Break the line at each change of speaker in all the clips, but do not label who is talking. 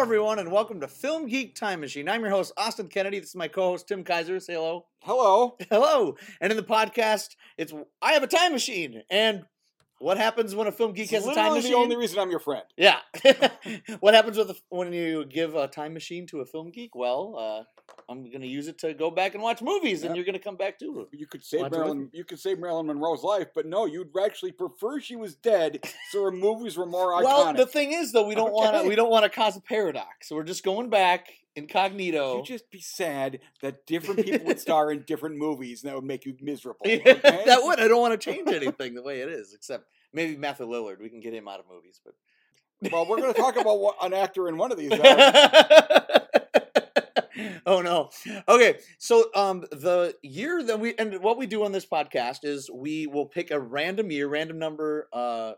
everyone, and welcome to Film Geek Time Machine. I'm your host, Austin Kennedy. This is my co-host, Tim Kaiser. Say hello.
Hello.
Hello. And in the podcast, it's I have a time machine. And what happens when a film geek
It's
has a time
literally
machine?
the only reason I'm your friend.
yeah. what happens with a, when you give a time machine to a film geek? Well, uh, I'm going to use it to go back and watch movies, and
Yep.
you're going to come back too.
You could save
Watch it with
Marilyn. You could save Marilyn Monroe's life, but no, you'd actually prefer she was dead, so her movies were more iconic.
Well, the thing is, though, we don't want to
Okay.
we don't want to cause a paradox. So we're just going back incognito.
You'd just be sad that different people would star in different movies, and that would make you miserable.
Yeah,
Okay?
that would. I don't want to change anything the way it is, except maybe Matthew Lillard. We can get him out of movies, but
Well, we're going to talk about what, an actor in one of these. uh,
oh no. Okay, so um, the year that we and what we do on this podcast is we will pick a random year, random number. Uh,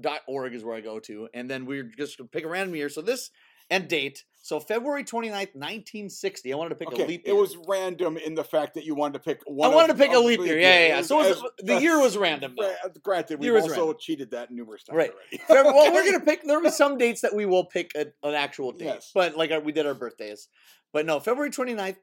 dot org is where I go to, and then we're just gonna pick a random year. So this and date. So February 29th, 1960. I wanted to pick a
okay,
leap
it
year.
was random in the fact that you wanted to pick
I
one.
wanted to
of-
pick a
of
leap year. Yeah, yeah, yeah.
years
So it was,
as-
the
as-
year was random. Though.
gra- Granted,
Year
we've
was
also
random.
cheated that numerous times
Right.
already.
Fair- well, we're gonna pick. There'll be some dates that we will pick a, an actual date,
Yes.
but like our, we did our birthdays. But no, February 29th,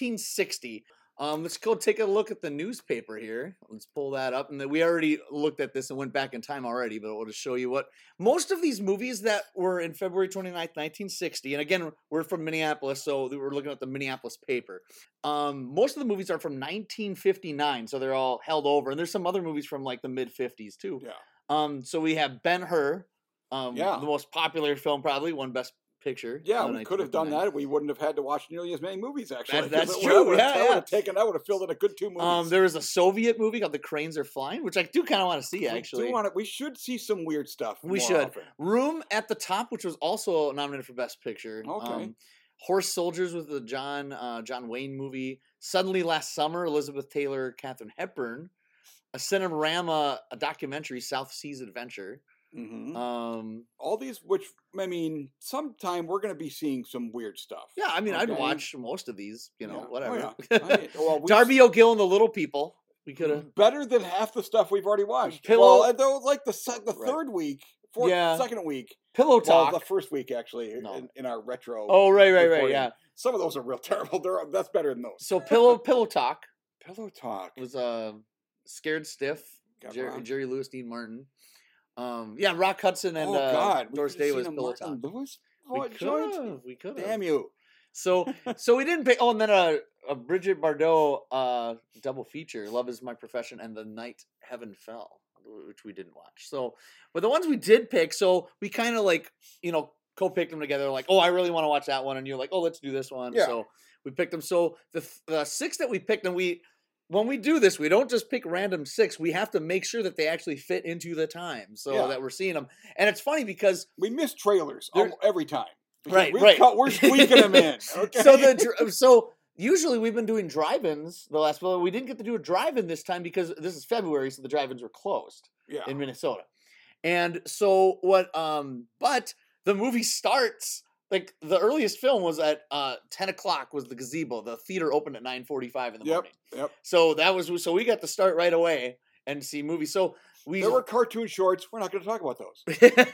1960. Um, let's go take a look at the newspaper here. Let's pull that up, and then we already looked at this and went back in time already. But we'll just show you what most of these movies that were in February 29th, 1960. And again, we're from Minneapolis, so we're looking at the Minneapolis paper. Um, most of the movies are from 1959, so they're all held over, and there's some other movies from like the mid 50s too.
Yeah.
Um, so we have Ben Hur, um,
Yeah.
the most popular film probably, won Best Picture.
Yeah,
in
we could have done
1959.
that. We wouldn't have had to watch nearly as many movies, actually.
That- that's
'cause
true,
I would
yeah,
have,
yeah.
taken. I would have filled in a good two movies.
Um, there was a Soviet movie called The Cranes Are Flying, which I do kind of want to see
we,
actually.
do wanna- we should see some weird stuff.
We
more
should.
often.
Room at the Top, which was also nominated for Best Picture. um,
Okay.
Horse Soldiers with the John uh, John Wayne movie. Suddenly Last Summer, Elizabeth Taylor, Katherine Hepburn. A Cinerama, a documentary, South Seas Adventure.
Mhm.
Um,
All these, which I mean, sometime we're going to be seeing some weird stuff.
yeah, I mean, I'd
Okay.
watch most of these, you know,
Yeah. Oh,
whatever.
I mean, Mm-hmm. well, we've
Darby O'Gill and the Little People. We could have.
seen better than half the stuff we've already watched.
Pillow-
well, and though, like the se- the
Right.
third week, fourth,
Yeah.
second week,
Pillow
well,
Talk.
the first week actually
No.
in, in our retro.
oh, right, right, right.
recording.
Yeah.
Some of those are real terrible. They're, that's better than those.
So Pillow Pillow Talk
Pillow talk.
was uh, Scared Stiff,
Got
Jerry,
Ron.
Jerry Lewis, Dean Martin. Um, yeah, Rock Hudson and
oh
uh,
God, we
Doris
could've
Day
seen
was
a
Pillow Talk.
Martin Lewis Oh,
We
joint?
could we could
Damn you!
So so we didn't pay. Oh, and then a, a Bridget Bardot uh, double feature, Love Is My Profession, and The Night Heaven Fell, which we didn't watch. So, but the ones we did pick, so we kind of like you know co-picked them together. Like, oh, I really want to watch that one, and you're like, oh, let's do this one.
Yeah.
So we picked them. So the th- the six that we picked, and we when we do this, we don't just pick random six. We have to make sure that they actually fit into the time, so
Yeah.
that we're seeing them. And it's funny because
We miss trailers
There-
al- every time. because
Right,
we
right.
Cut, we're squeaking them in. Okay?
so the dr- so usually we've been doing drive-ins the last well we didn't get to do a drive-in this time because this is February so the drive-ins were closed
yeah.
in Minnesota. And so what um but the movie starts like the earliest film was at uh 10 o'clock was the gazebo the theater opened at 9:45 in the
Yep,
morning.
yep.
So that was so we got to start right away and see movies. So we
there were cartoon shorts. We're not going to talk about those.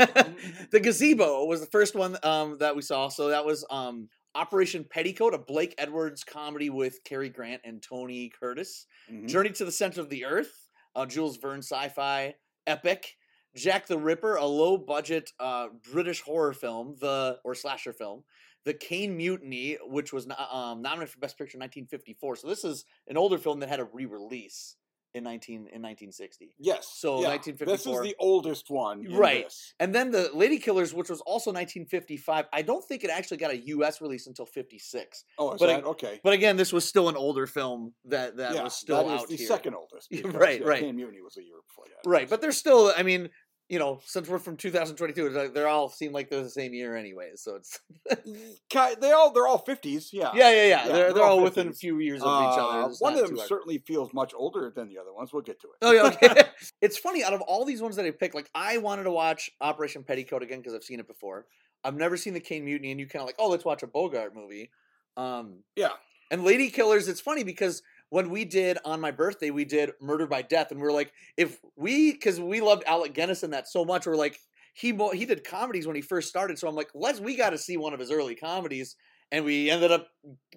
the gazebo was the first one um, that we saw. So that was um, Operation Petticoat, a Blake Edwards comedy with Cary Grant and Tony Curtis.
Mhm.
Journey to the Center of the Earth, a Jules Verne sci-fi epic. Jack the Ripper, a low-budget uh, British horror film, the or slasher film. The Kane Mutiny, which was no- um, nominated for Best Picture in 1954. So this is an older film that had a re-release in 19 in 1960.
Yes.
So,
yeah. This
1954.
is the oldest one. in
Right.
this.
And then the Lady Killers, which was also 1955. I don't think it actually got a U.S. release until 56.
Oh, is
But I-
that okay?
But again, this was still an older film that that
yeah,
was still
that is
out
the
here.
second oldest.
Yeah,
because,
right,
yeah,
right.
Cam Mutiny was a year before that.
Right, but they're still. I mean, you know, since we're from 2022, they're- they're all seem like they're the same year anyway. So it's
Ki- they all they're all fifties. Yeah.
yeah, yeah, yeah.
Uh, Yeah,
they're
they're
they're
all
all within a
50s.
few years of each
Uh,
other. It's
one
not
of them
too hard.
certainly feels much older than the other ones. We'll get to it.
Oh yeah, okay. it's funny. Out of all these ones that I picked, like I wanted to watch Operation Petticoat again because I've seen it before. I've never seen the Kane Mutiny, and you kind of like, oh, let's watch a Bogart movie. Um,
Yeah.
And Lady Killers, it's funny because when we did on my birthday, we did Murder by Death, and we are like, if we, because we loved Alec Guinness and that so much, we're like, he mo- he did comedies when he first started. So I'm like, let's we got to see one of his early comedies, and we ended up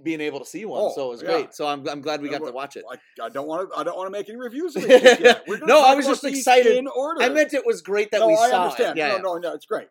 being able to see one.
Oh,
so it was
yeah.
great. So I'm I'm glad we got
Yeah,
to
well,
watch it.
I, I don't want to. I don't want to make any reviews. Of it just yet. We're gonna
No, I
talk
was
about
just
these
excited.
In order.
I meant it was great that
no,
we
I
saw
understand.
it. Yeah,
no,
yeah.
no, no, it's great.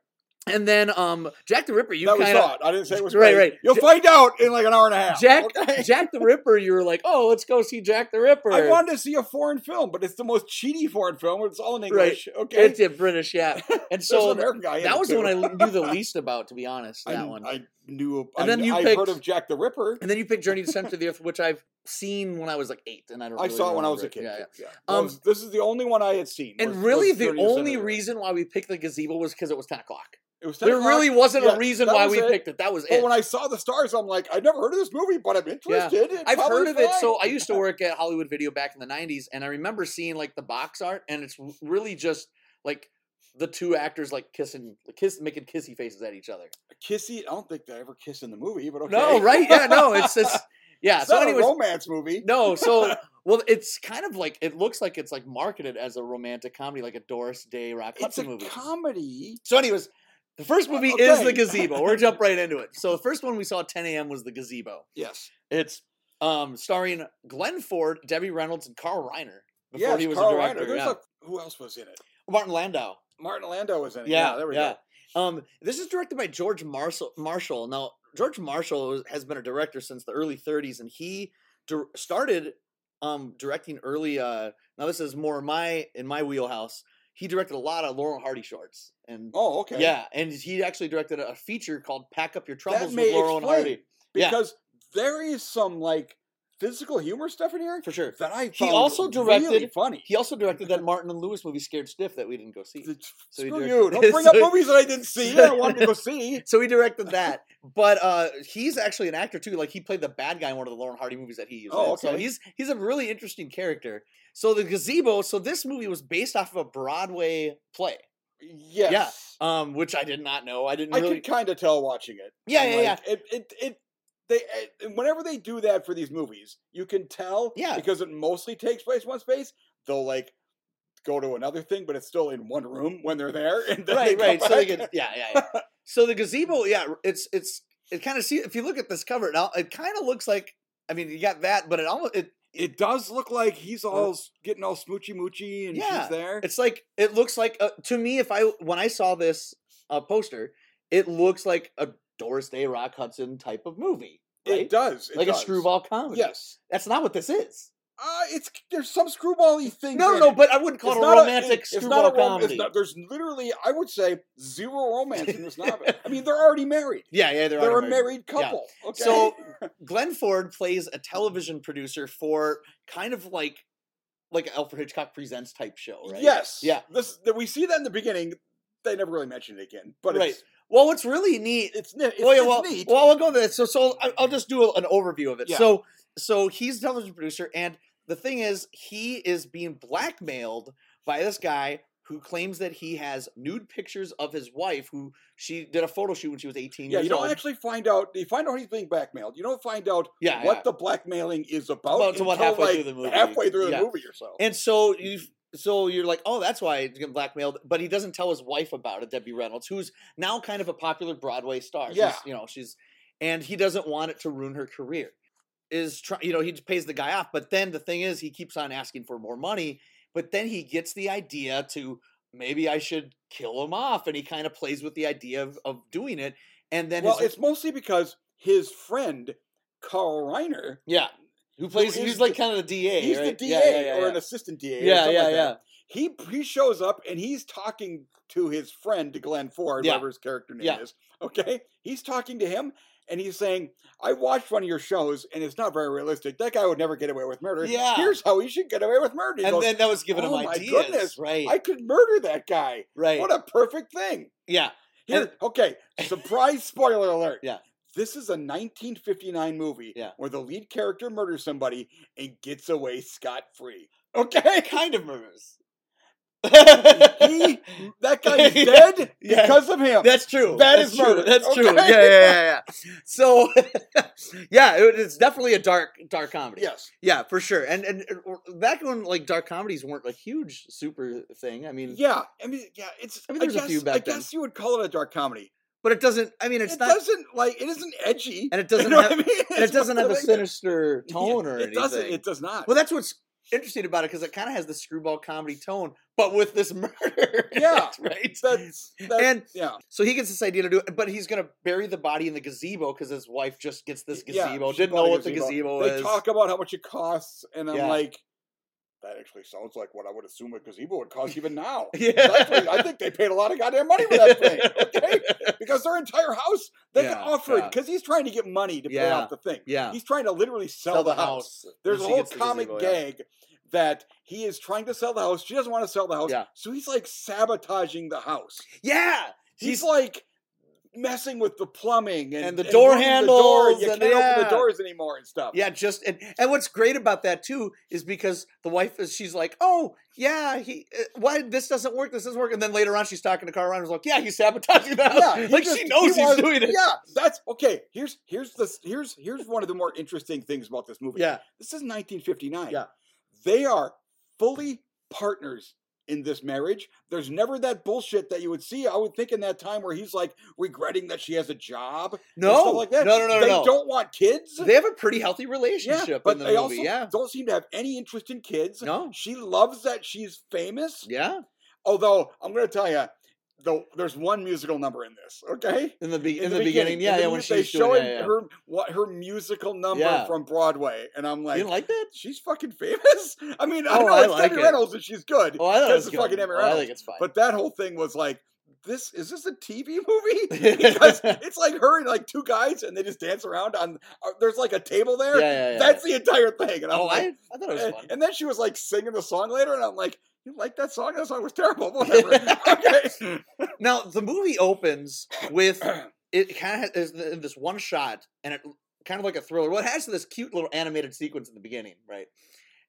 And then um, Jack the Ripper, you
that we
kind
saw
of
it. I didn't say it was
Right,
great.
right.
You'll
Ja-
find out in like an hour and a half.
Jack
okay?
Jack the Ripper, you were like, oh, let's go see Jack the Ripper.
I wanted to see a foreign film, but it's the most cheaty foreign film. It's all in
Right.
English. Okay.
It's a British, yeah. And
There's an
so
American guy in
that
it,
was
too.
the one I knew the least about, to be honest.
I,
That one.
I knew.
And
I,
then you
I've
picked-
heard of Jack the Ripper.
and then you picked Journey to the Center of the Earth, which I've seen when I was like eight, and I don't.
I
Really
saw it when I was a
remember
kid.
it. Yeah, yeah.
too, yeah.
Um,
Those- this is the only one I had seen. was-
And really,
was
the
30
only
Centimeter.
reason why we picked the gazebo was because it was ten o'clock.
it was 10
There
o'clock,
really wasn't
yeah,
a reason
that
why
was
we
it.
picked it. That was
But
it.
when I saw the stars, I'm like, I've never heard of this movie, but I'm interested. It's
I've heard
probably
of it. So I
fine.
used to work at Hollywood Video back in the '90s, and I remember seeing like the box art, and it's r- really just like the two actors like kissing, kiss, making kissy faces at each other.
kissy. I don't think they ever kiss in the movie, but okay.
No, right? Yeah, no, it's just yeah.
it's
so,
not
anyways,
a romance movie.
no. So, well, it's kind of like it looks like it's like marketed as a romantic comedy, like a Doris Day rock
it's a
movie.
comedy.
So, anyways, the first movie is the
Okay.
gazebo. We're jump right into it. So, the first one we saw at 10 a.m. was the gazebo.
Yes.
It's um starring Glenn Ford, Debbie Reynolds, and Carl Reiner before
yes,
he was
Carl
a director.
Reiner. There's
yeah. Oh,
a- who else was in it?
Martin Landau.
Martin Landau was in it.
Yeah,
Yeah, there we
yeah.
go.
Um, this is directed by George Marshall. Marshall. Now, George Marshall is- has been a director since the early '30s, and he dir- started um, directing early. Uh, now, this is more my in my wheelhouse. He directed a lot of Laurel and Hardy shorts, and
Oh, okay.
yeah, and he actually directed a a feature called "Pack Up Your Troubles"
may
with Laurel and
explain
Hardy. yeah.
Because there is some like physical humor stuff in here
For sure.
that I found
He also
really
directed-
funny.
He also directed that Martin and Lewis movie "Scared Stiff" that we didn't go see.
It's-
so he
Screw
directed-
you! Don't bring up
so-
movies that I didn't see. that I wanted to go see.
So he directed that, but uh, he's actually an actor too. Like he played the bad guy in one of the Lauren Hardy movies that he used.
Oh,
So
okay.
he's he's a really interesting character. So the gazebo. So this movie was based off of a Broadway play,
Yes.
um, which I did not know. I didn't
I
really.
could kind of tell watching it.
Yeah,
I'm
yeah, yeah.
It, it, it, they, it, whenever they do that for these movies, you can tell.
Yeah.
Because it mostly takes place in one space. They'll like go to another thing, but it's still in one room when they're there. And then
right,
they
right.
Come
So they
back.
could, yeah, yeah, yeah. So the gazebo, yeah, r- it's it's it kind of see if you look at this cover now, it kind of looks like. I mean, you got that, but it almost it
It does look like he's all s- getting all smoochy moochy, and
Yeah,
she's there.
It's like it looks like a, to me if I when I saw this uh, poster, it looks like a Doris Day Rock Hudson type of movie, right?
It does. It
like
does.
a screwball comedy.
Yes.
that's not what this is.
Uh, it's there's some screwball-y things.
No, no,
in
no.
it.
But I wouldn't call
It's
it a
not
romantic
it's
screwball
not a rom- it's
comedy.
not- there's literally, I would say, zero romance in this novel. I mean, they're already married.
yeah, yeah, they're,
They're a
already married.
married couple. Okay.
So Glenn Ford plays a television producer for kind of like like Alfred Hitchcock Presents type show, right?
yes,
Yeah.
This that we see that in the beginning. They never really mention it again, but
Right.
it's
Well, what's really neat
it's, ne- it's,
well, Oh, yeah,
it's
well,
neat.
well, I'll go there. So, so I- I'll just do a- an overview of it.
Yeah.
So, so he's a television producer, and the thing is, he is being blackmailed by this guy who claims that he has nude pictures of his wife, who she did a photo shoot when she was eighteen.
yeah,
years
you don't
old.
actually find out. You find out he's being blackmailed. You don't find out
Yeah,
what
yeah.
the blackmailing is about
About to what,
until,
halfway
like,
through the movie.
halfway through the
Yeah.
movie or so.
And so you, so you're like, oh, that's why he's getting blackmailed. But he doesn't tell his wife about it, Debbie Reynolds, who's now kind of a popular Broadway star.
Yeah.
she's, you know, she's, and he doesn't want it to ruin her career. Is try, you know, he pays the guy off, but then the thing is, he keeps on asking for more money. But then he gets the idea to maybe I should kill him off, and he kind of plays with the idea of, of doing it. And then,
well,
his,
it's mostly because his friend Carl Reiner,
yeah, who plays?
is
he's
the-
like kind of the DA.
he's
right?
the DA
Yeah, yeah, yeah,
or
yeah.
an assistant DA. or
yeah,
something
yeah,
like that.
yeah.
he he shows up and he's talking to his friend Glenn Ford,
Yeah.
whatever his character name
Yeah.
is. Okay, he's talking to him and he's saying, "I watched one of your shows and it's not very realistic. That guy would never get away with murder.
Yeah.
here's how he should get away with murder." He
And
goes,
then that was giving
"Oh
him
my
ideas,
goodness,
right?
I could murder that guy.
right.
What a perfect thing!
Yeah.
Here,
And-
okay, surprise spoiler alert.
Yeah.
This is a 1959 movie
Yeah.
where the lead character murders somebody and gets away scot free. Okay,
kind of murders.
He, that guy is dead
Yeah.
because of him.
That's true.
That
That's
is
true.
murder.
That's true. Yeah,
Okay.
yeah, yeah, yeah. So, yeah, it, it's definitely a dark, dark comedy.
yes.
yeah, for sure. And and uh, back when like dark comedies weren't a huge super thing. I mean,
Yeah. I mean, yeah. It's.
I
I,
mean, there's
guess,
a few
I
back then.
guess you would call it a dark comedy.
but it doesn't. I mean, it's
it
not,
doesn't like it isn't edgy.
and it doesn't
you know
have,
what I mean?
and
It's
it doesn't
one
have a
of the things
sinister
that-
tone or
it
anything.
Doesn't, it does not.
well, that's what's interesting about it because it kind of has the screwball comedy tone, but with this murder. in
Yeah.
it, right.
that's, that's
and
yeah.
So he gets this idea to do it, but he's gonna bury the body in the gazebo because his wife just gets this
Yeah,
gazebo.
she
Didn't
bought
know
a
what the gazebo
They
is.
talk about how much it costs, and I'm
Yeah.
like, that actually sounds like what I would assume a gazebo would cost even now.
Yeah.
That's what- I think they paid a lot of goddamn money for that thing, okay? Because their entire house, they
Yeah,
offered
yeah.
because he's trying to get money to pay
Yeah,
off the thing.
yeah.
He's trying to literally sell, the, house. There's a
She
whole
gets the
comic
gazebo, yeah.
gag that he is trying to sell the house. She doesn't want to sell the house,
Yeah.
so he's like sabotaging the house.
Yeah.
He's
He's
like messing with the plumbing and,
And the door
moving door,
handles
You
and-
can't open
yeah.
the doors anymore and stuff.
yeah, just and, and what's great about that too is because the wife is she's like, oh yeah, he uh, why this doesn't work, this doesn't work, and then later on she's talking to Carl Reiner, like, yeah, he's sabotaging the house.
he
like
just-
she
he
knows he's
wants-
doing it.
Yeah, that's okay. Here's here's this here's here's one of the more interesting things about this movie.
Yeah,
This is 1959.
Yeah.
They are fully partners in this marriage. There's never that bullshit that you would see, I would think, in that time where he's like regretting that she has a job. and stuff
no,
like that.
no, no, no,
They
no.
don't want kids.
They have a pretty healthy
yeah,
relationship
but
in the
they
movie.
also
yeah,
don't seem to have any interest in kids.
no,
She loves that she's famous.
yeah,
Although I'm going to tell you, though, there's one musical number in this. Okay,
in the be- in, the beginning, yeah,
in the
yeah, when
mu- they
she's
show
doing,
him
yeah, yeah.
her what her musical number
Yeah.
from Broadway, and I'm
you
like,
didn't like that?
she's fucking famous. I mean, I
Oh,
know
I
it's
like
Debbie
it.
Reynolds and she's good,
Oh, I thought it
This
was
is
good.
fucking Emmy
Oh, I think it's fine.
but that whole thing was like. This is this a TV movie? Because it's like her and like two guys, and they just dance around on. Uh, there's like a table
yeah,
there.
yeah, yeah, yeah.
That's the entire thing. And I'm
oh,
like,
I, I thought it was
and,
fun.
and then she was like singing the song later, and I'm like, "You like that song? That song was terrible. Whatever." okay.
Now the movie opens with it kind of is th- this one shot, and it kind of like a thriller. Well, it has this cute little animated sequence in the beginning, right?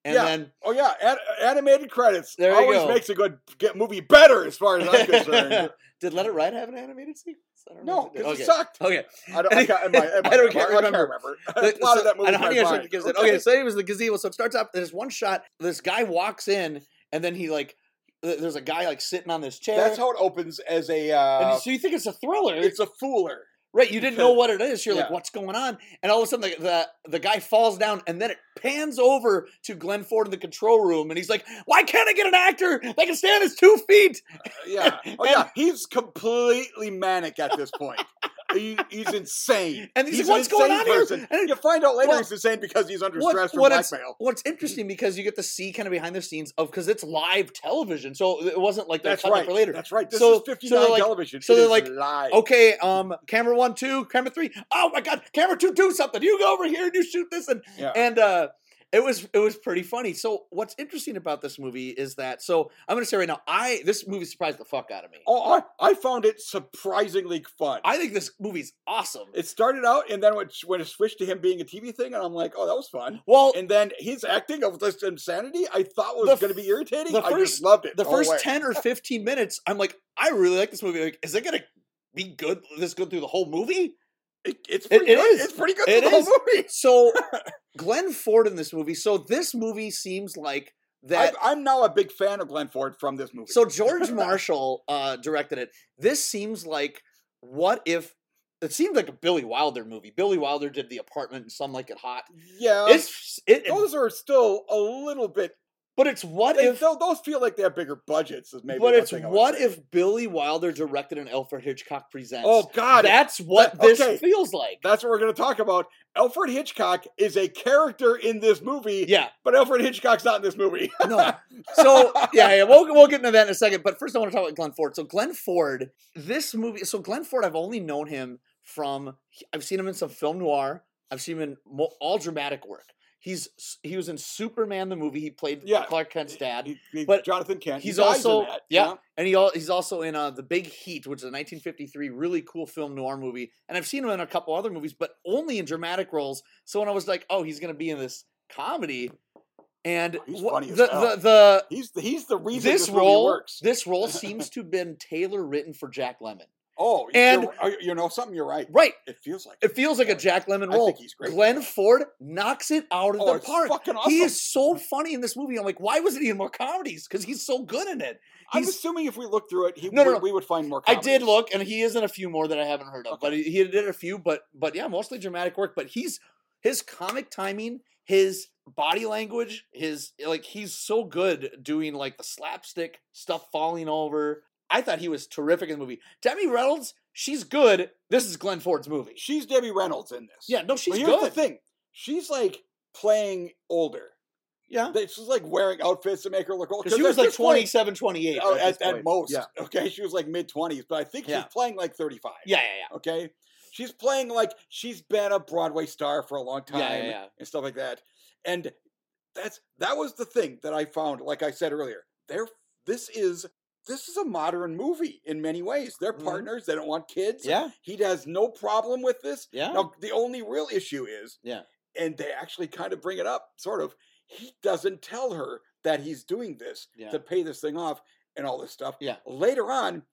And
Yeah.
then
Oh yeah, ad- animated credits
There you
always
go.
makes a good get movie better, as far as I'm concerned.
did Let It Ride have an animated sequence? I don't
No,
know. if it did.
because
okay.
it sucked.
Okay.
I don't. I, can't, in my, in my,
I don't- can't
I can't
remember.
remember.
The-
a lot
so-
of that movie.
and
is my
Honey, I Shrunk the
mind.
Kids- okay. so it was the gazebo. So it starts off. There's one shot. This guy walks in, and then he like, th- there's a guy like sitting on this chair.
that's how it opens as a.
And
Uh,
so you think it's a thriller?
it's a fooler.
Right, you didn't know what it is. You're like,
Yeah.
what's going on? And all of a sudden, the, the the guy falls down, and then it pans over to Glenn Ford in the control room, and he's like, "Why can't I get an actor that can stand his two feet?"
Yeah. Oh yeah. He's completely manic at this point. He, he's insane.
And he's like,
an
"What's going
insane
on here?"
person.
And-
you find out later
Well,
he's insane because he's under
what-
stress from
what it's-
blackmail.
What's interesting because you get to see kind of behind the scenes of because it's live television, so it wasn't like they're
That's
cutting it
right.
for later.
That's right. This
So-
is
so they're
59
like-
television.
so
It
they're
is
like,
live.
Okay, um, camera one, two, camera three. Oh my God, camera two, do something. You go over here and you shoot this, and
Yeah.
and uh, it was it was pretty funny. So what's interesting about this movie is that so I'm gonna say right now, I this movie surprised the fuck out of me.
Oh, I, I found it surprisingly fun.
I think this movie's awesome.
it started out, and then when, it- when it switched to him being a TV thing, and I'm like, oh, that was fun.
well,
And then his acting of this insanity, I thought
The
was
f-
going to be irritating.
the
I
first-
just loved it.
the
whole
first
way.
ten or fifteen minutes, I'm like, I really like this movie. Like, is it gonna be good? This good through the whole movie?
It, it's
it-
pretty
it
good.
is.
It's pretty good.
It
for the whole
is.
movie.
So Glenn Ford in this movie. So this movie seems like that.
I've- I'm now a big fan of Glenn Ford from this movie.
So George Marshall uh, directed it. This seems like what if it seemed like a Billy Wilder movie. Billy Wilder did The Apartment and Some Like It Hot.
yeah,
It's it,
Uh, those are still a little bit.
but it's what
They,
if
tho- those feel like they have bigger budgets. Is maybe
but
one
it's
thing I would
what
say.
if Billy Wilder directed an Alfred Hitchcock presents.
Oh God,
that's what
That-
this
okay.
feels like.
That's what we're going to talk about. Alfred Hitchcock is a character in this movie,
Yeah,
but Alfred Hitchcock's not in this movie.
no. So yeah, yeah, we'll we'll get into that in a second. But first, I want to talk about Glenn Ford. So Glenn Ford, this movie. So Glenn Ford, I've only known him from. I've seen him in some film noir. I've seen him in mo- all dramatic work. He's he was in Superman the movie. He played
Yeah.
Clark Kent's dad,
He- he-
But
Jonathan Kent. he
he's
dies in
also-
that,
yeah.
you know?
and he all, he's also in uh, the Big Heat, which is a 1953 really cool film noir movie. And I've seen him in a couple other movies, but only in dramatic roles. So when I was like, oh, he's gonna be in this comedy, And
Oh, he's
wha-
funny as
the,
hell.
the
He's the, he's the
the
reason this,
this
movie
role
works.
this role seems to have been tailor written for Jack Lemon.
oh, you're
and-
r- oh, you know something. You're right.
Right.
It feels like
It feels like a Jack Lemon
I
role.
think he's great.
Glenn Ford knocks it out of
oh,
the
it's
park.
fucking awesome.
He is so funny in this movie. I'm like, why wasn't he in more comedies? Because he's so good in it.
I'm
he's-
assuming if we look through it, he,
No, no,
we,
no.
we would find more.
I did
comedies.
look, and he is in a few more that I haven't heard of. But he, he did a few, but but yeah, mostly dramatic work. But he's his comic timing, his body language, his like he's so good doing like the slapstick stuff, falling over. I thought he was terrific in the movie. Debbie Reynolds, she's good. This is Glenn Ford's movie.
She's Debbie Reynolds in this.
Yeah, no, she's
but here's the
good.
thing. She's like playing older.
Yeah,
They- She's like wearing outfits to make her look old.
because she was
at
like
this point-
27, 28
oh,
at,
at,
this
at
point.
most.
Yeah,
Okay, she was like mid twenties, but I think
Yeah.
she's playing like thirty-five.
yeah, yeah,
Okay, she's playing like she's been a Broadway star for a long
yeah,
time.
yeah, yeah, yeah.
and stuff like that. And that's that was the thing that I found, like I said earlier, they're this is this is a modern movie in many ways. They're
Mhm.
partners, they don't want kids.
Yeah,
He has no problem with this.
yeah.
Now the only real issue is,
Yeah.
and they actually kind of bring it up, sort of, he doesn't tell her that he's doing this
Yeah.
to pay this thing off and all this stuff.
Yeah.
Later on,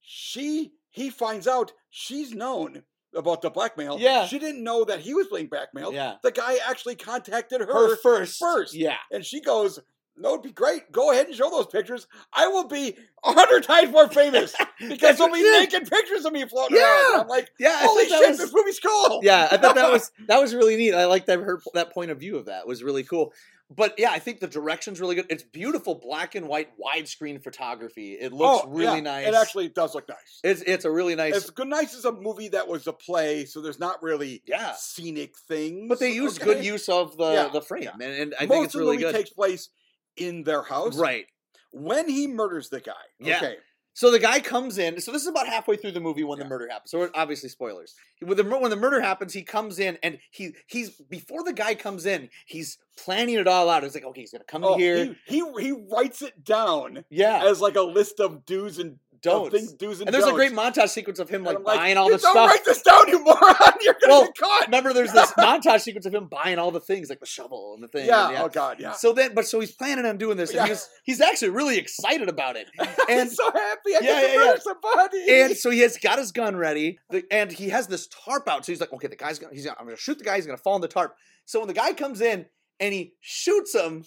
she he finds out she's known about the blackmail.
Yeah.
She didn't know that he was being blackmailed
Yeah.
the guy actually contacted her,
Her first.
first.
Yeah.
and she goes, "No, it'd be great. Go ahead and show those pictures. I will be a hundred times more famous because
That's
there'll
what
be
it is.
naked pictures of me floating around."
Yeah.
And I'm like,
Yeah. I
"Holy
thought that
shit,
was-
this movie's cool!"
yeah, I thought that was that was really neat. I liked that her that point of view of that was really cool. But yeah, I think the direction's really good. It's beautiful black and white widescreen photography. It looks
Oh,
really
yeah,
nice.
It actually does look nice.
it's it's a really nice
It's good. Nice is a movie that was a play, so there's not really
yeah.
scenic things.
But they use good
okay?
use of the
Yeah,
the frame,
yeah.
and, and I
Most
think it's
of the
really
movie
good.
takes place in their house,
right.
When he murders the guy,
Yeah.
okay,
So the guy comes in. So this is about halfway through the movie when
Yeah.
the murder happens. So we're- obviously spoilers. When the mur- when the murder happens, he comes in and he he's before the guy comes in, he's planning it all out. It's like okay, he's gonna come in
oh,
here.
he, he he writes it down
yeah,
as like a list of do's and
don't.
Of things, do's and,
And there's a
don'ts.
great montage sequence of him like
And I'm
buying all the
"You don't
stuff.
write this down, you moron. You're gonna
Well,
get caught.
Remember, there's this montage sequence of him buying all the things, like the shovel and the thing. and
yeah. Oh God. Yeah.
So then, but so he's planning on doing this,
Yeah.
and he's he's actually really excited about it.
I'm
And
so happy.
yeah,
I get to
yeah, yeah.
murder somebody.
and so he has got his gun ready, the, and he has this tarp out. So he's like, okay, the guy's gonna, he's gonna, I'm gonna shoot the guy. He's gonna fall in the tarp. So when the guy comes in and he shoots him.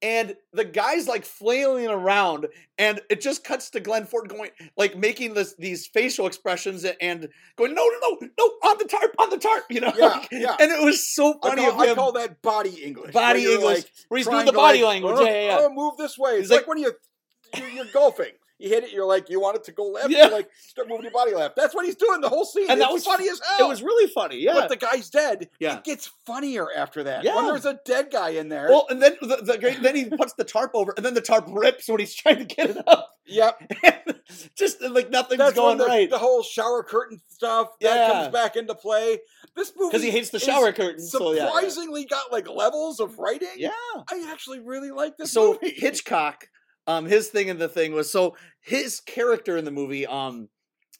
And the guy's like flailing around, and it just cuts to Glenn Ford going, like making this these facial expressions a- and going, no, no, no, no, on the tarp, on the tarp, you know.
Yeah, yeah.
And it was so
I
funny
call, I
of him
call that body English. where
body
you're,
English,
like,
where he's
trying
doing the
to,
body
like,
language.
Oh,
yeah, yeah, yeah.
oh, move this way. It's
He's
like,
like-
when you you're, you're golfing. You hit it. You're like you want it to go left.
Yeah.
You're like start moving your body left. That's what he's doing the whole scene.
And that was-
It's funny as
It
hell.
was really funny. Yeah.
But the guy's dead.
Yeah.
It gets funnier after that. When
Yeah.
there's a dead guy in there.
well, and then the, the great- then he puts the tarp over, and then the tarp rips when he's trying to get it up.
yep.
Just like nothing's
That's
going
when the,
right
the whole shower curtain stuff that
Yeah.
comes back into play. This movie
because he hates the
is
shower curtain. So yeah, yeah.
surprisingly got like levels of writing.
yeah.
I actually really like this
so
movie.
Hitchcock, um, his thing in the thing was so his character in the movie, um,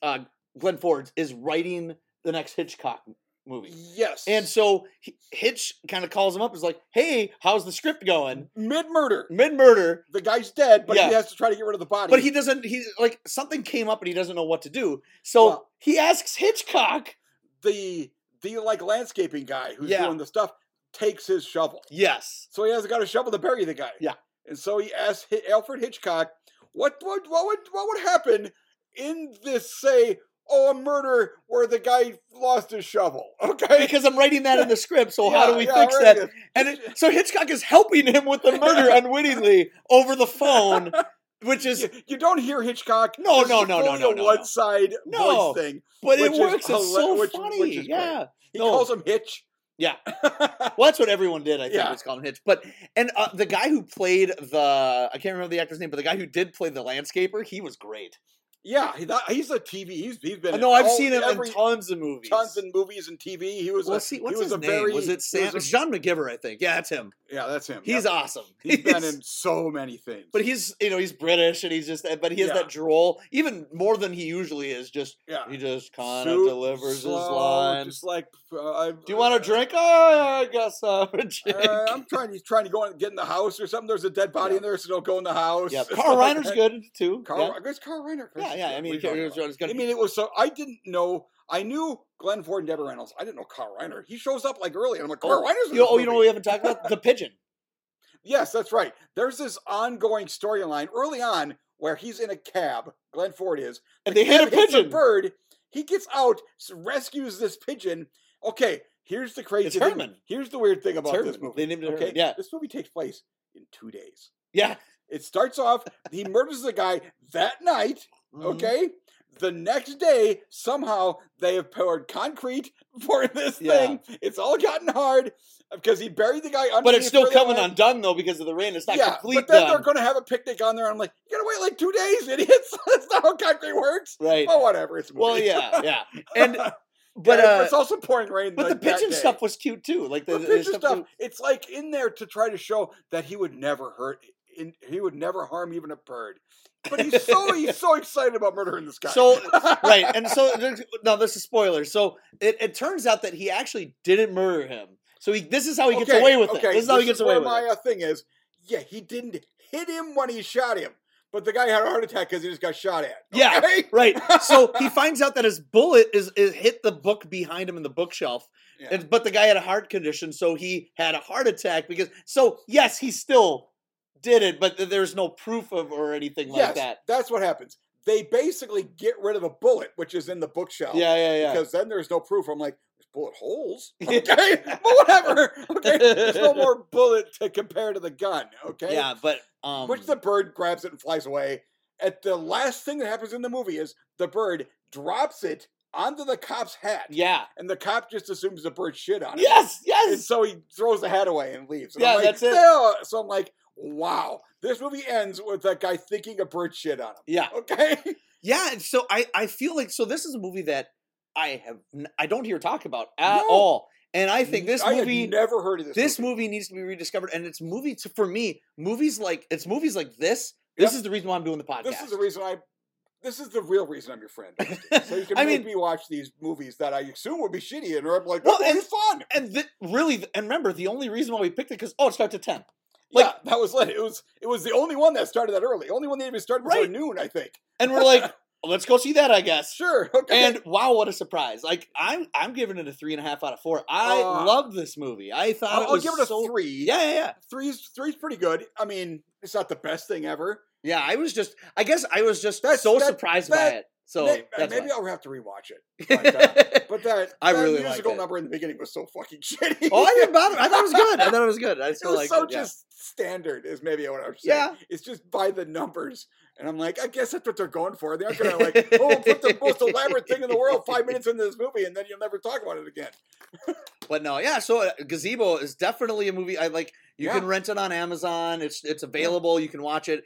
uh, Glenn Ford is writing the next Hitchcock movie.
yes,
And so he- Hitch kind of calls him up, is like, "Hey, how's the script going?
mid murder,
Mid murder,
the guy's dead, but
Yeah.
he has to try to get rid of the body.
But he doesn't. He like something came up and he doesn't know what to do. So
Well-
he asks Hitchcock.
the the like landscaping guy who's
Yeah.
doing the stuff takes his shovel,
Yes.
so he hasn't got a shovel to bury the guy.
Yeah.
and so he asks Hi- Alfred Hitchcock, "What would what would what would happen in this say?" Oh, a murder where the guy lost his shovel. Okay,
Because I'm writing that in the script, so how
Yeah,
do we
yeah,
fix
right,
that?
yeah.
And it, so Hitchcock is helping him with the murder unwittingly over the phone, which is,
you, you don't hear Hitchcock.
No,
This
no,
is
no, no,
fully
no,
a
no, no.
One side
No.
voice thing.
but it
which is
works. it's so
hila- which-
funny.
which is great.
yeah.
He
No.
calls him Hitch.
Yeah. Well, that's what everyone did. I think
Yeah.
was called Hitch. But and uh, the guy who played the I can't remember the actor's name, but the guy who did play the landscaper, he was great.
Yeah, he, that, he's a TV. He's he's been. in
no, I've
all-
seen him
every-
in tons of movies.
tons in movies and TV. He was.
well,
a,
see, what's
he was
his
a
name?
Very,
was it
he
Sam?
was a-
John McGiver, I think. Yeah, that's him.
yeah, that's him.
He's
yeah.
awesome.
He's been
He's-
in so many things.
but he's you know he's British and he's just but he has
Yeah.
that drawl even more than he usually is. Just
yeah,
he just kind of
Suit,
delivers his
slow,
line.
Just like, uh, I,
Do you want a drink? Oh, I guess I'll have a drink.
Uh, I'm trying. He's trying to go and get in the house or something. There's a dead body
Yeah.
in there, so don't go in the house.
yeah,
It's
Carl
like
Reiner's
that.
good too.
Carl,
yeah.
I guess Carl Reiner. of course,
Yeah, yeah, I
what
mean,
are you talking
it's
about?
it's gonna
I mean, it was so. I didn't know. I knew Glenn Ford and Deborah Reynolds. I didn't know Carl Reiner. He shows up like early, and I'm like, Carl Reiner's. In
You-
this
oh, you know what
movie."
we haven't talked about? The pigeon.
Yes, that's right. There's this ongoing storyline early on where he's in a cab. Glenn Ford is.
And they hit a
cab hits
pigeon.
bird. He gets out, s- rescues this pigeon. Okay, here's the crazy. thing-
Herman.
Here's the weird thing
It's
about this
Herman.
movie.
They named it
okay,
Herman. Yeah.
this movie takes place in two days.
Yeah.
It starts off. He murders the guy that night.
Mhm.
Okay. The next day, somehow they have poured concrete for this
Yeah.
thing. It's all gotten hard uh, because he buried the guy. Underneath
But it's still
where they
coming
went.
undone though because of the rain. It's not
yeah,
complete
but then
done.
they're going to have a picnic on there. I'm like, you got to wait like two days, idiots. That's not how concrete works.
right.
Oh, whatever. It's a
well,
movie.
yeah, yeah. And
Yeah,
but uh,
it's also pouring rain.
but the
like, that
pigeon
day.
stuff was cute too. Like the,
The
the
pigeon
that-
stuff. It's like in there to try to show that he would never hurt. In, he would never harm even a bird. But he's so he's so excited about murdering this guy.
So, right. And so there's- now this is spoilers. So it, it turns out that he actually didn't murder him. So he, this is how he gets away with it. This is how he gets away
where
with
my
it.
uh, thing is. Yeah, he didn't hit him when he shot him, but the guy had a heart attack because he just got shot at.
Yeah,
okay?
Right. So he finds out that his bullet is, is hit the book behind him in the bookshelf.
Yeah.
And, but the guy had a heart condition, so he had a heart attack because so yes, he still did it, but th- there's no proof of or anything like that.
That's what happens. They basically get rid of a bullet, which is in the bookshelf.
Yeah, yeah, yeah.
Because then there's no proof. I'm like, there's bullet holes.
Yeah.
Okay. but whatever. Okay. There's no more bullet to compare to the gun. Okay.
Yeah, but um
Which the bird grabs it and flies away. At the last thing that happens in the movie is the bird drops it onto the cop's hat.
Yeah.
And the cop just assumes the bird shit on it.
Yes,
And
yes.
so he throws the hat away and leaves. And
Yeah,
I'm like,
that's it.
"Yeah." So I'm like, wow. This movie ends with that guy thinking a bird shit on him.
Yeah.
Okay.
Yeah, and so I I feel like so this is a movie that I have n- I don't hear talk about at
No.
all, and I think this
I had
movie
never heard of this.
this movie. needs to be rediscovered, and it's movie to, for me movies like it's movies like this. This
Yep.
is the reason why I'm doing the podcast.
This is the reason I. This is the real reason I'm your friend. So you can
I
make
mean,
me watch these movies that I assume would be shitty, and I'm like,
Well,
well, it's fun.
and th- really, th- and remember the only reason why we picked it because oh, it starts at ten. like-
yeah, that was lit. It was it was the only one that started that early. Only one that even started before
Right.
noon, I think.
and we're like, let's go see that, I guess.
Sure. Okay.
And wow, what a surprise! Like I'm, I'm giving it a three and a half out of four. I
Ah.
love this movie. I thought
I'll,
it
I'll
was
give it a
so-
three.
Yeah, yeah, yeah.
three's three's pretty good. I mean, it's not the best thing ever.
Yeah, I was just. I guess I was just
That's-
so
that-
surprised
that-
by it. So
May- uh,
that's
maybe
why.
I'll have to rewatch it. But, uh, but that
I
that
really liked
musical
it.
number in the beginning was so fucking shitty.
oh, I didn't bother. I thought it was good. I thought it was good. I still
it was
like
so
it. yeah.
just standard is maybe what I'm saying.
Yeah.
It's just by the numbers. And I'm like, I guess that's what they're going for. They're not gonna like, oh, put the most elaborate thing in the world five minutes into this movie and then you'll never talk about it again.
But no, yeah. So uh, Gazebo is definitely a movie. I like. You
Yeah.
can rent it on Amazon. It's it's available. You can watch it.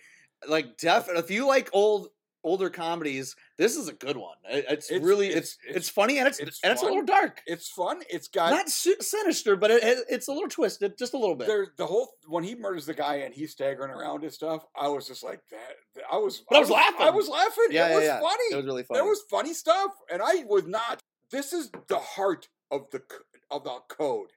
Like def. If you like old older comedies, this is a good one. It- It's,
It's-
really
it's-
it's
it's-
it's, funny and it's,
it's
and it's a little
fun.
dark.
It's fun. It's got
Not su- sinister, but it, it- it's a little twisted, just a little bit.
there the whole when he murders the guy and he's staggering around and stuff, I was just like that I was
But I was
I
laughing.
was laughing.
Yeah,
it
yeah,
was
yeah.
funny.
It was really funny.
There was funny stuff, and I was not. This is the heart of the c- of the code,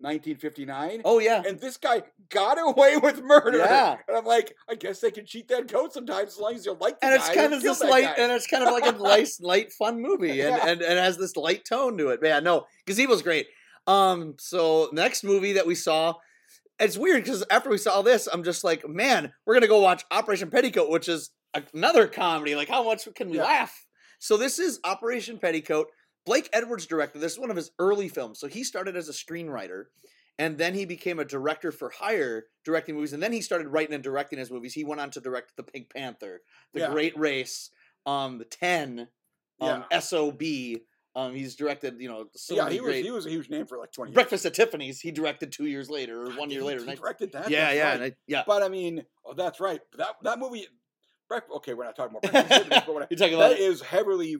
1959.
oh yeah.
And this guy got away with murder.
Yeah.
And I'm like, I guess they can cheat that code sometimes as long as you like the
and it's
guy
kind of
kill
this
that
light
guy.
and it's kind of like a nice light fun movie and,
Yeah.
and and it has this light tone to it man no gazebo's great um so next movie that we saw it's weird because after we saw this i'm just like man we're gonna go watch operation petticoat which is another comedy like how much can we
Yeah.
laugh so this is operation petticoat blake edwards directed this is one of his early films so he started as a screenwriter and then he became a director for hire directing movies and then he started writing and directing his movies he went on to direct the pink panther the
Yeah.
great race um the 10 um sob um he's directed you know so
yeah,
many
he was
great
he was a huge name for like 20 years.
breakfast at tiffany's he directed two years later or
God,
one
did
year
he-
later
he
and I-
directed that.
yeah
That's
yeah
right.
and I- yeah
But I mean, oh, that's right. That that movie, breakfast. Okay, we're not talking about breakfast. but what I-
You're talking about
that is heavily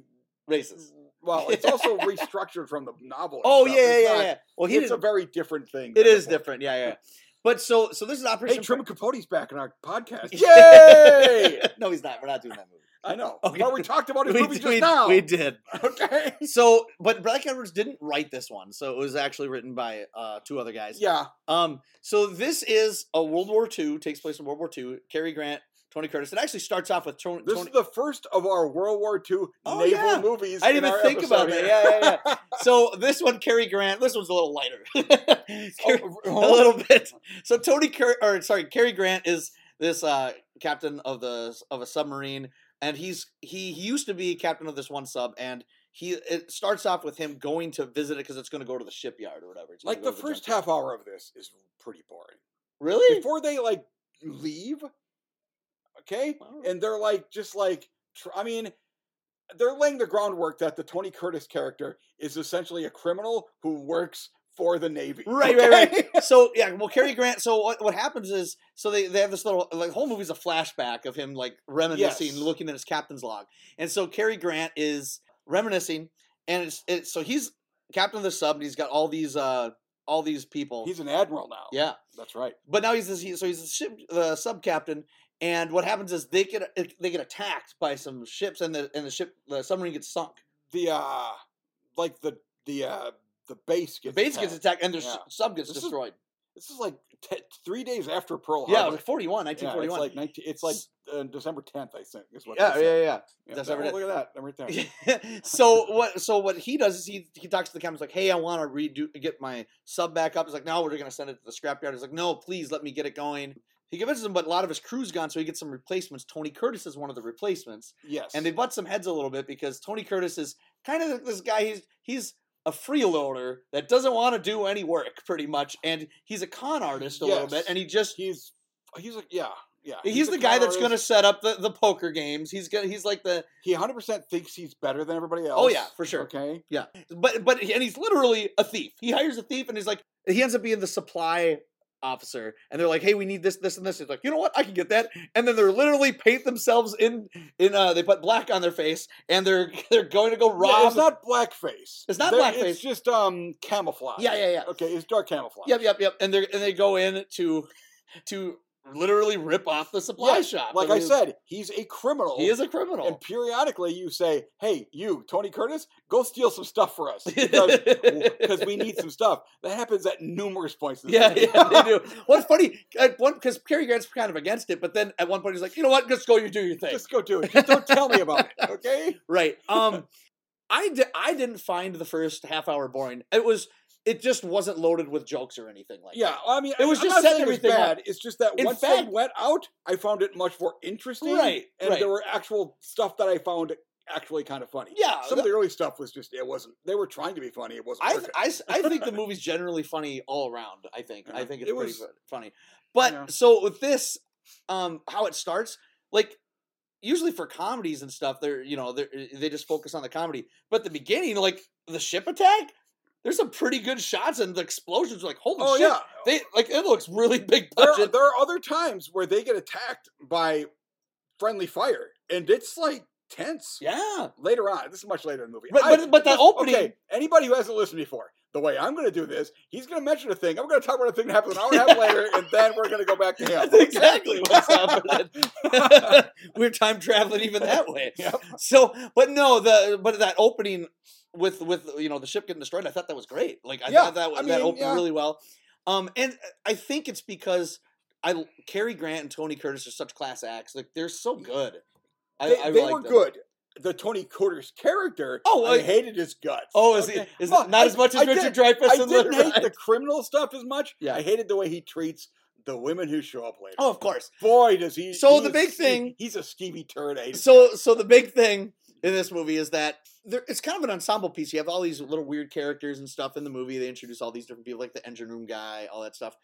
racist.
well. It's also restructured from the novel. and
Oh
stuff.
yeah, yeah,
It's
yeah,
not-
yeah. Well, he
it's a
didn't.
very different thing.
It
than
is
the book.
different. Yeah, yeah. But so, so this is Operation.
Hey, Truman Capote's back in our podcast.
Pre-
Yay!
no, he's not. We're not doing that movie.
I know.
Okay.
Well, we talked about his
we,
movie
d-
just
we,
now.
we did.
Okay.
So, but Black Edwards didn't write this one. So it was actually written by uh, two other guys.
Yeah.
Um, so this is a World War II takes place in World War II. Cary Grant, Tony Curtis. It actually starts off with Tony.
This
Tony
is the first of our World War II
Oh,
naval
yeah.
movies.
I didn't
in
even
our
think about
episode
that.
here.
Yeah, yeah, yeah. so this one, Cary Grant. This one's a little lighter, Cary-
Oh,
a little bit. So Tony, Cur- or sorry, Cary Grant is this uh, captain of the s- of a submarine, and he's he, he used to be captain of this one sub, and he it starts off with him going to visit it because it's going to go to the shipyard or whatever. It's gonna
like
go
the
to
first
junkyard.
half hour of this is really boring.
Really?
Before they like leave, okay,
Wow.
and they're like just like tr- I mean, they're laying the groundwork that the Tony Curtis character is essentially a criminal who works for the Navy.
Right, right, right.
okay?
so yeah, well, Cary Grant. So what, what happens is, so they, they have this little like whole movie's a flashback of him like reminiscing,
Yes.
looking at his captain's log, and so Cary Grant is reminiscing, and it's, it's so he's captain of the sub, and he's got all these uh all these people.
He's an admiral now.
yeah,
that's right.
but now he's this, he, so he's the ship the sub captain, and what happens is they get it- they get attacked by some ships, and the and the ship the submarine gets sunk.
The uh, like the the uh the base
The
gets
base gets
attacked.
attacked, and the
Yeah.
sub gets
This is
destroyed.
This is like te- three days after Pearl
yeah, it was
Harbor.
like 41,
Yeah,
1941.
it's like 19, it's like
S-
uh, December tenth, I think. Is what
yeah,
they
yeah,
said.
yeah, yeah.
that-
December
oh,
10th.
look at that number ten.
so what so what he does is he he talks to the captain he's like hey i want to redo get my sub back up he's like no we're gonna send it to the scrapyard he's like no please let me get it going he convinces him but a lot of his crew's gone so he gets some replacements tony curtis is one of the replacements
Yes,
and they butt some heads a little bit because tony curtis is kind of this guy he's he's a freeloader that doesn't want to do any work pretty much and he's a con artist a little bit
Yes.
and he just
he's he's like yeah yeah
he's,
a
the guy
con
that's gonna
artist.
set up the, the poker games he's gonna he's like the
he 100 percent thinks he's better than everybody else
oh yeah for sure
okay
but but and he's literally a thief. He hires a thief, and he's like he ends up being the supply officer. And they're like, "Hey, we need this, this, and this." He's like, "You know what? I can get that." And then they're literally paint themselves in in uh they put black on their face, and they're they're going to go
Yeah,
rob.
it's not blackface
It's not
They're-
blackface.
it's just um camouflage
yeah, yeah, yeah,
okay it's dark camouflage
yep, yep, yep. And they are and they go in to to literally rip off the supply
Yeah,
shop.
like I
mean,
said he's a criminal
he is a
and
criminal.
periodically you say hey you Tony Curtis go steal some stuff for us because because we need some stuff that happens at numerous points in the
Yeah,
movie.
yeah, they do. What's funny at one because Cary Grant's kind of against it, but then at one point he's like, you know what, just go, you do your thing.
just go do it just don't tell me about it okay
Right. Um, I di- I didn't find the first half hour boring. It was it just wasn't loaded with jokes or anything like
Yeah,
that.
I mean,
It was
I'm
just
not
setting
saying it was
everything up.
bad. It's just that
In
once
fact-
they went out, I found it much more interesting.
Right,
and
right.
there were actual stuff that I found actually kind of funny.
Yeah,
some of the early stuff was just it wasn't. They were trying to be funny. It wasn't.
I, th-
working.
I s- I think the movie's generally funny all around. I think I
Yeah,
think
it
it's pretty
was-
fu- funny. But
yeah.
so with this, um, how it starts, like usually for comedies and stuff, they're you know they they just focus on the comedy. But the beginning, like the ship attack, there's some pretty good shots and the explosions. Like holy
oh
shit,
yeah,
they like it looks really big
there,
budget.
there are other times where they get attacked by friendly fire, and it's like tense.
yeah.
Later on, this is much later in the movie.
Right,
I-
but- but the
this-
opening-
Okay, anybody who hasn't listened before, the way I'm going to do this, he's going to mention a thing. I'm going to talk about a thing that happened an hour and a half later, and then we're going to go back to him.
That's exactly what's happening. We're time traveling even that way.
Yep.
So, but no, the but that opening with with you know the ship getting destroyed, I thought that was great. Like I
Yeah,
thought that
I
that
mean,
opened
yeah.
really well. Um, and I think it's because I l- Cary Grant and Tony Curtis are such class acts. Like they're so good. I,
they,
I
they
like
were
them.
good. The Tony Curtis character,
Oh,
I
I-
hated his guts.
Oh, is
okay?
it is
Well,
it not
I-
as much as
I
Richard
Did, I
Dreyfuss and
didn't
Little
hate the criminal stuff as much.
Yeah.
I hated the way he treats the women who show up later.
Oh, of course.
boy, does he!
So
he
the
is
big
skeevy-
thing-
he's a skeevy turd. I hate his
so
guts.
so the big thing in this movie is that there, it's kind of an ensemble piece. You have all these little weird characters and stuff in the movie. They introduce all these different people, like the engine room guy, all that stuff.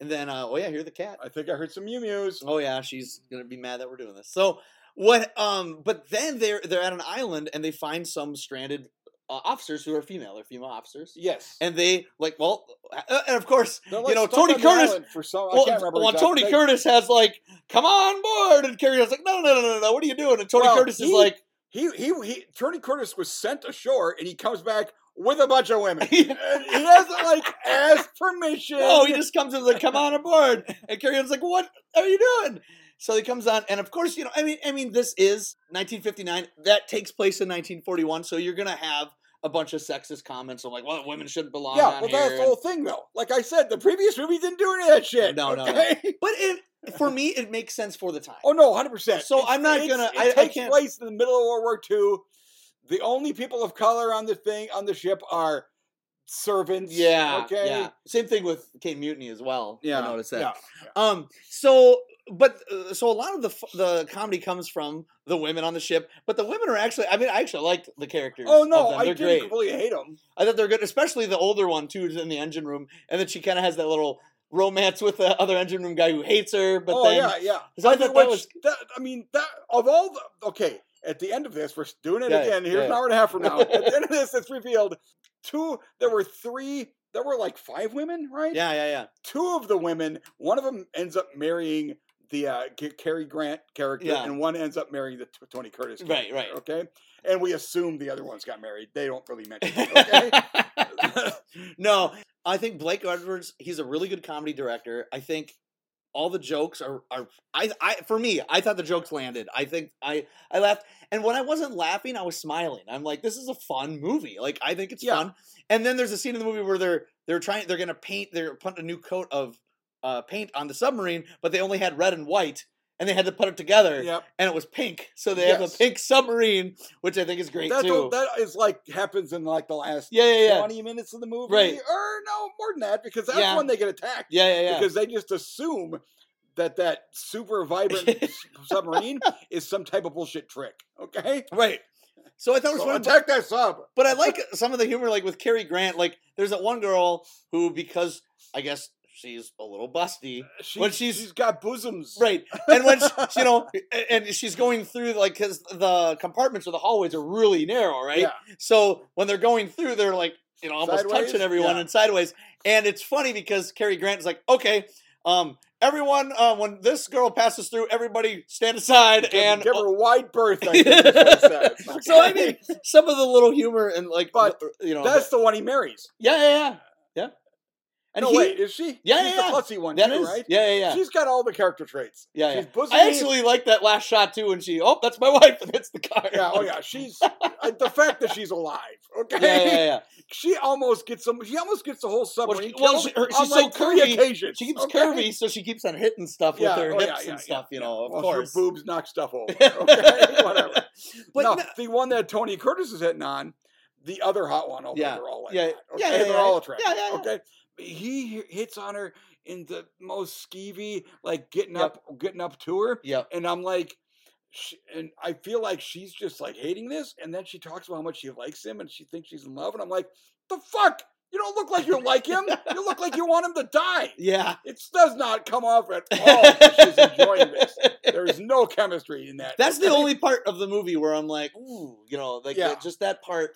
And then, uh, oh yeah, hear the cat.
I think I heard some mew mews.
Oh yeah, she's gonna be mad that we're doing this. So what? Um, but then they're they're at an island and they find some stranded uh, officers who are female. They're female officers,
Yes.
and they like well, uh, and of course
They're,
you know,
stuck
Tony
on the
Curtis-
island For some,
well,
I can't remember
well,
exactly.
Tony
They-
Curtis has like, come on board, and Carrie was like, no, no, no, no, no, what are you doing? And Tony
Well,
Curtis is
he-
like,
He, he, he, Tony Curtis was sent ashore and he comes back with a bunch of women. Oh,
Yeah.
And he hasn't, like, asked permission.
no, he just comes and is like, come on aboard, and Carrie was like, what are you doing? So he comes on, and of course, you know, I mean, I mean, this is 1959. That takes place in 1941, so you're gonna have a bunch of sexist comments of like, well, women shouldn't belong.
yeah,
on
well,
here,
that's the
and-
whole thing, though. Like I said, the previous movie didn't do any of that shit.
No, no, no.
okay?
But it, for me, it makes sense for the time.
Oh no, hundred percent.
So I'm not gonna-
It
I- I
takes
can't-
place in the middle of World War II. The only people of color on the thing on the ship are servants.
Yeah.
Okay.
Yeah. Same thing with Kane Mutiny as well.
Yeah.
I noticed that.
yeah.
Um. So, but uh, so a lot of the f- the comedy comes from the women on the ship, but the women are actually. I mean, I actually liked the characters.
Oh
of
no,
them.
I
they're
didn't
great.
completely hate them.
I thought they're good, especially the older one too, is in the engine room, and then she kind of has that little romance with the other engine room guy who hates her, but
oh
then
yeah, yeah.
So I
mean,
thought that
which-
was-
that- I mean, that of all the okay. At the end of this, we're doing it
Yeah,
again. Here's an
yeah.
hour and a half from now. At the end of this, it's revealed two. There were three. There were like five women, right?
yeah, yeah, yeah.
two of the women, one of them ends up marrying the uh, G- Cary Grant character,
Yeah.
and one ends up marrying the T- Tony Curtis
Right,
character.
right.
Okay. And we assume the other ones got married. They don't really mention it. Okay.
no, I think Blake Edwards. He's a really good comedy director. I think all the jokes are are I I for me. I thought the jokes landed. I think I I laughed, and when I wasn't laughing, I was smiling. I'm like, this is a fun movie. Like I think it's
Yeah.
fun. And then there's a scene in the movie where they're they're trying they're gonna paint they're putting a new coat of uh, paint on the submarine, but they only had red and white. And they had to put it together,
yep.
and it was pink. So they have
Yes.
a pink submarine, which I think is great
That's
too.
all, that is like happens in like the last
yeah, yeah, yeah,
20 minutes of the movie.
Right.
Or no, more than that, because that's
Yeah.
when they get attacked.
yeah, yeah, yeah.
Because they just assume that that super vibrant s- submarine is some type of bullshit trick. Okay.
Right. So I thought it was
So
funny, but-
attack that sub.
but I like some of the humor, like with Cary Grant. Like, there's that one girl who, because I guess she's a little busty,
She,
When she's-
she's got bosoms.
right? And when she, you know, a- and she's going through like because the compartments or the hallways are really narrow, right?
Yeah.
So when they're going through, they're like you know almost
Sideways?
touching everyone
Yeah.
and sideways. And it's funny because Cary Grant is like, okay, um, everyone, uh, when this girl passes through, everybody stand aside
give,
and
give her a wide berth. I think is what it says.
so I
Okay?
mean, some of the little humor and like,
But
the- you know,
that's
the-
the one he marries.
yeah, yeah, yeah, yeah. And
no,
he,
wait, is she?
Yeah,
she's
yeah, yeah.
the klutzy one
that
too,
is,
right?
yeah, yeah, yeah,
She's got all the character traits.
yeah, yeah.
She's bosomy.
I actually like that last shot too, when she, oh, that's my wife, and hits the car.
yeah, oh yeah, she's I- the fact that she's alive. Okay,
yeah, yeah, yeah.
she almost gets some. She almost gets the whole submarine.
she- well,
killed
she- her-
on,
she's so
like, three
curvy,
Occasions,
She keeps
okay?
curvy, so she keeps on hitting stuff
Yeah,
with her
oh, yeah,
hips
yeah, yeah,
and stuff. You know, of
Well,
course.
her boobs knock stuff over. Okay, whatever.
But
no,
no-
the one that Tony Curtis is hitting on, the other hot one. Oh,
Yeah,
they're all like
yeah,
that,
yeah,
okay?
yeah,
they're
yeah,
all
yeah,
attractive.
yeah, yeah.
Okay, But he h- hits on her in the most skeevy, like getting
Yep.
up, getting up to her,
yeah,
and I'm like. She, and I feel like she's just like hating this, and then she talks about how much she likes him, and she thinks she's in love, and I'm like, the fuck, you don't look like you like him. You look like you want him to die.
yeah.
It does not come off at all. that she's enjoying this. There is no chemistry in that.
That's the
okay?
only part of the movie where I'm like, ooh, you know, like
Yeah.
just that part.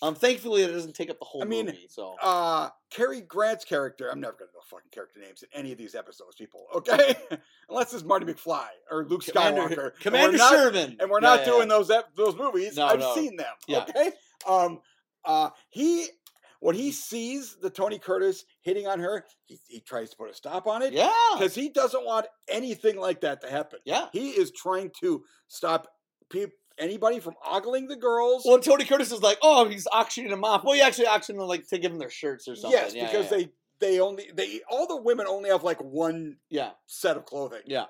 Um, thankfully, it doesn't take up the whole
I mean,
movie. So
uh Cary Grant's character, I'm never gonna know fucking character names in any of these episodes, people. Okay, unless it's Marty McFly or Luke Skywalker,
Commander,
and we're
Commander
not-
Sherman,
and we're
Yeah,
not
yeah,
doing those ep- those movies.
No,
I've
no.
seen them.
Yeah.
Okay, um, uh, he when he sees the Tony Curtis hitting on her, he, he tries to put a stop on it
Yeah, yeah,
because he doesn't want anything like that to happen.
yeah.
He is trying to stop peop anybody from ogling the girls.
Well, Tony Curtis is like, oh, he's auctioning them off. Well, he actually auctioned them like to give them their shirts or something.
yes,
Yeah,
because
yeah,
they. They only they all the women only have like one
yeah.
set of clothing.
Yeah.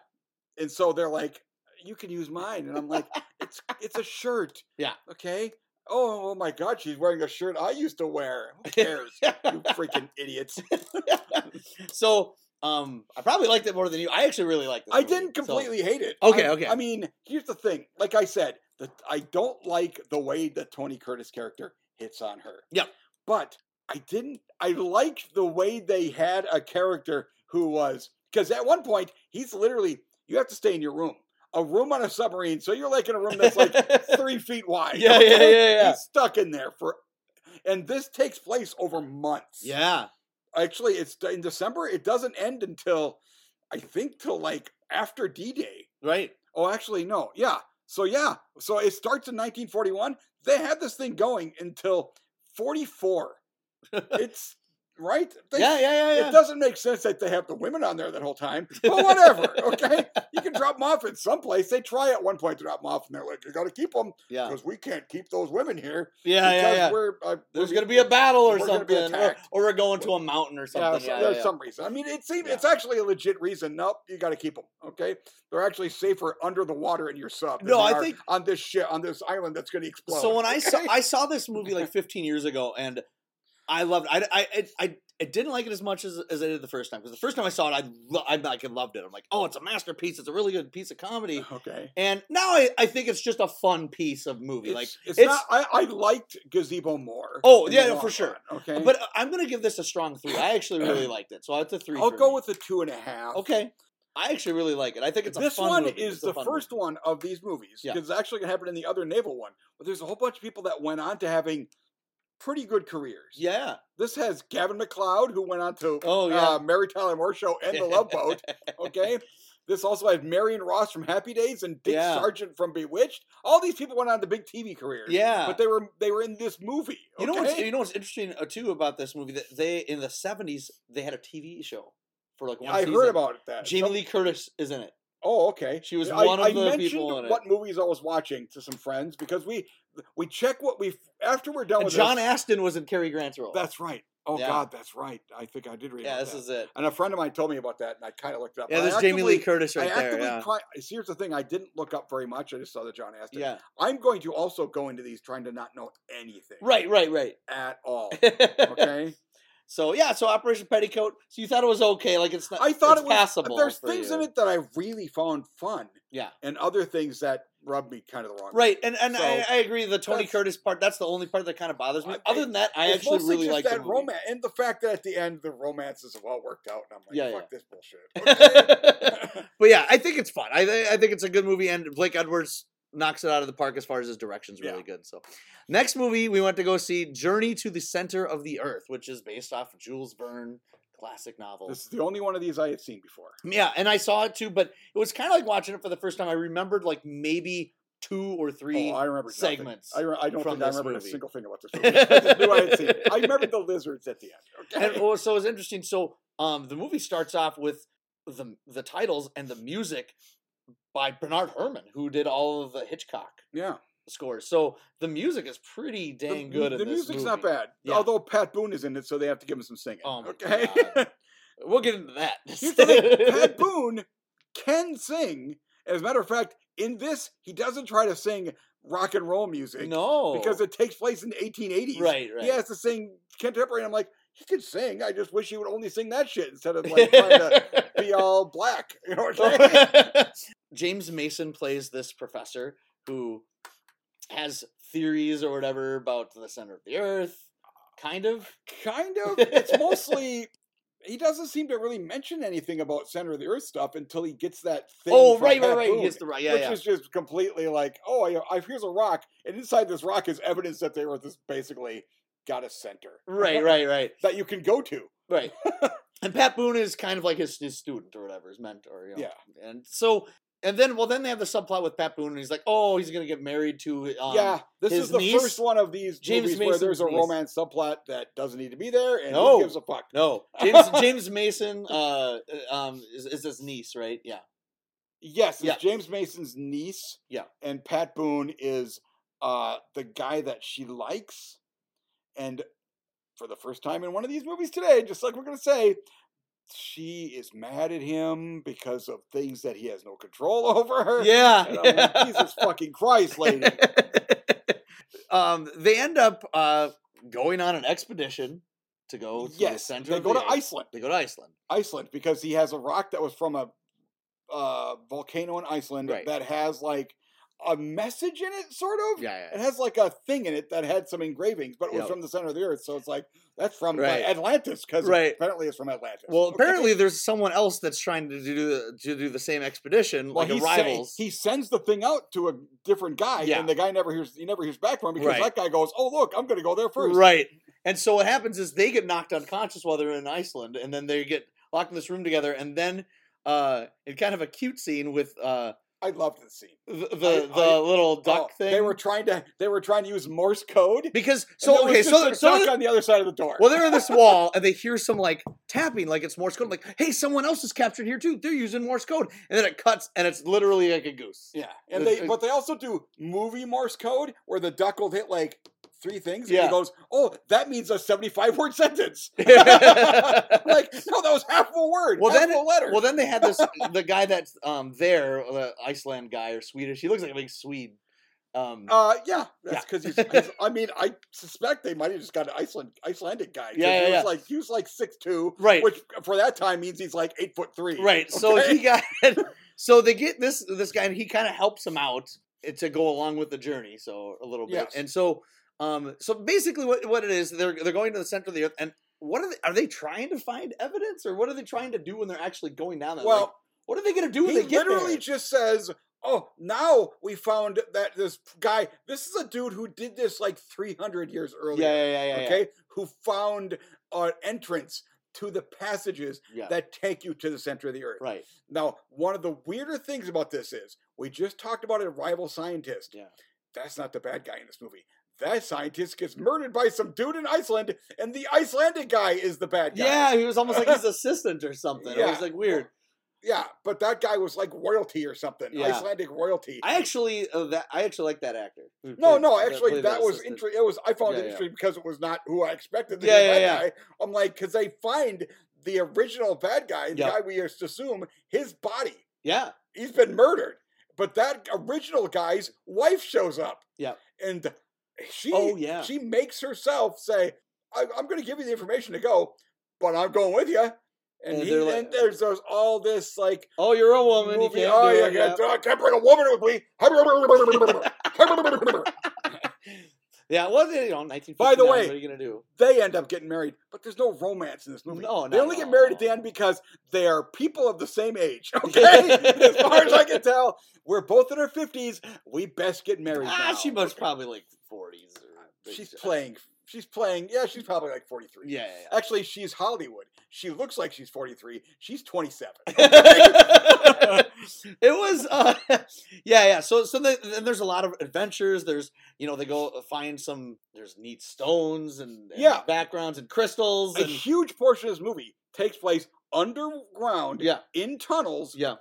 And so they're like, "You can use mine," and I'm like, "It's it's a shirt."
Yeah.
Okay. Oh, oh my God, she's wearing a shirt I used to wear. Who cares? you freaking idiots!
so, um, I probably liked it more than you. I actually really liked it.
I didn't completely hate it.
Okay,
I-
okay.
I mean, here's the thing. Like I said, the, I don't like the way the Tony Curtis character hits on her.
Yep.
But I didn't. I liked the way they had a character who was because at one point he's literally you have to stay in your room, a room on a submarine. So you're like in a room that's like three feet wide.
yeah, yeah, yeah,
okay?
yeah.
He's stuck in there for and this takes place over months.
Yeah.
actually, it's d- in December. It doesn't end until I think till like after D Day.
Right.
Oh, actually, no. Yeah. So yeah. So it starts in 1941. They had this thing going until 44. It's right. They-
yeah, yeah, yeah,
It
yeah.
doesn't make sense that they have the women on there that whole time, but whatever. Okay, you can drop them off in some place. They try at one point to drop them off, and they're like, "You got to keep them
Yeah.
because we can't keep those women here."
Yeah, yeah,
because
yeah.
We're, uh, we're
There's
be-
going to be a battle or
we're gonna be
something. Or,
attacked.
or we're going to a mountain or
Yeah,
something.
so
Yeah,
there's
yeah,
some reason. I mean, it seems
Yeah.
it's actually a legit reason. Nope, you got to keep them. Okay, they're actually safer under the water in your sub. than
No, I
they are
think-
on this ship on this island that's going to explode.
So when I saw
okay?
I saw this movie like 15 years ago, and I loved. I I I- I, I didn't like it as much as, as I did the first time because the first time I saw it, I lo- I like loved it. I'm like, oh, it's a masterpiece. It's a really good piece of comedy.
okay,
And now I, I think it's just a fun piece of movie.
it's,
like
it's, not. I, I liked Gazebo more.
Oh,
in
yeah,
the
no, for
long
sure.
run, okay,
But uh, I'm gonna give this a strong three. I actually really liked it, so it's a three.
I'll
for
go
me.
with a two and a half.
okay. I actually really like it. I think it's a
this
fun
one
movie.
is
It's a
the
fun
first one of these movies
Yeah.
because it's actually going to happen in the other naval one. But there's a whole bunch of people that went on to having pretty good careers.
movie. Yeah.
This has Gavin McLeod, who went on to
Oh, yeah.
uh, Mary Tyler Moore Show and The Love Boat. Okay. This also had Marion Ross from Happy Days and Dick
Yeah.
Sargent from Bewitched. All these people went on to big TV careers.
Yeah.
But they were they were in this movie.
You know what's
okay?
you know what's interesting uh, too about this movie that they in the seventies they had a TV show for like one.
I heard
season.
about that.
Jamie
Some-
Lee Curtis is in it.
Oh, okay.
She was
I,
one of
I
the
mentioned
people in it.
what movies I was watching to some friends because we we check what we after we're done
And
with
John
this,
Aston was in Cary Grant's role.
That's right. Oh
Yeah.
God, that's right. I think I did read.
yeah,
about
this
that.
is it.
And a friend of mine told me about that, and I kind of looked it up.
Yeah,
I
there's Jamie Lee
actively-
Curtis right
I
there.
actively
Yeah.
try. See, here's the thing: I didn't look up very much. I just saw the John Aston.
yeah.
I'm going to also go into these trying to not know anything
Right, right, right.
at all. Okay,
so yeah, so Operation Petticoat. So you thought it was okay, like it's not
I thought
it's
it was
passable.
There's
for
things
you.
in it that I really found fun,
Yeah.
and other things that rubbed me kind of the wrong. way.
Right, and and I,
So,
I agree. The Tony
that's-
Curtis part, that's the only part that kind of bothers me.
I-
Other than that, I
it's
actually
mostly
really
just
like
that
the movie.
romance and the fact that at the end the romances have all worked out, and I'm like,
Yeah,
fuck this bullshit.
but
Okay?
yeah, I think it's fun. I thi- I think it's a good movie, and Blake Edwards knocks it out of the park as far as his direction's really
Yeah.
good. So, next movie we went to go see Journey to the Center of the Earth, which is based off Jules Verne classic novel.
this is the only one of these I had seen before. Oh,
Yeah, and I saw it too, but it was kind of like watching it for the first time. I remembered like maybe two or three.
Oh, I remember nothing.
segments
I, re- I don't
from
think I
this
remember
movie.
a single thing about this movie. I just knew I had seen it. I remember the lizards at the end.
and
Okay.
well, so it's interesting. So um, the movie starts off with the the titles and the music by Bernard Herrmann, who did all of the Hitchcock
yeah.
scores. So the music is pretty
The-
dang good.
The,
in this
music's not
movie.
bad.
Yeah.
Although Pat Boone is in it, so they have to give him some singing.
Oh my
okay.
God. We'll get into that.
Here's the thing, Pat Boone can sing. As a matter of fact, in this, he doesn't try to sing rock and roll music
no,
because it takes place in the 1880s.
right, right.
He has to sing contemporary. I'm like, he could sing. I just wish he would only sing that shit instead of like trying to be all black. You know what I'm saying?
James Mason plays this professor who has theories or whatever about the center of the earth, kind of.
kind of it's mostly he doesn't seem to really mention anything about center of the earth stuff until he gets that thing
Oh,
from
right, right, right.
Baboon,
He gets the right. Yeah,
which
yeah.
is just completely like oh I, I here's a rock and inside this rock is evidence that the earth is basically got a center
Right, right, right,
that you can go to
right. and Pat Boone is kind of like his, his student or whatever, his mentor. You know? Yeah. And so, and then, well, then they have the subplot with Pat Boone, and he's like, oh, he's going to get married to. Um,
yeah this
his
is the
niece-
first one of these
James
movies where there's a
Mason's niece.
romance subplot that doesn't need to be there and
No.
who gives a fuck
No, James James Mason uh, uh, um, is, is his niece, right? Yeah.
Yes, it's
Yeah.
James Mason's niece.
Yeah.
And Pat Boone is uh the guy that she likes. And for the first time in one of these movies today, just like we're gonna say, she is mad at him because of things that he has no control over.
Yeah.
And I'm like, Jesus fucking Christ, lady.
um, they end up uh, going on an expedition to go to the
yes,
center.
they
of
go
the
to
Earth.
Iceland.
They go to Iceland.
Iceland because he has a rock that was from a uh, volcano in Iceland
Right.
that has like a message in it, sort of.
Yeah,
It
yeah.
has like a thing in it that had some engravings, but it was
Yep.
from the center of the earth. So it's like that's from uh,
Right.
Atlantis because
Right.
apparently it's from Atlantis.
Well,
Okay.
apparently there's someone else that's trying to do to do the same expedition,
Well,
like a
he say-
rivals.
he sends the thing out to a different guy,
Yeah.
and the guy never hears. He never hears back from him because
Right.
that guy goes, "Oh, look, I'm going to go there first.
Right. And so what happens is they get knocked unconscious while they're in Iceland, and then they get locked in this room together, and then uh, in kind of a cute scene with uh,
I loved this scene.
the the,
I-
the little duck
Oh,
thing.
They were trying to. They were trying to use Morse code. and
because
there
so
was
okay,
just
so
a
so
duck on the other side of the door.
well they're in this wall and they hear some like tapping, like it's Morse code. I'm like, hey, someone else is captured here too. They're using Morse code, and then it cuts, and it's literally like a goose.
Yeah, and
It's-
they but they also do movie Morse code where the duck will hit like three things, and
Yeah.
he goes, "Oh, that means a seventy-five word sentence." like,
well,
no, that was half a word,
Well,
half
then
a letter.
then they had this the guy that's um there, the Iceland guy or Swedish. He looks like a big Swede. Um,
uh, yeah, that's
Yeah.
because he's. I mean, I suspect they might have just got an Iceland Icelandic guy. 'cause
Yeah,
he
yeah,
was
yeah.
like he was like six two,
right.
which for that time means he's like eight foot three.
Right. So
Okay.
he got. So they get this this guy, and he kind of helps him out eh, to go along with the journey. So a little bit,
Yes.
and so um, so basically, what what it is, they're they're going to the center of the earth, and what are they? Are they trying to find evidence, or what are they trying to do when they're actually going down there? Like,
Well,
what are they going to do when
he
they get
literally
there?
just says, "Oh, now we found that this guy. This is a dude who did this like 300 years earlier.
yeah, yeah, yeah, yeah.
okay, who found an entrance to the passages
Yeah. Yeah.
that take you to the center of the earth."
right.
Now, one of the weirder things about this is we just talked about a rival scientist.
Yeah.
that's not the bad guy in this movie. That scientist gets murdered by some dude in Iceland, and the Icelandic guy is the bad guy.
Yeah, he was almost like his assistant or something. It
Yeah.
was like weird.
yeah, but that guy was like royalty or something,
Yeah.
Icelandic royalty.
I actually uh, that I actually like that actor. Hmm, who
No,
played-
no,
that
actually,
played
that
the
was
assistant.
interesting. It was I found
Yeah,
it
yeah.
interesting because it was not who I expected. To
Yeah,
be the
yeah,
bad
yeah.
Guy. I'm like, because they find the original bad guy, the
Yep.
guy we used to assume his body,
Yeah,
he's been murdered, but that original guy's wife shows up.
Yep.
and she,
Oh, yeah.
she makes herself say, I, "I'm going to give you the information to go, but I'm going with you." And,
And
he,
they're like-
and there's, there's all this like
Oh, you're a woman. You
movie,
can't
oh,
do
yeah,
it.
yeah,
Yeah.
I can't bring a woman with me.
yeah, well, you know, 1959.
By the way,
what are you gonna do?
they end up getting married, but there's no romance in this movie.
No,
they
not
only
at
get married at
all.
the end because they are people of the same age. Okay, as far as I can tell, we're both in our fifties. We best get married.
Ah,
now.
she was probably like 40s. Or
Uh, She's playing. She's playing. Yeah, she's probably like forty three.
Yeah.
Actually, she's Hollywood. She looks like she's forty three. She's twenty seven.
yeah, yeah. it was. Uh, yeah, yeah. So, so the, then there's a lot of adventures. There's, you know, they go uh, find some. There's neat stones and, and
Yeah.
backgrounds and crystals
A
and
huge portion of this movie takes place underground
yeah,
in tunnels,
yeah.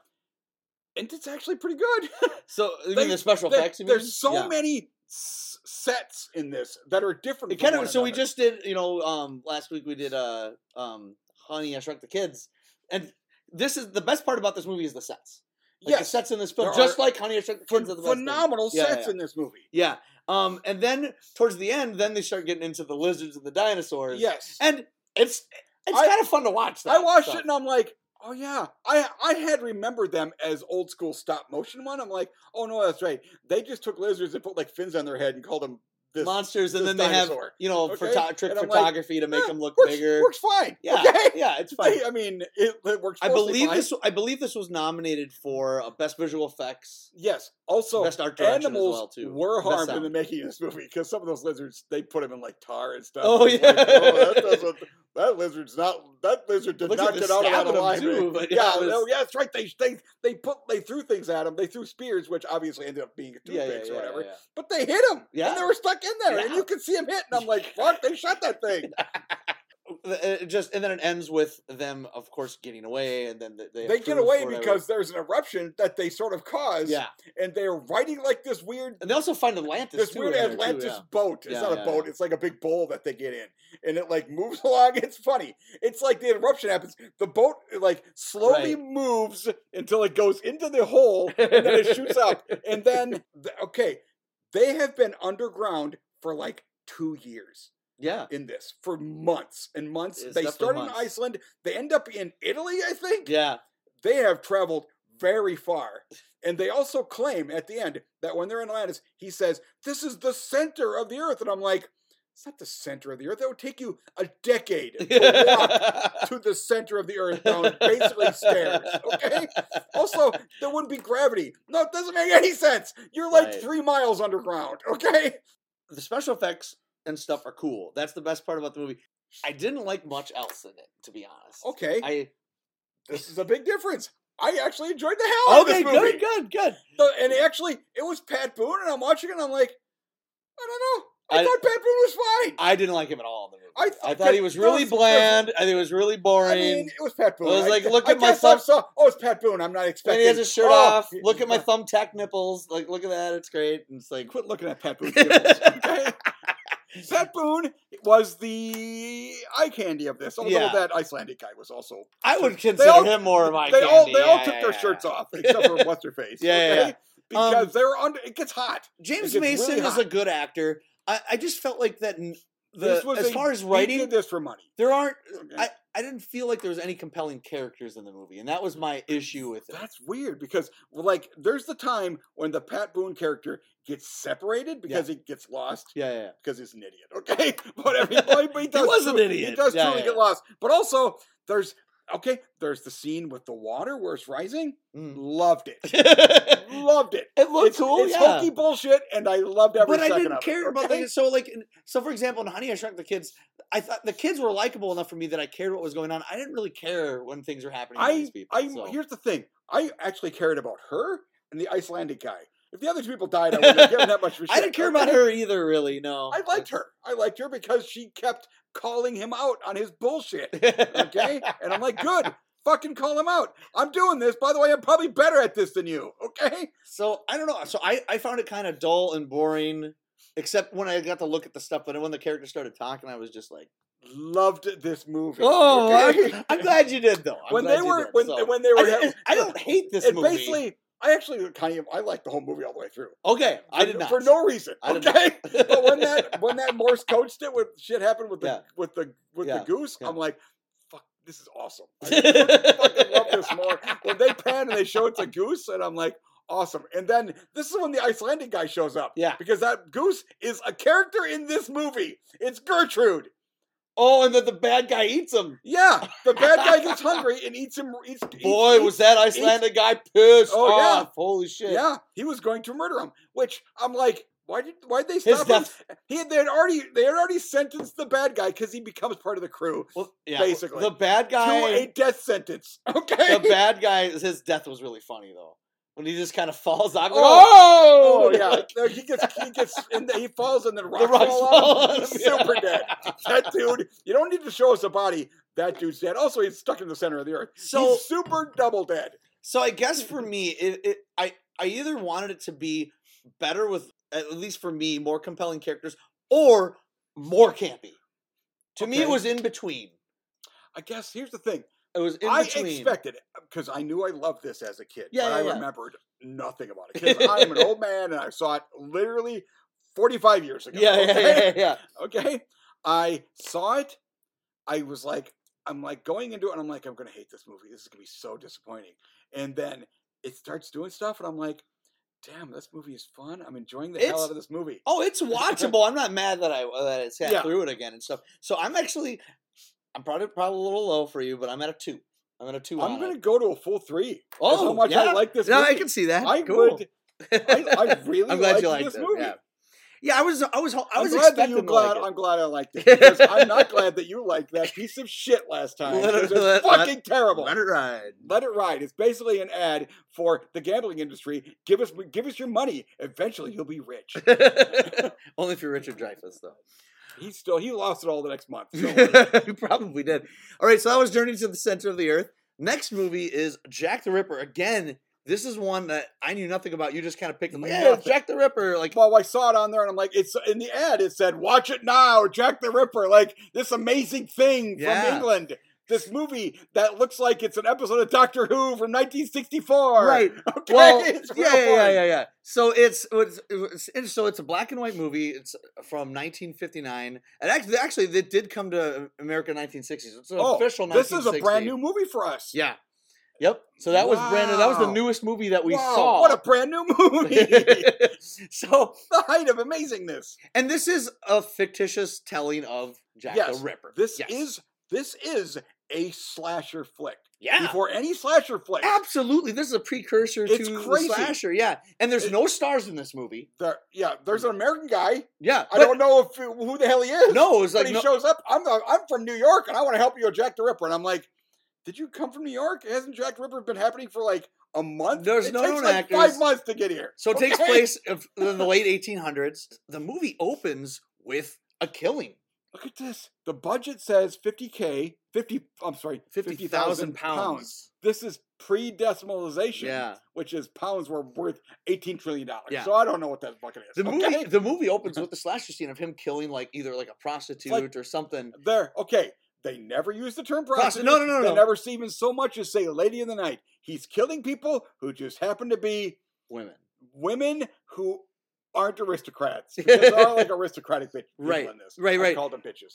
and it's actually pretty good.
So you
They-
mean the special
There-
effects? you mean?
there's so
Yeah.
many s- sets in this that are different.
It
from
kind of
one
so we
another.
just did you know um last week we did uh um Honey I Shrunk the Kids and this is the best part about this movie is the sets. Like the
yes,
sets in this film,
there
just
are
like Honey I Shrunk the
phen-
Kids, are the best thing.
phenomenal
Yeah, yeah,
sets
yeah.
in this movie.
Yeah, um, and then towards the end, then they start getting into the lizards and the dinosaurs.
Yes,
and it's it's
I-
kind of fun to watch. That
I watched
stuff.
it and I'm like, oh yeah, I I had remembered them as old school stop motion one. I'm like, oh no, that's right. They just took lizards and put like fins on their head and called them this.
monsters, and
this
then they have
dinosaur.
you know
Okay?
photo- trick
And I'm like,
photography to make
"Eh,
them look
works,
bigger.
Works fine.
Yeah,
Okay?
yeah, it's fun.
I mean, it, it works.
I
mostly
believe
fine.
this. I believe this was nominated for uh, best visual effects.
Yes. Also,
Best art direction as
animals
well, too.
were
Best
harmed in
sound.
the making of this movie because some of those lizards they put them in like tar and stuff.
Oh,
and it's like,
yeah.
"Oh, that, doesn't- that lizard's not. That lizard did
Looks
not
like they
get out of that
stabbed 'em,
alive.
too, but
yeah,
yeah, it was-
no, yeah, that's right. They they they put they threw things at him. They threw spears, which obviously ended up being toothpicks
Yeah, yeah,
or
yeah,
whatever.
yeah.
But they hit him.
Yeah.
and they were stuck in there, and
Yeah.
you could see him hit. And I'm like, fuck, they shot that thing.
the- uh, it just and then it ends with them, of course, getting away, and then th- they
They
have
get
proof
away
or whatever.
because there's an eruption that they sort of caused,
yeah,
and they're riding like this weird
and they also find Atlantis.
this
too
weird
in there, too,
Atlantis
yeah.
boat. It's
Yeah,
not a
yeah,
boat.
yeah.
It's like a big bowl that they get in, and it like moves along. It's funny. It's like the eruption happens. The boat it, like slowly
Right.
moves until it goes into the hole, and then it shoots up. And then th- okay, they have been underground for like two years
Yeah,
in this for months and months.
It's
they
definitely
start in
months.
Iceland. They end up in Italy, I think.
yeah,
They have traveled very far. And they also claim at the end that when they're in Atlantis, he says, This is the center of the earth. And I'm like, It's not the center of the earth. That would take you a decade to walk to the center of the earth down basically stairs. Okay? Also, there wouldn't be gravity. No, it doesn't make any sense. You're like
Right.
three miles underground. Okay?
the special effects and stuff are cool. That's the best part about the movie. I didn't like much else in it, to be honest.
Okay.
I
this is a big difference. I actually enjoyed the hell out
okay,
of this movie.
good, good, good.
So- and actually, it was Pat Boone, and I'm watching it, and I'm like, I don't know. I,
I-
thought Pat Boone was fine.
I didn't like him at all in the movie.
I
I,
th-
thought he was really
those- those-
bland. I think it was really boring.
I mean, it was Pat Boone.
I was like, look at my
guess I
thumb-
saw- oh, it's Pat Boone. I'm not
and
expecting.
he has his shirt
oh,
off.
he-
Look at my
yeah.
thumbtack nipples. Like, look at that. It's great. And it's like,
Quit looking at Pat Boone. okay? Pat Boone was the eye candy of this, although
Yeah.
that Icelandic guy was also.
I would consider
all-
him more of my.
they
candy.
all they all
Yeah,
took
yeah,
their
yeah.
shirts off except for what's her face.
Yeah, yeah, Um,
okay?
yeah.
Because they were under. It gets hot.
James
It gets
Mason
really
is a
hot.
good actor. I, I just felt like that. n- The
This was
as
a-
far as
They
writing,
did this for money.
there aren't.
Okay?
I, I didn't feel like there was any compelling characters in the movie, and that was my issue with it.
That's weird because well, like there's the time when the Pat Boone character gets separated because he gets lost
yeah, yeah, yeah.
because he's an idiot. Okay, whatever. He, well, he- but he does.
was an
tru- He
idiot.
does
Yeah,
truly
yeah.
get lost. But also there's okay. There's the scene with the water where it's rising.
Mm.
Loved it.
it
Loved it.
looked
it's
cool,
it's
yeah.
hokey bullshit, and I loved every
but I
second
didn't
of it,
care about
okay?
like so like in- so for example in Honey I Shrunk the Kids I thought the kids were likable enough for me that I cared what was going on I didn't really care when things were happening to
I,
these people
I
so.
here's the thing. I actually cared about her and the Icelandic guy. If the other two people died, I wouldn't have given that much. Of a
I
shit,
didn't care about
okay?
her either really no
I liked her. I liked her because she kept calling him out on his bullshit. Okay? and I'm like, good, fucking call him out. I'm doing this. By the way, I'm probably better at this than you. Okay?
so I don't know so I I found it kind of dull and boring except when I got to look at the stuff but when the characters started talking I was just like
Loved this movie.
oh
okay?
I'm, I'm glad you did though I'm
when
glad
they
you
were
did,
when,
so.
when they were
I, didn't- I don't hate this
and
movie
basically I actually kind of I liked the whole movie all the way through.
okay I
For-
did not
for no reason.
I did not.
okay? but when that when that Morse coached it with shit happened with the
Yeah.
with the with
Yeah.
the goose,
Yeah.
I'm like, fuck, this is awesome. I fucking love this more. When they pan and they show it's a goose, and I'm like, awesome. And then this is when the Icelandic guy shows up.
yeah
Because that goose is a character in this movie. It's Gertrude.
Oh, and then the bad guy eats him.
Yeah, the bad guy gets hungry and eats him. Eats, eats-
Boy,
eats-
was that Icelandic guy pissed
Oh, yeah.
off. Holy shit.
Yeah, he was going to murder him. Which I'm like, why did why would they
His
stop him?
death.
He had, they had already they had already sentenced the bad guy because he becomes part of the crew
Well, yeah,
Basically.
The bad
to a
guy.
death sentence. Okay.
The bad guy, his death was really funny, though. When he just kind of falls off. like,
Oh
Oh,
yeah,
Like,
no, he gets he gets and he falls and then rocks,
the rocks
fall off.
fall on
He's
him, yeah.
super dead. That dude, you don't need to show us a body. That dude's dead. Also, he's stuck in the center of the earth.
So,
he's super double dead.
so I guess for me, it, it, I, I either wanted it to be better with, at least for me, more compelling characters or more campy. To me, it
Okay.
was in between.
I guess here's the thing.
It was in
I
between.
expected it because I knew I loved this as a kid.
Yeah,
but
yeah,
I
yeah.
remembered nothing about it because I am an old man and I saw it literally 45 years ago.
yeah, yeah,
okay?
yeah, yeah, yeah.
okay i saw it i was like i'm like going into it and i'm like i'm gonna hate this movie this is gonna be so disappointing and then it starts doing stuff and i'm like damn this movie is fun i'm enjoying the hell
It's-
out of this movie
Oh, it's watchable. I'm not mad that I that I sat
Yeah.
through it again and stuff. So I'm actually, I'm probably probably a little low for you, but I'm at a two. I'm at a 2
i'm
on
gonna
it.
go to a full three that's how
Oh,
much i
yeah.
like this
No,
movie
I can see that.
I
Cool.
would I, I really
I'm glad
liked
you liked
this
it.
movie
Yeah. yeah, I was, I was, ho- I
I'm
was
glad that
expecting
you
to
glad
like
I'm glad I liked it. Because I'm not glad that you liked that piece of shit last time. 'cause
Let it-
It's
let- let-
fucking terrible.
it. Let it ride.
Let it ride. It's basically an ad for the gambling industry. Give us give us your money. Eventually, you'll be rich.
Only if you're Richard Dreyfuss, though.
He still he lost it all the next month. so, uh,
You probably did. All right, so that was Journey to the Center of the Earth. Next movie is Jack the Ripper. Again, this is one that I knew nothing about. You just kind of picked them. Yeah, it's
Nothing.
Jack the Ripper. Like,
well, I saw it on there, and I'm like, it's in the ad. It said, "Watch it now, Jack the Ripper!" Like this amazing thing from
Yeah.
England. This movie that looks like it's an episode of Doctor Who from 1964.
right?
Okay.
Well,
It's real
yeah, yeah, yeah,
fun.
yeah, yeah. So it's, it's, it's it's- so it's a black and white movie. It's from 1959, and actually, actually, it did come to America in 1960s. It's an
Oh,
official.
This is a
1960.
brand new movie for us.
Yeah, Yep. So that was Brandon. That was the
Wow.
newest movie that we
Wow,
saw.
What a brand new movie! the
so,
height of amazingness.
and this is a fictitious telling of Jack
Yes,
the Ripper.
This
Yes.
is this is a slasher flick.
yeah.
Before any slasher flick,
Absolutely, this is a precursor
It's
to the
crazy.
slasher. Yeah, and there's
It-
no stars in this movie.
there, yeah, there's an American guy.
Yeah,
I don't know if who the hell he is.
No, it was
but
like
he
no,
shows up. I'm the, I'm from New York, and I want to help you with Jack the Ripper. And I'm like, did you come from New York? Hasn't Jack the Ripper been happening for like a month?
There's
it
no
takes
known
like
actors.
five months to get here.
So it takes
Okay?
place of- in the late 1800s. The movie opens with a killing,
Look at this. The budget says 50k, 50. I'm sorry,
50,000 pounds.
This is pre-decimalization,
Yeah.
which is pounds were worth 18 trillion dollars.
Yeah.
So I don't know what that bucket is.
The movie
okay?
the movie opens with the slasher scene of him killing like either like a prostitute or something.
There. Okay. They never use the term
Prosti-
prostitute.
no, no, no,
They
no.
never see even so much as say lady in the night. He's killing people who just happen to be
Women.
women who aren't aristocrats. Because there are like aristocratic bitch- people
Right,
in this.
right,
I
right.
called them bitches.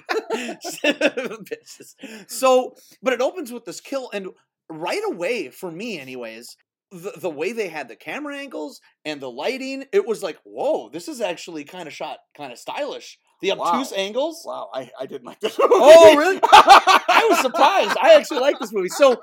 so.
Bitches. so, but it opens with this kill, and right away, for me, anyways, the, the way they had the camera angles and the lighting, it was like, whoa, this is actually kind of shot kind of stylish. The
Wow.
obtuse angles.
Wow, I, I didn't like this.
Oh,
movie.
really? I was surprised. I actually like this movie. So,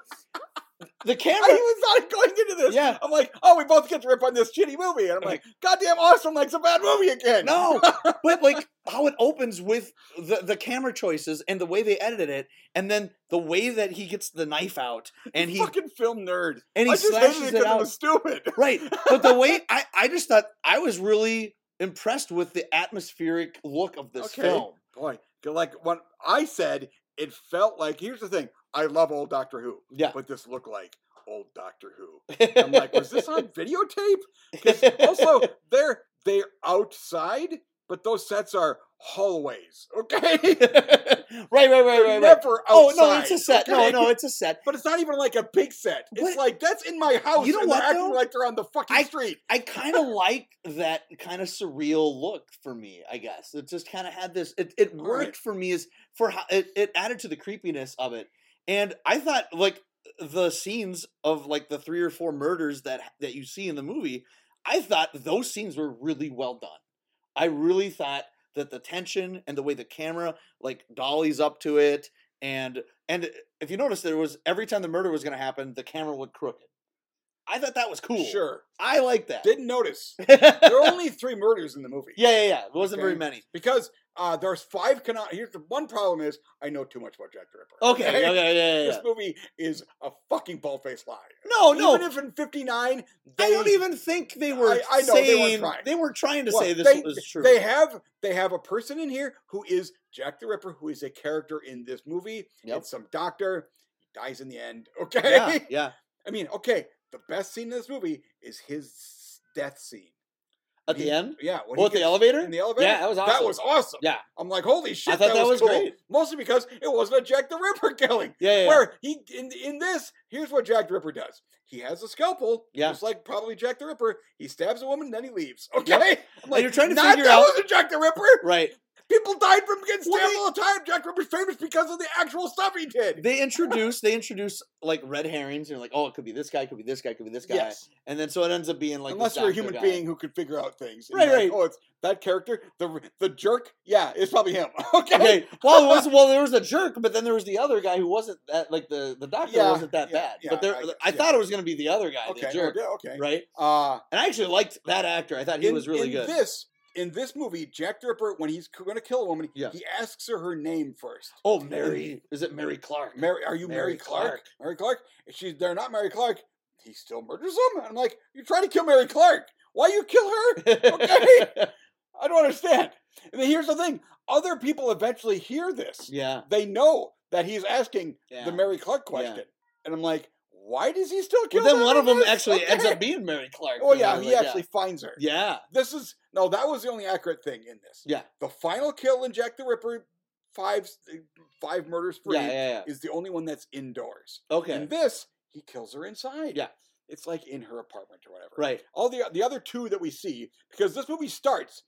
the
I
camera.
was not going into this.
Yeah.
I'm like, oh, we both get to rip on this shitty movie, and I'm like, goddamn, Austin likes a bad movie again.
No, but like how it opens with the, the camera choices and the way they edited it, and then the way that he gets the knife out and he
fucking film nerd.
and he
I just
slashes
hated it
it
because it
out.
was stupid.
right, but the way I I just thought I was really impressed with the atmospheric look of this
Okay.
film.
Boy, 'cause like when I said, it felt like. Here's the thing: I love old Doctor Who,
Yeah,
but this looked like old Doctor Who. I'm like, was this on videotape? 'Cause also, they're they're outside, but those sets are hallways. Okay,
right, right, right,
They're
right, right.
never outside.
Oh no, it's a set.
okay?
No, no, it's a set.
But it's not even like a big set. It's
What-
like that's in my house.
You know
and they're
what,
Acting
though?
like they're on the fucking
I-
street.
I kind of like that kind of surreal look for me. I guess it just kind of had this. It, it
All right.
worked for me as for how it, it added to the creepiness of it, and I thought like the scenes of like the three or four murders that that you see in the movie, I thought those scenes were really well done. I really thought that the tension and the way the camera like dollies up to it, and and if you notice, there was every time the murder was going to happen, the camera went crooked. I thought that was cool.
Sure.
I like that.
Didn't notice.
yeah,
There are only three murders in the movie.
yeah, yeah. It wasn't very
Okay.
many.
Because uh, there's five canon. Here's the one problem is I know too much about Jack the Ripper.
Okay, okay, yeah, yeah, yeah.
This movie is a fucking bald faced lie.
No, no.
Even if in '59, they,
I don't even think they were
I- I know, they weren't
saying they
trying.
weren't, trying to
Well,
say this
they,
was true.
They have they have a person in here who is Jack the Ripper, who is a character in this movie.
Yep.
It's some doctor. He dies in the end. Okay.
yeah, yeah.
I mean, okay. The best scene in this movie is his death scene.
At the
He-
end,
Yeah. When he
well, at the
gets
elevator.
in the elevator.
Yeah, that was
That
awesome.
was awesome.
Yeah.
I'm like, holy shit,
thought
that,
that was
was, cool.
great.
Mostly because it wasn't a Jack the Ripper killing.
yeah, yeah, yeah.
Where he in in this, here's what Jack the Ripper does. He has a scalpel,
Yeah.
just like probably Jack the Ripper. He stabs a woman, then he leaves. Okay,
Yep.
I'm
And you're trying to
not
figure
that
out-
wasn't Jack the Ripper.
right.
People died from getting
Well,
stabbed
they-
all the time. Jack Ripper's famous because of the actual stuff he did.
They introduce they introduce like red herrings and you're like oh it could be this guy, could be this guy, could be this guy,
Yes,
and then so it ends up being like this
unless you're a
doctor
human
guy.
being who can figure out things. and
Right,
you're
right.
Like, oh, it's that character, the the jerk. Yeah, it's probably him. Okay.
Okay. Well, there was well, there was a jerk, but then there was the other guy who wasn't that like the the doctor
Yeah,
wasn't that
yeah,
bad.
yeah,
but there,
I
I,
guess, yeah.
thought it was going to be the other guy,
Okay.
the
no,
jerk,
yeah, okay.
right?
Uh,
And I actually liked that actor. I thought he was really good.
This in this movie, Jack the Ripper, when he's going to kill a woman,
Yeah.
he asks her her name first.
Oh, Mary. Is it Mary Clark?
Mary, are you Mary,
Mary
Clark?
Clark.
Mary Clark. And She's they're not Mary Clark. He still murders them. I'm like, you're trying to kill Mary Clark. Why you kill her? Okay. I don't understand. And then here's the thing: other people eventually hear this.
yeah.
They know that he's asking
yeah.
the Mary Clark
Yeah.
question, and I'm like, why does he still
But
kill?
then
her
one
in
of them
this?
actually ends
Okay.
up being Mary Clark.
Oh
and I
yeah,
was
he
like,
actually finds her.
Yeah.
This is no, that was the only accurate thing in this.
Yeah.
The final kill in Jack the Ripper, five five murders
Yeah.
free,
Yeah. yeah,
is the only one that's indoors.
yeah. Okay.
In this, he kills her inside.
Yeah.
It's like in her apartment or whatever.
Right.
All the the other two that we see, because this movie starts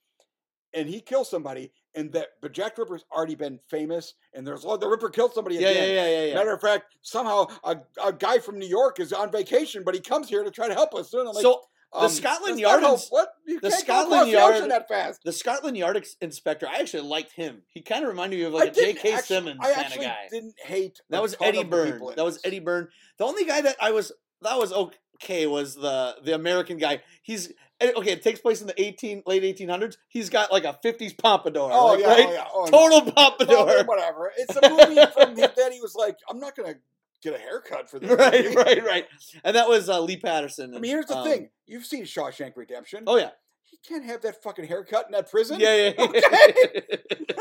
and he kills somebody, and that but Jack the Ripper's already been famous, and there's oh, the Ripper killed somebody
Yeah, yeah,
again.
yeah, yeah, yeah.
Matter of fact, somehow a, a guy from New York is on vacation, but he comes here to try to help us. And I'm like,
so
um,
Scotland
that's not
Yard
how-
ins-
what you
the
can't
Scotland
go across the ocean
Yard-
that fast.
the Scotland Yard ex- inspector, I actually liked him. He kind of reminded me of like a
I didn't
J.K.
actu-
Simmons
I
kind of
actually
guy.
didn't hate. a
That was
ton
Eddie
of the
Byrne.
people in
That was
this.
Eddie Byrne. The only guy that I was that was okay was the the American guy. He's eh, okay. It takes place in the eighteen late eighteen hundreds. He's got like a fifties pompadour.
Oh,
like,
yeah,
right?
oh yeah, oh, and-
Total
well,
pompadour.
whatever. It's a movie from him that he was like, I'm not gonna get a haircut for this.
right,
movie."
right, right. And that was uh, Lee Patterson.
I
and,
mean, here's the
um,
thing: you've seen Shawshank Redemption.
Oh yeah,
He can't have that fucking haircut in that prison.
yeah, yeah.
Okay.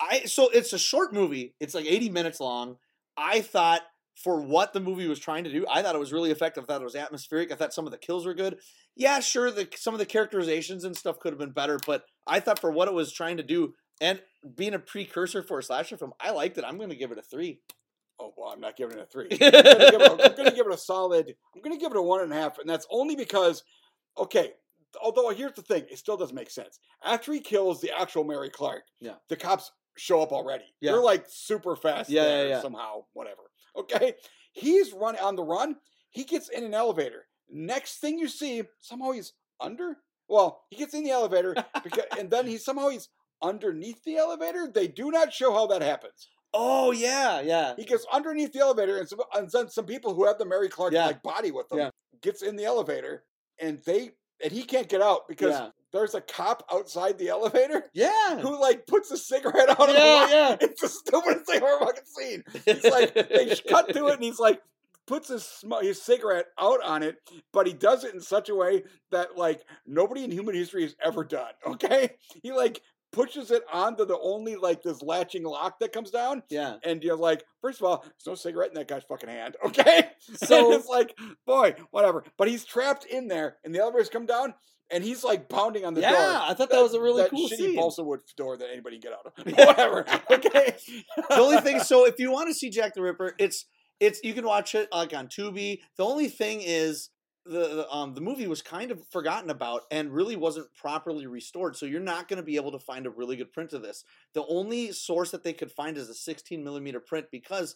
I so it's a short movie. It's like eighty minutes long. I thought for what the movie was trying to do, I thought it was really effective. I thought it was atmospheric. I thought some of the kills were good. Yeah, sure, the some of the characterizations and stuff could have been better, but I thought for what it was trying to do and being a precursor for a slasher film, I liked it. I'm going to give it a three.
Oh well, I'm not giving it a three. I'm gonna give it a- I'm gonna give it a solid. I'm gonna give it a one and a half, and that's only because, okay. Although here's the thing, it still doesn't make sense. After he kills the actual Mary Clark,
Yeah.
the cops show up already.
Yeah.
They're like super fast.
Yeah, yeah,
there
yeah.
Somehow, whatever. Okay, he's run on the run. He gets in an elevator. Next thing you see, somehow he's under. Well, he gets in the elevator, because, and then he somehow he's underneath the elevator. They do not show how that happens.
Oh yeah, yeah.
He gets underneath the elevator, and some and then some people who have the Mary Clark
Yeah.
like body with them
Yeah.
gets in the elevator, and they and he can't get out because
Yeah.
there's a cop outside the elevator
Yeah.
who like puts a cigarette out. of the
Yeah,
lock.
yeah.
It's the stupidest thing I've ever fucking seen. He's like they sh- cut to it, and he's like puts his sm- his cigarette out on it, but he does it in such a way that like nobody in human history has ever done. Okay, he like pushes it onto the only like this latching lock that comes down
Yeah.
and you're like, first of all, there's no cigarette in that guy's fucking hand, okay? So
So
it's like, boy, whatever. But he's trapped in there, and the elevators come down, and he's like pounding on the door.
yeah, I thought that was a really
that
cool
shitty
scene.
balsa wood door that anybody can get out of. whatever. Okay.
the only thing so if you want to see Jack the Ripper, it's it's you can watch it like on Tubi. The only thing is the, the um the movie was kind of forgotten about and really wasn't properly restored. So you're not going to be able to find a really good print of this. The only source that they could find is a 16 millimeter print because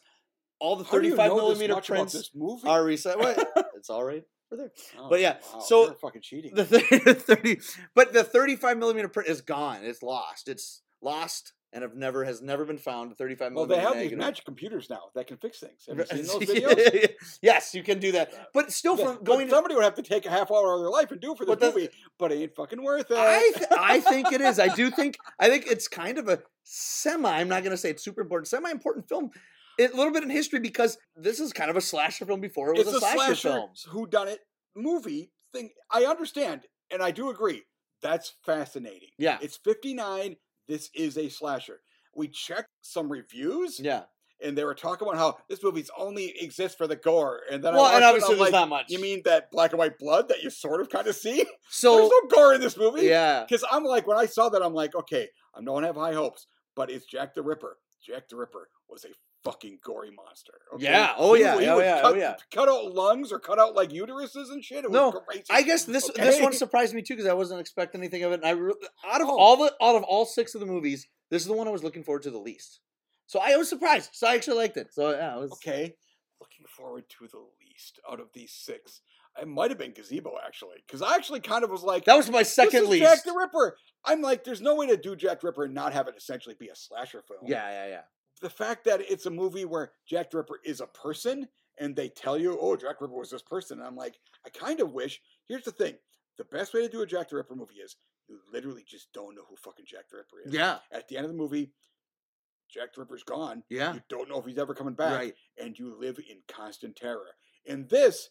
all the
How do you
35
know this
millimeter
much about
prints
this movie.
are reset. Wait, it's all right. We're there.
Oh,
but yeah,
wow,
so
you're fucking cheating.
The thir- 30, but the 35 millimeter print is gone. It's lost. It's lost and have never has never been found. The 35
well,
millimeter.
they have these
negative.
magic computers now that can fix things. Have you seen those
Yeah,
videos?
yeah, yeah. yes, you can do that. But still,
Yeah,
from
but
going, to,
somebody would have to take a half hour out of their life and do it for this
But that's-
movie, but it ain't fucking worth it.
I th- I think it is. I do think I think it's kind of a semi. I'm not going to say it's super important. Semi important film. A little bit in history because this is kind of a slasher film before it was
it's
a, slasher, film.
who done it movie thing. I understand and I do agree. That's fascinating.
Yeah,
It's 59. This is a slasher. We checked some reviews
yeah.
and they were talking about how this movie's only exists for the gore. And then
Well,
I
and
watched it,
obviously
I'm
there's
like,
not much.
you mean that black and white blood that you sort of kind of see?
so?
there's no gore in this movie.
yeah,
Because I'm like, when I saw that, I'm like, okay, I don't have high hopes, but it's Jack the Ripper. Jack the Ripper was a fucking gory monster.
Yeah, oh
He
yeah,
would- he
oh
would
yeah, oh
Cut,
yeah.
Cut out lungs or cut out like uteruses and shit. It was
No,
crazy.
I guess this this one
Okay.
surprised me too because I wasn't expecting anything of it. And I re- out of
Oh.
all the out of all six of the movies, this is the one I was looking forward to the least. So I was surprised. So I actually liked it. So yeah, I was.
Okay, looking forward to the least out of these six. It might have been Gazebo actually, because I actually kind of was like,
That was my
"This
second
is
least.
Jack the Ripper. I'm like, there's no way to do Jack the Ripper and not have it essentially be a slasher film.
Yeah, yeah, yeah.
the fact that it's a movie where Jack the Ripper is a person and they tell you, oh, Jack the Ripper was this person. And I'm like, I kind of wish. Here's the thing the best way to do a Jack the Ripper movie is you literally just don't know who fucking Jack the Ripper is.
Yeah,
At the end of the movie, Jack the Ripper's gone.
yeah.
You don't know if he's ever coming back.
Right.
And you live in constant terror. In this,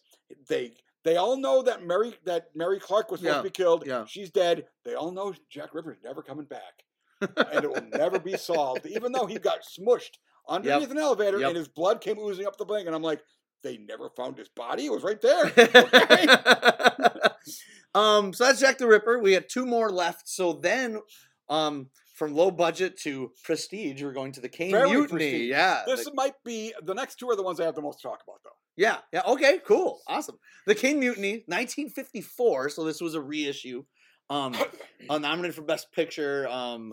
they. They all know that Mary that Mary Clark was supposed
Yeah,
to be killed.
yeah.
She's dead. They all know Jack Ripper's never coming back and it will never be solved. Even though he got smushed underneath an elevator
Yep.
and his blood came oozing up the thing, and I'm like, they never found his body. It was right there. Okay.
um, so that's Jack the Ripper. We had two more left. So then, um, from low budget to prestige, we're going to the Kane
Very
Mutiny.
prestige.
Yeah, the-
this might be the next two are the ones I have the most to talk about, though.
yeah, yeah. Okay, cool, awesome. The Kane Mutiny, 1954. So this was a reissue. Um, uh, nominated for Best Picture. Um,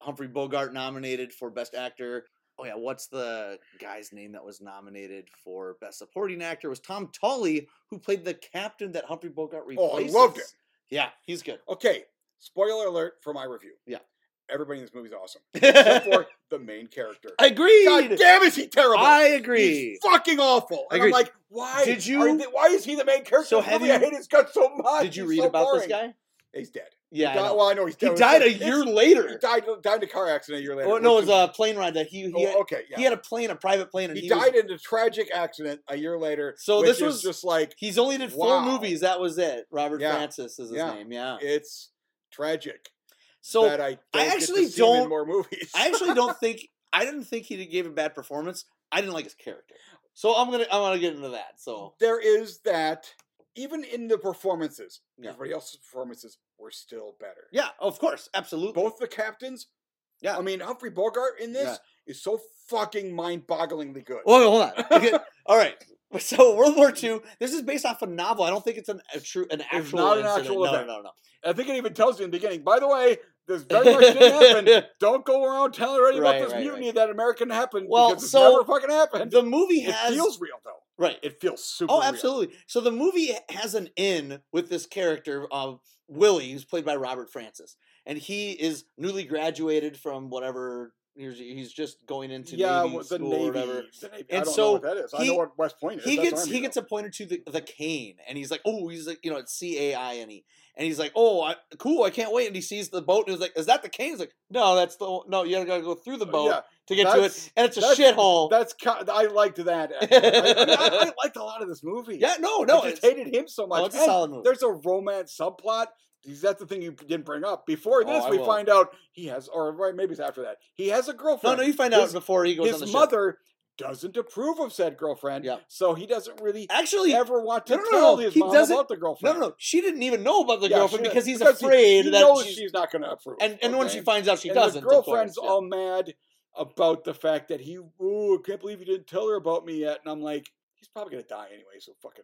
Humphrey Bogart nominated for Best Actor. Oh yeah, what's the guy's name that was nominated for Best Supporting Actor? It was Tom Tully, who played the captain that Humphrey Bogart
Oh, I
replaces.
loved it.
Yeah, he's good.
Okay, spoiler alert for my review.
Yeah.
Everybody in this movie is awesome. Except
Agreed.
for the main character. God
Agreed.
damn, is he terrible?
I
He's
agree.
fucking awful. And I'm
Agreed.
like, why?
Did
are
you-
they- why is he the main character?
So
of this
have
movie? I
you-
hate his guts so much.
Did you
He's
read
so
about this
boring.
guy?
He's dead.
Yeah,
He
I
died,
know.
well, I know he's
he
dead.
died a
It's-
year
He
later.
died, died in a car accident a year later.
Oh, no, it was
Which
a plane ride that he
is-
he had,
oh, okay, yeah.
he had a plane, a private plane, and
He
he, was-
died in a tragic accident a year later.
So
which
this
is
was-
just like
he's only did four
Wow.
movies. That was it. Robert
Yeah.
Francis is his
Yeah.
name. Yeah.
it's tragic
So
that I, don't get to
actually
see him in
don't-
more movies.
I actually don't think I didn't think he gave a bad performance. I didn't like his character. So I'm gonna I'm gonna get into that. So
there is that even in the performances,
Yeah.
everybody else's performances were still better.
yeah, of course, absolutely.
Both the captains.
Yeah.
I mean Humphrey Bogart in this is so fucking mind-bogglingly good.
Well, hold on. Okay, All right. So World War II. This is based off a novel. I don't think it's an a true an actual.
not an
incident.
actual
no,
event.
No, no, no.
I think it even tells you in the beginning. By the way, this very much didn't happen. Don't go around telling everybody
Right,
about this
right, right.
mutiny that American happened.
Well,
because it's
so
never fucking happened.
The movie
It
has
feels real though.
right.
It feels super.
Oh,
real.
absolutely. So the movie has an in with this character of Willie, who's played by Robert Francis, and he is newly graduated from whatever. He's, he's just going into
Yeah,
Navy
well, the
school
Navy.
or whatever.
the Navy. I
And
don't know
so
what that is. I know
he-
what West Point is.
He
That's
gets
Army,
he
though.
gets appointed to the, the cane, and he's like, oh, he's like, you know, it's C A I N E, and he's like, oh, I, cool, I can't wait. And he sees the boat, and he's like, is that the cane? He's like, no, that's the no, you gotta go through the boat
Oh, Yeah,
to get to
that's-
it, and it's a
that's-
shithole.
that's ki- I liked that. actually. I, I mean, I- I liked a lot of this movie.
Yeah, no, no,
I
it's,
just hated him so much.
no, it's a
And
solid movie.
There's a romance subplot. Because That's the thing you didn't bring up. Before
Oh,
this,
I
we
will.
find out he has, or right, maybe it's after that. He has a
No,
girlfriend.
no, you find out
His-
before he goes on the
His
ship.
mother doesn't approve of said girlfriend.
Yeah.
So he doesn't really
Actually,
ever want to
no, no,
tell
no,
his
he
mom
doesn't-
about the girlfriend.
No, no, no. She didn't even know about the
Yeah, she
girlfriend
does-
because he's
because he-
afraid
he
that
knows
she's,
she's not going to approve.
and and when
okay?
she finds out she
and
doesn't,
the
of course,
girlfriend's
yeah.
all mad about the fact that he, ooh, I can't believe you didn't tell her about me yet. And I'm like, he's probably gonna die anyway, so fucking.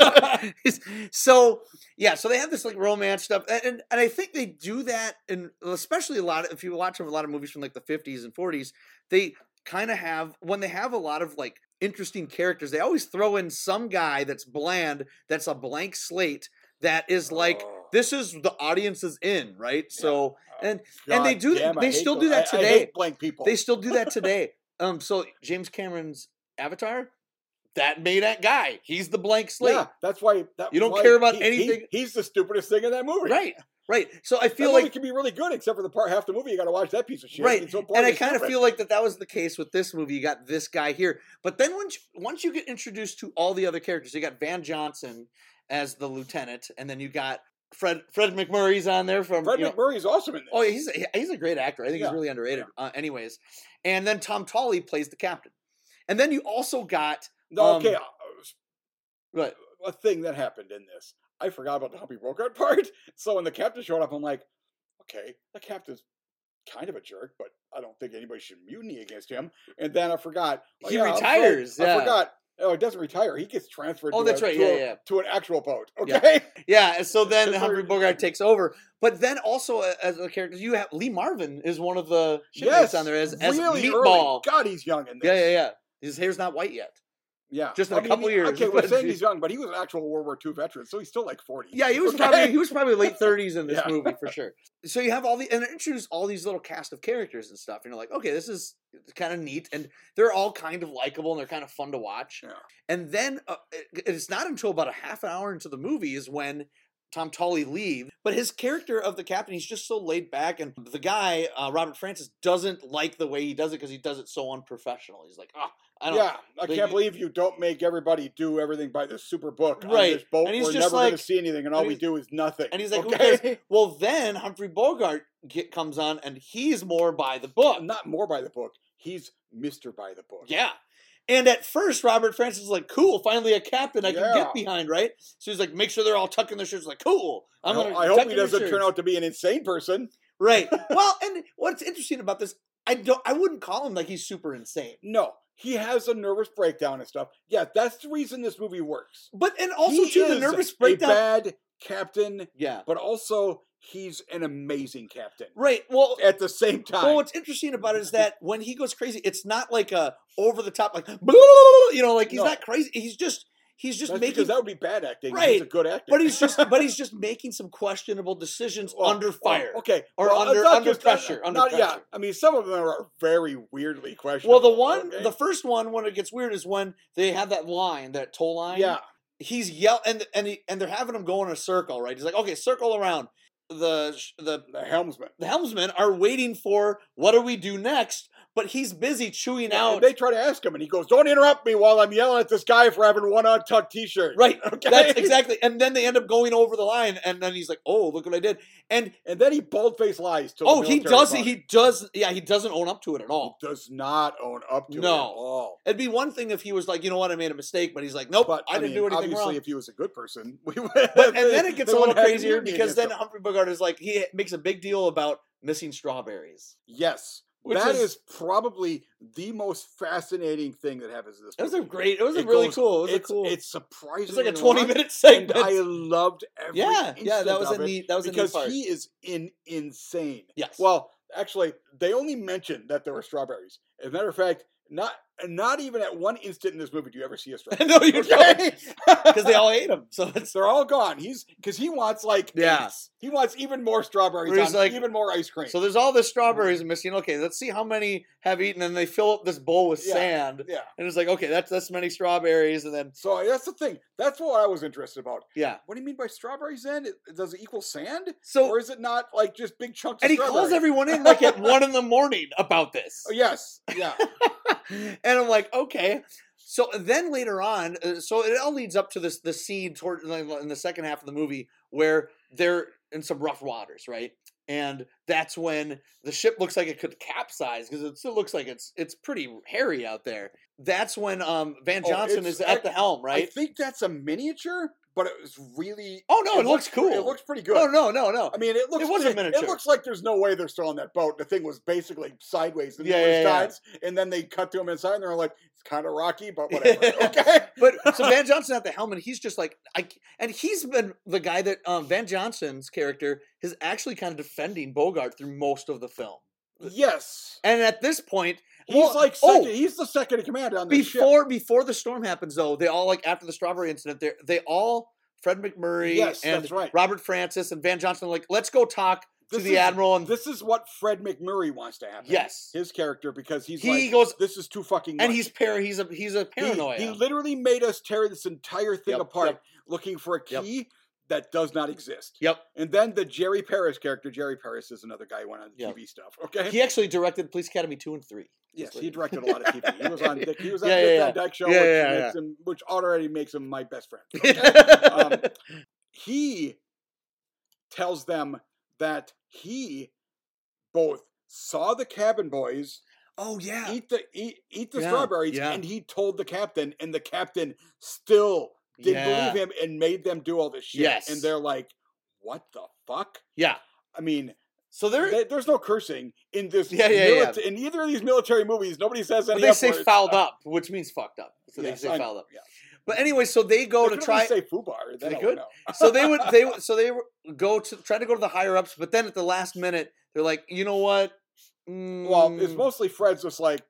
so yeah, so they have this like romance stuff, and, and and I think they do that, and especially a lot. Of, if you watch a lot of movies from like the fifties and forties, they kind of have when they have a lot of like interesting characters, they always throw in some guy that's bland, that's a blank slate, that is like
Oh,
this is the audience is in right. So
oh,
and and they
God
do that-
damn, I
they
hate
still
those-
do that
I- I
today.
hate blank people.
They still do that today. um, so James Cameron's Avatar, that made that guy. He's the blank slate.
yeah, that's why. That
You don't
why
care about
he- he-
anything-
he's the stupidest thing in that movie.
Right, right. So I
That
feel
movie
like
can be really good, except for the part half the movie you got to watch that piece of shit.
Right,
It's so boring
and I
and
kind of
stupid.
feel like that that was the case with this movie. You got this guy here, but then once once you get introduced to all the other characters, you got Van Johnson as the lieutenant, and then you got Fred Fred McMurray's on there from
Fred
you know-
McMurray is awesome in this.
Oh, yeah, he's a, he's a great actor. I think
Yeah,
he's really underrated. Uh, anyways, and then Tom Tolley plays the captain, and then you also got
no, okay,
um,
uh,
right.
a thing that happened in this. I forgot about the Humpy Bogart part. So when the captain showed up, I'm like, okay, the captain's kind of a jerk, but I don't think anybody should mutiny against him. And then I forgot. oh,
He
yeah, I'm sorry,
retires,
I
yeah.
forgot. Oh, he doesn't retire. He gets transferred.
Oh,
to
that's
a-
right,
To
yeah,
a-
yeah.
To an actual boat.
Yeah.
Okay.
Yeah, and so then
That's
Humphrey
where-
Bogart takes over. But then also a- as a character, you have Lee Marvin is one of the shipmates on there as, as
really early.
Meatball.
God, he's young in this.
Yeah, yeah, yeah. His hair's not white yet.
Yeah.
Just in
I
a couple
he-
years,
Okay,
but
we're saying
he-
he's young, but he was an actual World War II veteran, so he's still like 40.
Yeah, he was
Okay?
probably he was probably late thirties in this
Yeah.
movie for sure. So you have all the and it introduced all these little cast of characters and stuff. And you're like, okay, this is kind of neat, and they're all kind of likable and they're kind of fun to watch.
Yeah.
And then uh, it- it's not until about a half an hour into the movie is when Tom Tolley leaves. But his character of the captain, he's just so laid back, and the guy uh, Robert Francis doesn't like the way he does it because he does it so unprofessional. He's like, ah, I don't.
yeah, I
they-
can't believe you don't make everybody do everything by the super book
Right,
on this boat.
and he's
We're
just
never going
like-
to see anything, and all
and
we
he's-
do is nothing.
And he's like, who
okay?
cares? Well, then Humphrey Bogart get, comes on, and he's more by the book.
not more by the book. He's Mister by the book.
Yeah. And at first, Robert Francis is like, cool, finally a captain I can
Yeah.
get behind, right? So he's like, make sure they're all tucking their shirts. Like, cool.
i
I'm gonna
I hope
tuck
he
in your
doesn't turn
shirts."
out to be an insane person.
Right. well, and what's interesting about this, I don't I wouldn't call him like he's super insane.
No, he has a nervous breakdown and stuff. Yeah, that's the reason this movie works.
But and also
He
too, the
is
nervous
a
breakdown
bad captain,
Yeah.
but also he's an amazing captain
Right. Well,
at the same time.
well, what's interesting about it is that when he goes crazy, it's not like a over the top, like you know, like he's
No.
not crazy. He's just he's just
That's
making
because that would be bad acting. He's a
Right.
good actor.
but he's just but he's just making some questionable decisions
Well,
under
well,
fire.
Oh, okay.
Or
Well,
under-
it's not
under
just- not-
pressure, under
not- Yeah.
pressure.
I mean, some of them are very weirdly questionable.
Well, the one,
okay?
the first one, when it gets weird, is when they have that line, that tow line.
yeah.
he's yell and and he, and they're having him go in a circle, right? He's like, okay, circle around. The sh- the
The helmsman.
the helmsmen are waiting for what do we do next, but he's busy chewing
Yeah, and
out.
they try to ask him, and he goes, "Don't interrupt me while I'm yelling at this guy for having one untucked T-shirt."
Right,
Okay.
that's exactly, and then they end up going over the line, and then he's like, "Oh, look what I did!" And
And then he boldface lies to. the
oh, he
military
does,
about
he
it.
does, yeah, he doesn't own up to it at all.
does not own up to it
No.
at all.
It'd be one thing if he was like, "You know what, I made a mistake," but he's like, "Nope,
But
I, didn't
mean,
do anything
obviously,
wrong."
if he was a good person, we would.
But, and then it gets
they
a little
wouldn't have
crazier
immunity
because
against
then
him.
Humphrey Bogart is like he makes a big deal about missing strawberries.
yes,
Which
that
is-
is probably the most fascinating thing that happens in this.
It was a
movie.
great. It was a
It
really
goes-
cool. It was
it's
a cool.
it's
it's
surprisingly
like a twenty
long,
minute
and
segment.
I loved every
yeah, yeah, that
instant
was
of
a
it
neat. That was a neat
because
part.
he is in insane.
yes.
Well, actually, they only mentioned that there were strawberries. As a matter of fact, not not even at one instant in this movie do you ever see a strawberry.
no, you don't, because they all ate him. So it's
they're all gone. He's because he wants like
Yeah.
eights. he wants even more strawberries
Where he's
on
like-
even more ice cream.
so there's all this strawberries missing. Okay, let's see how many have eaten, and they fill up this bowl with
Yeah.
sand,
yeah.
and it's like okay, that's that's many strawberries, and then
So that's the thing. That's what I was interested about.
yeah.
What do you mean by strawberries? Then It- does it equal sand,
So
or is it not like just big chunks?
and he
of
calls
strawberry?
everyone in like at one in the morning about this.
Oh, yes. Yeah.
and I'm like, okay. So then later on, uh, so it all leads up to this the scene toward like, in the second half of the movie where they're in some rough waters, right? And that's when the ship looks like it could capsize because it still looks like it's it's pretty hairy out there. That's when um, Van
Oh,
Johnson
it's
is at
ac-
the helm,
I
right?
think that's a miniature, but it was really.
oh no, it, looks,
pre-
cool.
It looks pretty good.
Oh no, no, no.
I mean, it looks.
was a miniature.
It looks like there's no way they're still on that boat. The thing was basically sideways the
Yeah,
numerous
yeah, yeah.
times, and then they cut to him inside, and they're like, "It's kind of rocky, but whatever." okay.
But so Van Johnson at the helm, and he's just like I, c- and he's been the guy that um, Van Johnson's character is actually kind of defending Bogart through most of the film.
yes,
And at this point,
he's
well,
like
oh,
second. he's the second in command on this ship.
before before the storm happens, though, they all like after the strawberry incident, they they all Fred McMurray
Yes,
and
that's right.
Robert Francis and Van Johnson are like let's go talk
This
to the
is-
admiral and
This is what Fred McMurray wants to happen.
yes,
his character because he's
he
like,
goes
"This is too fucking."
and
much."
he's par he's a he's a
He-
paranoia.
He, literally made us tear this entire thing
Yep,
apart
yep.
looking for a
Yep.
key that does not exist.
yep,
And then the Jerry Paris character, Jerry Paris is another guy who went on the
Yep.
TV stuff. Okay.
he actually directed Police Academy two and three.
yes,
what
he
it is.
directed a lot of TV. He was on Dick, he was on
Yeah,
Dick
yeah,
Van Dyke show,
Yeah,
which,
yeah,
makes Him, which already makes him my best friend. Um, he tells them that he both saw the cabin boys
oh yeah,
eat the eat, eat the
Yeah,
strawberries
yeah.
and he told the captain and the captain still didn't
Yeah.
believe him and made them do all this shit
Yes.
and they're like what the fuck
Yeah.
i mean
So they're
there, there's no cursing in this
Yeah, yeah, yeah.
milita- in either of these military movies nobody says
but
any
they
F
say
words.
fouled up, which means fucked up. So
Yes,
they
I
say
know,
fouled up.
yeah.
But anyway, so they go
They
Oh, to
could
try.
at least say foobar then
They
I would
could.
know.
so they would they would- so they were- go to try to go to the higher ups, but then at the last minute they're like, you know what?
well it's
Mm,
mostly fred's just like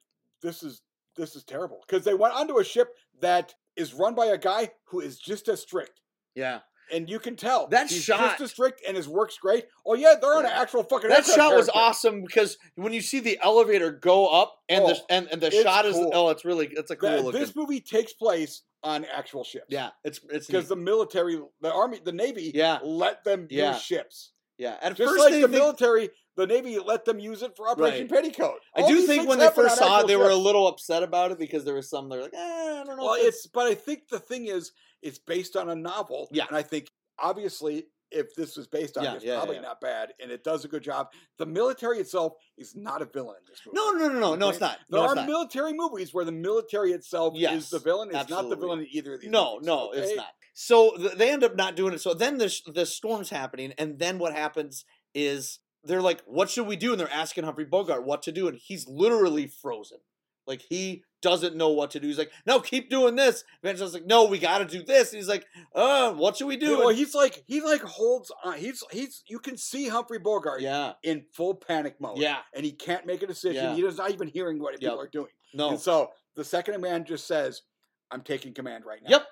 this is this is terrible because they went onto a ship that is run by a guy who is just as strict
yeah.
and you can tell
That
he's
shot-
just as strict, and his work's great. Oh yeah, they're on an
Yeah.
actual fucking.
That
aircraft
shot was
carrier.
awesome because when you see the elevator go up and the
Oh,
and, and the
it's
shot is
cool.
oh, it's really it's a cool
Th-
looking.
this movie takes place on actual ships.
yeah, it's it's
because
neat.
the military, the army, the navy,
Yeah.
let them
Yeah.
use ships.
yeah. At
Just
first
like
they
the
think-
military, the navy let them use it for Operation Petticoat.
I
All
do
these
think
things
when they
happen
first
on
saw it,
actual
they were a
ships.
little upset about it because there was some they're like, eh, I don't know.
Well,
if
it's but I think the thing is, it's based on a novel.
Yeah.
and I think obviously. If this was based on,
Yeah,
it, it's
yeah, yeah,
probably
yeah.
not bad, and it does a good job. The military itself is not a villain in this movie.
No, no, no, no, no, it's
Okay?
not.
There
no,
are
it's not.
military movies where the military itself is the
Yes,
villain. It's not the
absolutely.
villain in either of these.
no,
movies,
no, it's
okay?
not. So th- they end up not doing it. So then the sh- the storm's happening, and then what happens is they're like, "What should we do?" And they're asking Humphrey Bogart what to do, and he's literally frozen. Like he doesn't know what to do. He's like, no, keep doing this. Evangeline's like, no, we got to do this. And he's like, uh, what should we do?
well,
And-
he's like he like holds on. He's he's you can see Humphrey Bogart
yeah,
in full panic mode.
yeah,
And he can't make a decision.
Yeah.
He is not even hearing what people
Yep.
are doing.
no,
And so the second in command just says, I'm taking command right now.
yep,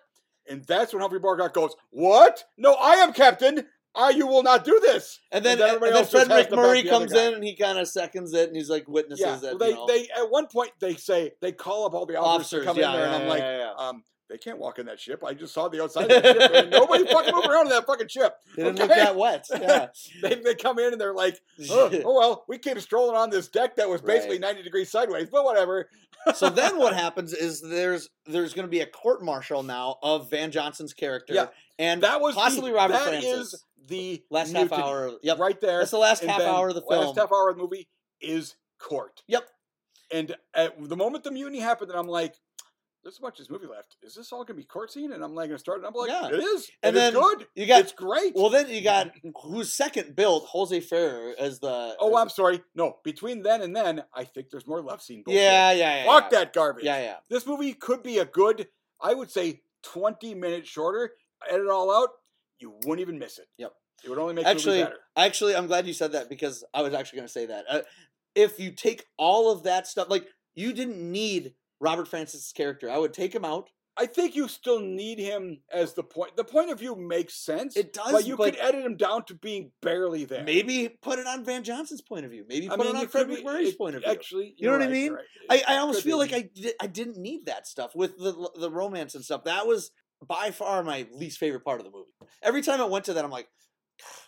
And that's when Humphrey Bogart goes, What? No, I am captain. I you will not do this.
And then,
then
and,
everybody
then
else just has
Frederick
to back
Murray
the other
comes
guy.
in and he kind of seconds it and he's like witnesses
yeah.
that
well, they
uh, you know,
they at one point they say they call up all the officers,
officers.
to come
yeah,
in there
yeah,
and I'm like,
yeah, yeah.
um, they can't walk in that ship. I just saw the outside of the ship. and nobody fucking move around in that fucking ship.
they didn't look
okay.
that wet. Yeah.
They, they come in and they're like, oh, oh well, we came strolling on this deck that was basically
Right.
90 degrees sideways, but whatever.
so then what happens is there's there's going to be a court martial now of Van Johnson's character.
Yeah.
and
That was
possibly
the,
Robert
that
Francis.
is the
last half
mutiny.
hour. Yep,
right there.
that's the last
and
half
then
hour of the film.
Last half hour of the movie is court.
Yep.
And at the moment the mutiny happened, and I'm like, "There's a bunch of this movie left. Is this all gonna be court scene?" And I'm like, "Gonna start." And I'm like,
Yeah.
"It is.
And
And,
then
it's good.
you got-
it's great."
well, then you got who's second built Jose Ferrer as the.
oh,
as-
I'm sorry. No, between then and then, I think there's more love scene. bullshit.
yeah, yeah, yeah.
Fuck
yeah.
that garbage.
Yeah, yeah.
This movie could be a good, I would say, 20 minutes shorter. Edit it all out, you wouldn't even miss it.
Yep.
It would only make
Actually,
the movie better.
Actually, I'm glad you said that because I was actually going to say that. Uh, if you take all of that stuff, like you didn't need Robert Francis' character, I would take him out.
I think you still need him as the point. The point of view makes sense.
It does,
but you
but-
could edit him down to being barely there.
Maybe put it on Van Johnson's point of view. Maybe
I
put it
mean,
on
could
Frederick
be-
Murray's
it-
point of view.
Actually,
You know
you're
what I
right, you're
mean?
right.
I,
It
I almost
could
feel
be.
like I di- I didn't need that stuff with the l- the romance and stuff. That was by far my least favorite part of the movie. Every time I went to that, I'm like,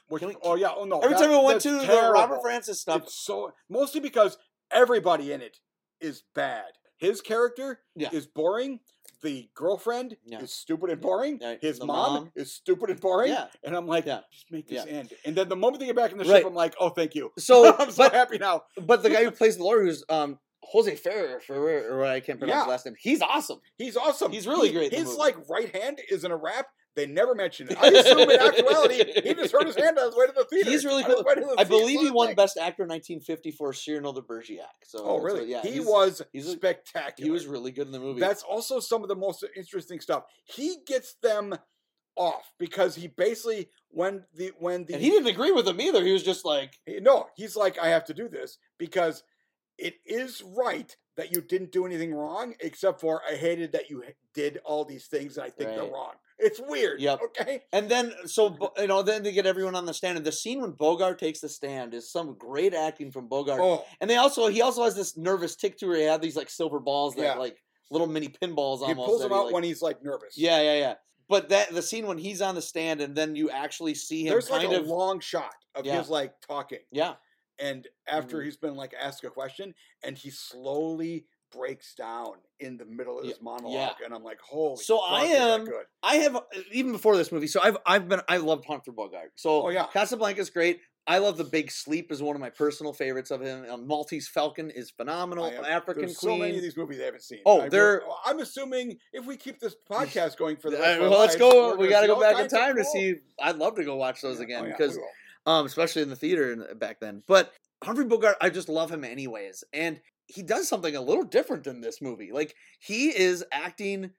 Which,
can we-
oh yeah, oh no.
every
that-
time I went
that's
to the
terrible.
Robert Francis stuff,
It's so mostly because everybody in it is bad. His character
Yeah.
is boring. The girlfriend
Yeah.
is stupid and boring.
Yeah,
His
the
mom,
mom.
is stupid and boring.
yeah.
And I'm like,
Yeah.
just make this
Yeah.
end. And then the moment they get back in the
Right.
ship, I'm like, oh, thank you.
So,
I'm so
but-
happy now.
But the guy who plays the lawyer, who's um Jose Ferrer, Ferrer or I can't pronounce his
Yeah.
last name, he's awesome.
He's awesome.
He's really
He-
great in the
His
movie.
like right hand is in a wrap. They never mention it. I assume in actuality he just hurt his hand on his way to the theater.
He's really
on his
cool.
way to the
I
theater
believe he
last
won
night.
Best Actor in 1950 for Cyrano de Bergerac. So
Oh,
so,
really?
yeah,
he
he's-
was
he's a-
spectacular.
He was really good in the movie.
That's also some of the most interesting stuff. He gets them off because he basically when the when the
and he didn't agree with him either. He was just like,
he- no he's like I have to do this because it is right that you didn't do anything wrong except for I hated that you h- did all these things and I think
Right.
they're wrong. It's weird.
Yep.
Okay.
and then so Bo- you know, then they get everyone on the stand. And the scene when Bogart takes the stand is some great acting from Bogart.
Oh,
And they also he also has this nervous tick to where he had these like silver balls that
Yeah.
like little mini pinballs almost.
he pulls
that
him out
like-
when he's like nervous.
Yeah, yeah, yeah. But that the scene when he's on the stand and then you actually see him
There's like
kind
a
of
long shot of
Yeah.
his like talking.
yeah,
and after
Mhm.
he's been like asked a question and he slowly breaks down in the middle of
Ye-
his monologue
yeah.
and i'm like holy
So
fuck,
I
is that
am-
good.
I have uh, even before this movie. So I've I've been I loved Humphrey Bogart. So
Oh, yeah.
Casablanca's great. I love the Big Sleep is one of my personal favorites of him. Um, Maltese Falcon is phenomenal.
am-
African
There's so many of
Queen.
these movies i haven't seen
Oh,
I really-
they're-
i'm assuming if we keep this podcast going for the
Uh,
rest of our
well, let's
lives,
go.
we're
We
gonna
got to
see
go
all
back in
kinds of
time to
cool-
see. I'd love to go watch those
Yeah, oh,
again
yeah, we
because
will.
um, especially in the theater and back then. But Humphrey Bogart, I just love him anyways, and he does something a little different than this movie. Like he is acting,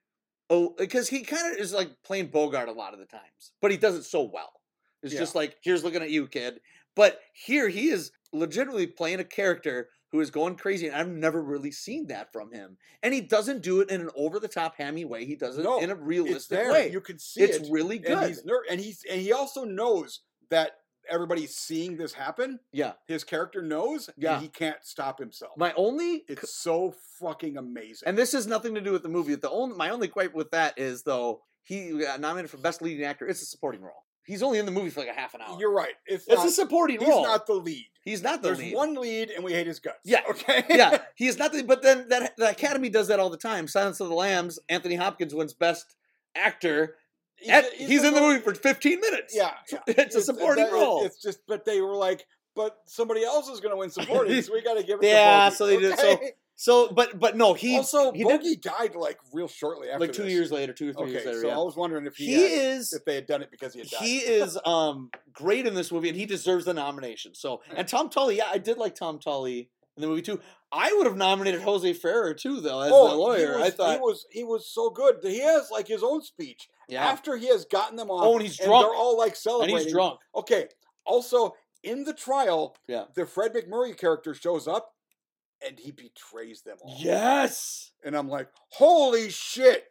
oh, because he kind of is like playing Bogart a lot of the times, but he does it so well. It's
Yeah.
just like here's looking at you, kid. But here he is legitimately playing a character who is going crazy, and I've never really seen that from him. And he doesn't do it in an over the top hammy way. He does it
No,
in a
it's
realistic
there
way.
you can see
It's
it
really good.
and he's ner- and he's and he also knows that everybody's seeing this happen
yeah.
his character knows
Yeah.
and he can't stop himself
My only
it's so fucking amazing
And this has nothing to do with the movie. The only my only gripe with that is though he got nominated for best leading actor. It's a supporting role. He's only in the movie for like a half an hour.
you're right it's,
it's
not-
a supporting
he's
role.
not the lead
he's not the
There's
lead.
one lead, and we hate his guts.
Yeah.
Okay.
yeah, he is not the. But then that the Academy does that all the time. Silence of the Lambs. Anthony Hopkins wins best actor.
he's,
at-
a-
he's, in the movie for 15 minutes.
Yeah. yeah.
it's a supporting
that- it-
role.
It's just, but they were like, but somebody else is going to win supporting, so we got to give it.
Yeah,
to Bogey.
so they did- so
Okay?
so, but but no, he
also
he did
Bogey died like real shortly after.
like two
this.
years later, two or three
Okay,
years later.
so
yeah.
I was wondering if he,
he
had-
is
if they had done it because he had died.
he is um great in this movie and he deserves the nomination. So and Tom Tully, yeah, I did like Tom Tully in the movie too. I would have nominated Jose Ferrer too, though, as the
Oh, he
lawyer.
was,
I thought,
he was he was so good. He has like his own speech
yeah,
after he has gotten them on.
Oh, and he's
They're
drunk.
all like
and
celebrating.
he's drunk.
Okay. Also, in the trial,
Yeah.
the Fred McMurray character shows up, and he betrays them all.
Yes,
And I'm like, holy shit!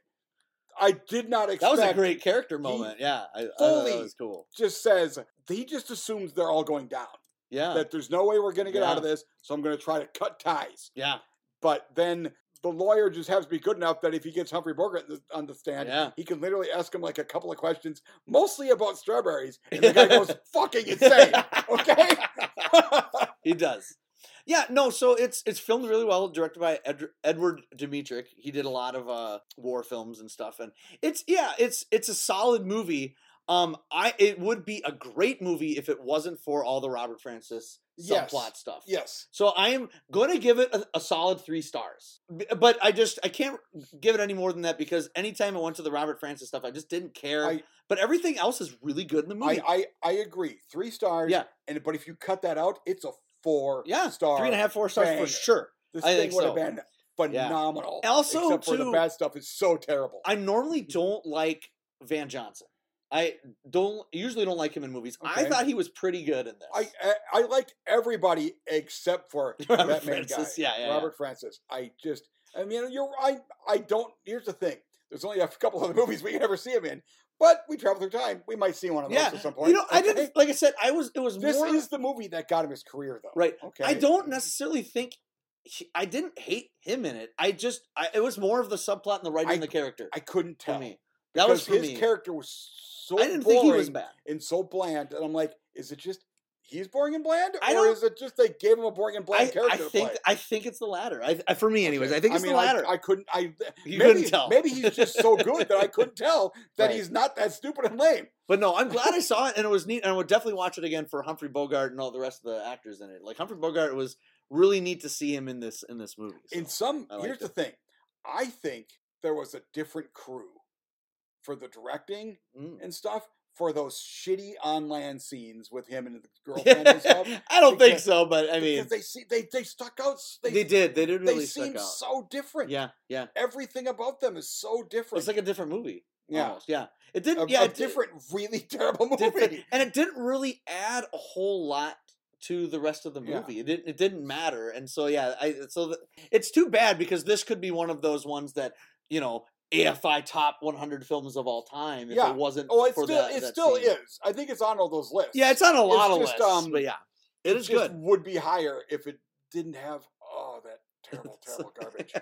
I did not
that
expect.
was a great character moment. yeah, I, I thought that
fully-
was cool.
Just says he just assumes they're all going down.
Yeah,
That there's no way we're going to get out of this, so I'm going to try to cut ties.
yeah,
But then the lawyer just has to be good enough that if he gets Humphrey Bogart th- on the stand,
yeah.
he can literally ask him like a couple of questions, mostly about strawberries, and the guy goes fucking insane. Okay.
he does. Yeah, no. So it's it's filmed really well, directed by Ed, Edward Dimitrik. He did a lot of uh, war films and stuff, and it's yeah, it's it's a solid movie. Um, I it would be a great movie if it wasn't for all the Robert Francis subplot
Yes.
stuff.
yes.
So I am going to give it a, a solid three stars, B- but I just I can't give it any more than that because anytime I went to the Robert Francis stuff, I just didn't care.
I-
but everything else is really good in the movie.
I, I I agree. Three stars.
Yeah.
And but if you cut that out, it's a four
Yeah,
star.
three and a half, four stars
banger.
for sure.
This
I
thing
think
would have
so.
been phenomenal.
Also,
except for the
too-
bad stuff is so terrible.
I normally
Mm-hmm.
don't like Van Johnson. I don't usually don't like him in movies. I
Okay.
thought he was pretty good in this.
I, I I liked everybody except for
Robert
that main guy,
Francis, yeah, yeah, yeah.
Robert Francis. I just, I mean, you're, I, I don't. Here's the thing: there's only a couple other movies we can ever see him in, but we travel through time. We might see one of those
Yeah,
at some point.
you know, I
okay?
didn't like I said. I was it was
This
more
is the movie that got him his career, though.
right.
Okay. Mm-hmm.
I don't necessarily think he, I didn't hate him in it. I just I, it was more of the subplot and the writing
I-
and the character
I couldn't
for
tell.
me. That was
because
for
his
me.
character was so
I didn't
boring
think he was bad.
and so bland, and I'm like, is it just he's boring and bland,
I
or
don't-
is it just they gave him a boring and bland
I,
character
I
to
think
play?
I think it's the latter. I, I- for me, anyways, I think it's
mean,
the latter.
I, couldn't. I
you
maybe,
couldn't tell.
Maybe he's just so good that I couldn't tell that
Right.
he's not that stupid and lame.
But no, I'm glad I saw it and it was neat, and I would definitely watch it again for Humphrey Bogart and all the rest of the actors in it. Like Humphrey Bogart it was really neat to see him in this in this movie. so.
In some,
I liked
here's the thing. I think there was a different crew for the directing
Mm.
and stuff for those shitty online scenes with him and the girlfriend and stuff.
I don't think
because-
so, but I mean,
because they see they they stuck out. s-
they,
They
did. They did
they
really
seem
stuck out.
so different.
yeah, yeah.
everything about them is so different.
It's like a different movie.
yeah,
almost, yeah. It didn't.
a,
yeah,
a
it did-
different, really terrible movie.
did fit- and it didn't really add a whole lot to the rest of the
Yeah.
movie. It didn't. It didn't matter. And so yeah, I so th it's too bad because this could be one of those ones that you know AFI top 100 films of all time. If
Yeah.
it wasn't.
Oh, it
for
still
that-
it
that
still
scene.
is. I think it's on all those lists.
Yeah, it's on a lot of
just,
lists,
um,
but yeah, it is
just
good.
would be higher if it didn't have oh that terrible, terrible garbage.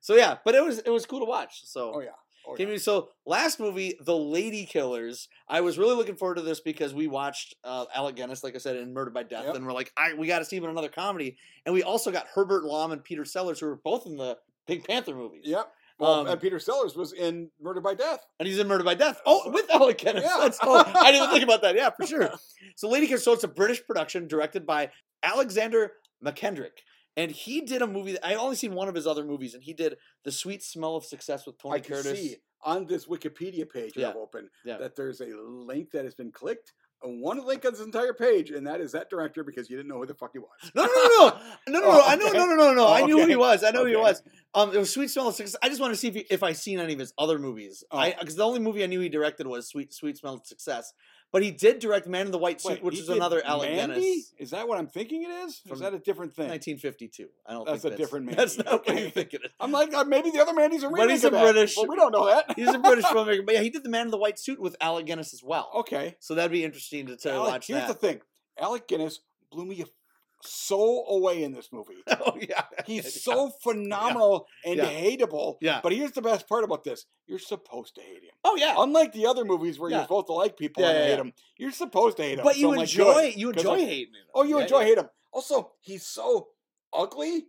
so yeah, but it was it was cool to watch. So
Oh yeah. Oh,
Can
yeah.
you- so last movie, The Lady Killers. I was really looking forward to this because we watched uh, Alec Guinness, like I said, in Murdered by Death,
Yep.
and we're like, I, we got to see him in another comedy. And we also got Herbert Lom and Peter Sellers, who were both in the Pink Panther movies.
Yep. Well,
Um,
and Peter Sellers was in Murder by Death.
And he's in Murdered by Death. Oh,
So-
with Alec Guinness.
Yeah.
That's cool. I didn't think about that. Yeah, for sure. So Lady Killers, so it's a British production directed by Alexander McKendrick. And he did a movie that I only seen one of his other movies, and he did The Sweet Smell of Success with Tony
I can
Curtis.
see on this Wikipedia page
Yeah.
I've opened
Yeah.
that there's a link that has been clicked. uh, One link on this entire page, and that is that director because you didn't know who the fuck he was.
No, no, no, no, no, no, no.
Oh,
I know,
okay.
no, no, no, no.
Oh,
I knew who
okay.
he was. I know who he
Okay.
was. Um, it was Sweet Smell of Success. I just want to see if, he, if I seen any of his other movies.
Oh.
I because the only movie I knew he directed was Sweet Sweet Smell of Success. But he did direct Man in the White Suit,
Wait,
which
he
is
did
another Alec
Mandy?
Guinness,
Is that what I'm thinking it is?
From
is that a different thing?
1952. I don't.
That's
think
a different
That's
Mandy.
not what
Okay.
you're thinking. Of.
I'm like, uh, maybe the other Mandy's a remake
But he's
of
a
that.
British-
Well, we don't know that.
He's a British filmmaker, but yeah, he did the Man in the White Suit with Alec Guinness as well.
okay.
So that'd be interesting to, to
Oh. Alec-
watch
here's
that.
the thing Alec Guinness blew me so away in this movie.
oh yeah,
He's
Yeah.
so phenomenal and
Yeah.
hateable.
Yeah.
But here's the best part about this you're supposed to hate him.
oh yeah.
Unlike the other movies where you're
Yeah.
supposed to like people
Yeah,
and
yeah,
hate
yeah.
them, you're supposed to hate him.
But
So
you
I'm like,
enjoy
good.
you
'cause
enjoy
I'm-
hating. him.
Oh, you
Yeah,
enjoy
yeah.
hate him. Also, he's so ugly.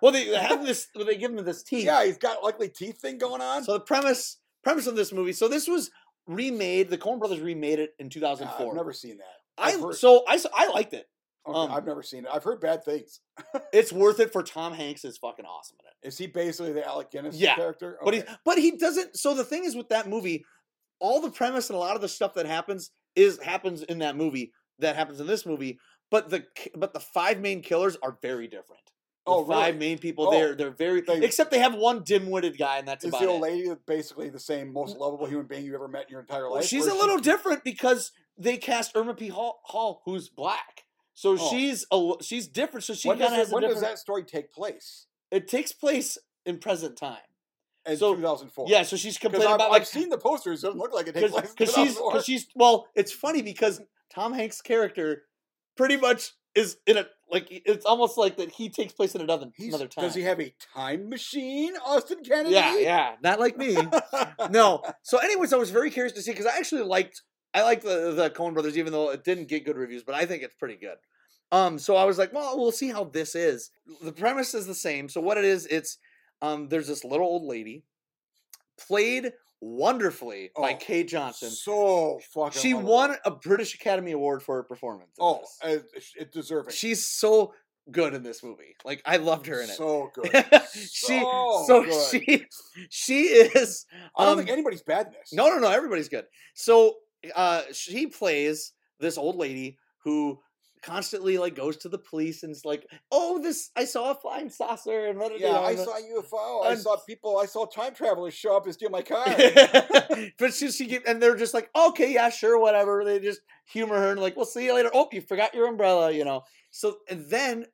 Well, they have this. They give him this teeth.
yeah, he's got ugly teeth thing going on.
So the premise premise of this movie. So this was remade. The Coen Brothers remade it in
Uh,
2004.
I've never seen that.
I
I've heard-
so I s- I liked it.
Okay,
um,
I've never seen it. I've heard bad things.
It's worth it for Tom Hanks is fucking awesome in it.
Is he basically the Alec Guinness
Yeah,
character?
But
Okay.
he's but he doesn't. So the thing is with that movie, all the premise and a lot of the stuff that happens is happens in that movie. That happens in this movie. but the ki- but the five main killers are very different. The
Oh,
five
right.
main people
Oh.
there, they're very
They-
except they have one dim-witted guy, and that's
Is
about
the old
it. uh,
lady basically the same most lovable human being you've ever met in your entire
Well,
life?
she's
or
a
is
little
she,
different because they cast Irma P. Hall, Hall who's black, so
Oh.
she's a li- she's different. So she
When,
kind
does,
of
that,
has a
when does
different.
that story take place?
It takes place in present time.
In
So-
2004.
Yeah, so she's
because
complaining
I've,
about
I've
like
seen the posters. It doesn't look like it takes place in
because she's
2004.
because she's well it's funny because tom hanks character pretty much is in a like it's almost like that he takes place in another
He's-
another time
Does he have a time machine, Austin Kennedy?
yeah yeah not like me
yeah.
no so anyways i was very curious to see because i actually liked i liked the the cohen brothers even though it didn't get good reviews but i think it's pretty good um so i was like well we'll see how this is the premise is the same so what it is it's um there's this little old lady played wonderfully by
Oh,
kay johnson
so fucking.
She
wonderful.
won a British Academy Award for her performance. in
Oh,
this.
uh, it deserving.
she's so good in this movie. Like I loved her in it.
so good.
she
so,
so
good.
she she is.
I don't
Um,
think anybody's bad in this.
no, no, no. Everybody's good. So uh, she plays this old lady who constantly like goes to the police and is like, "Oh, this I saw a flying saucer." And blah, blah,
Yeah,
blah,
I
blah."
saw UFO. I
and-
saw people. I saw time travelers show up and steal my car.
but she, she get, and they're just like, okay, yeah, sure, whatever. They just humor her and like, we'll see you later. Oh, you forgot your umbrella, you know. So and then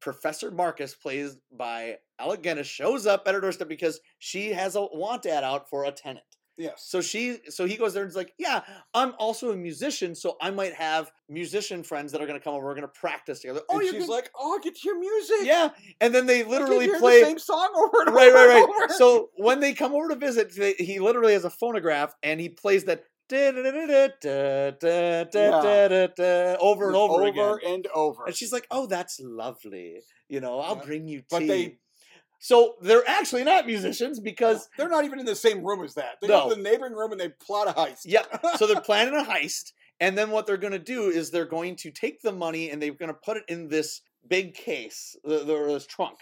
Professor Marcus, plays by Alec Guinness, shows up at her doorstep because she has a want ad out for a tenant.
yes.
So she, so he goes there and is like, yeah, I'm also a musician, so I might have musician friends that are gonna come over. We're gonna practice together. Oh,
and
you
she's
can-
like, "Oh, I get to hear music."
yeah. And then they
I can
literally
hear
play
the same song over and
right,
over.
right,
and
right.
over.
So when they come over to visit, they, he literally has a phonograph and he plays that da-da-da-da-da-da-da-da-da over and over again.
and over.
And she's like, "Oh, that's lovely. You know, I'll
Yeah.
bring you tea."
But they-
so they're actually not musicians because
They're not even in the same room as that. They go
No.
to the neighboring room and they plot a heist.
yeah, so they're planning a heist, and then what they're going to do is they're going to take the money and they're going to put it in this big case, the, the, or this trunk,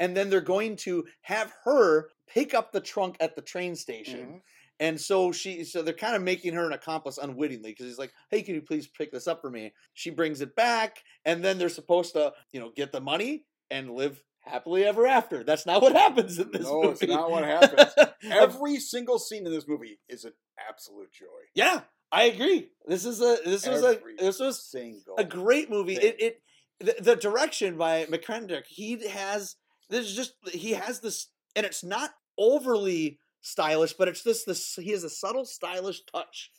and then they're going to have her pick up the trunk at the train station.
Mhm.
And so she, so they're kind of making her an accomplice unwittingly because he's like, "Hey, can you please pick this up for me?" She brings it back, and then they're supposed to, you know, get the money and live happily ever after. That's not what happens in this
No,
movie.
it's not what happens. Every single scene in this movie is an absolute joy.
yeah, I agree. This is a this was a
Every
this was
single.
a great movie.
thing.
It it the, the direction by McCrendick, he has there's just he has this and it's not overly stylish, but it's just this he has a subtle stylish touch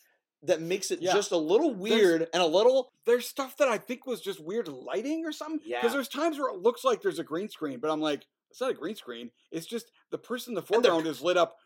that makes it
Yeah.
just a little
There's-
weird and a little
There's stuff that I think was just weird lighting or something.
Yeah.
Because there's times where it looks like there's a green screen, but I'm like, it's not a green screen. It's just the person in the
And they're-
foreground is lit up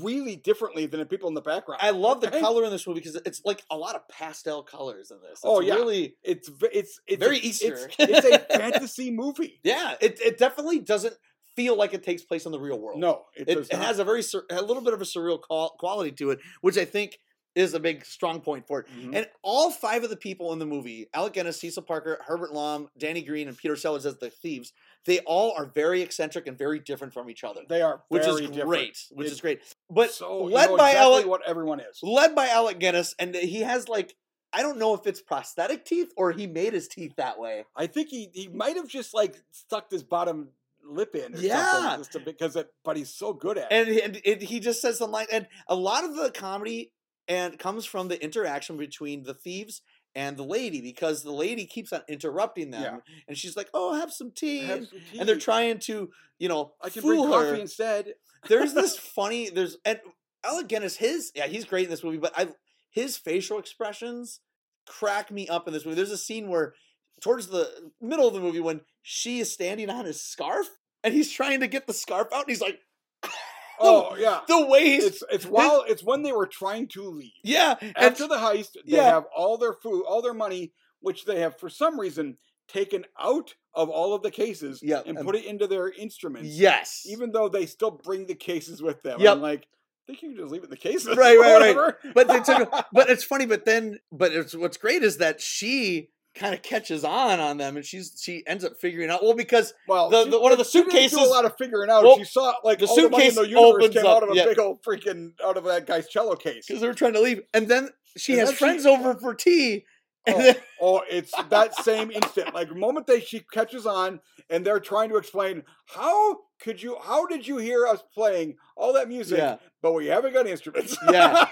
really differently than the people in the background.
I love the
Right?
color in this movie because it's like a lot of pastel colors in this. It's
Oh, yeah.
really
It's ve- it's it's
Very
a, it's-
Easter.
It's, a fantasy movie.
yeah, it it definitely doesn't feel like it takes place in the real world.
No, it,
it,
does
it
not.
has a very sur- a little bit of a surreal qual- quality to it, which I think is a big strong point for it.
Mhm.
And all five of the people in the movie Alec Guinness, Cecil Parker, Herbert Lom, Danny Green, and Peter Sellers as the thieves they all are very eccentric and very different from each other,
they are
which is
very different.
great. Which
It-
is great. But
so you
led
know
by
exactly
Alec,
what everyone is.
led by Alec Guinness, and he has like I don't know if it's prosthetic teeth or he made his teeth that way.
I think he he might have just like stuck his bottom lip in. Or
Yeah.
something just to, because it, but he's so good at it.
and, and it, he just says the line and a lot of the comedy and comes from the interaction between the thieves and the lady because the lady keeps on interrupting them
Yeah.
and she's like oh have some tea
Have
and-
some
and they're
tea.
trying to you know
I can bring
fool
coffee
her
instead.
there's this funny there's and alec guinness his yeah he's great in this movie but i his facial expressions crack me up in this movie there's a scene where towards the middle of the movie when she is standing on his scarf and he's trying to get the scarf out and he's like
Oh yeah,
the way he's
it's it's while it's when they were trying to leave
yeah, and
after the heist. They
yeah.
have all their food, all their money, which they have for some reason taken out of all of the cases
Yep,
and
and-
put it into their instruments.
yes,
even though they still bring the cases with them.
Yep.
I'm like, I think you can just leave it in the cases.
Right, right, right.
whatever."
but they took. But it's funny. But then, but it's what's great is that she kind of catches on on them, and she's she ends up figuring out well because
well,
the- the- one of the
she didn't do
suitcases-
a lot of figuring out.
Well,
she saw like
the
all the money in
suitcase
the universe
opens
came
up,
out of a
yeah.
big old freaking out of that guy's cello case.
because they were trying to leave, and then she
And
has
then she-
friends over for tea,
Oh, oh, it's that same instant. Like moment that she catches on and they're trying to explain how could you how did you hear us playing all that music
yeah,
but we haven't got instruments.
Yeah.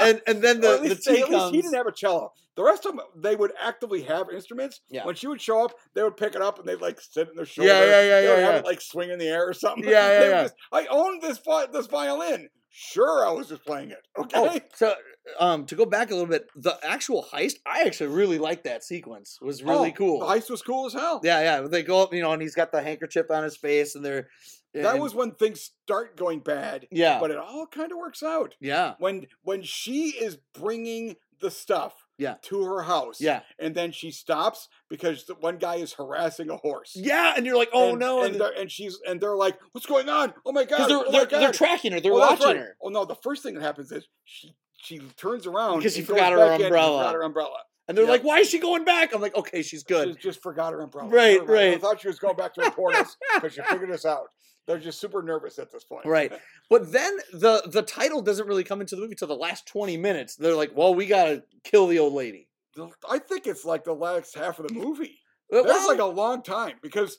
and and then
"Ah!"
the
Or at
the
least,
tea
at least
comes.
he didn't have a cello. The rest of them, they would actively have instruments.
Yeah.
When she would show up, they would pick it up and they'd like sit in their shoulder.
yeah, yeah,
They would
yeah,
have
yeah.
it like swing in the air or something.
Yeah, yeah,
They would
yeah.
just, I owned this vi- this violin. Sure, I was just playing it.
Oh,
Okay.
so um, to go back a little bit, the actual heist, I actually really liked that sequence. It was really
Oh,
cool.
The heist was cool as hell.
Yeah, yeah. They go up, you know, and he's got the handkerchief on his face, and they're
That
and-
was when things start going bad,
yeah,
but it all kind of works out.
yeah,
When when she is bringing the stuff
Yeah.
to her house,
yeah,
and then she stops because the one guy is harassing a horse.
yeah. And you're like, oh
and,
no,
And,
and
they're, and she's and they're like, "What's going on? Oh my god!
because they're
oh my
they're, they're
God."
tracking her, they're
Oh, that's
watching
right.
her.
Oh no! The first thing that happens is she she turns around
Because she
and goes
forgot her
back in and
umbrella.
Forgot her umbrella.
And they're
Yep.
like, "Why is she going back?" I'm like, "Okay, she's good."
She just forgot her umbrella.
Right,
Never mind. I
right.
thought she was going back to her tortoise because she figured this out. They're just super nervous at this point.
Right. But then the the title doesn't really come into the movie till the last 20 minutes. They're like, "Well, we gotta kill the old lady."
The- I think it's like the last half of the movie.
Well,
That's like a long time because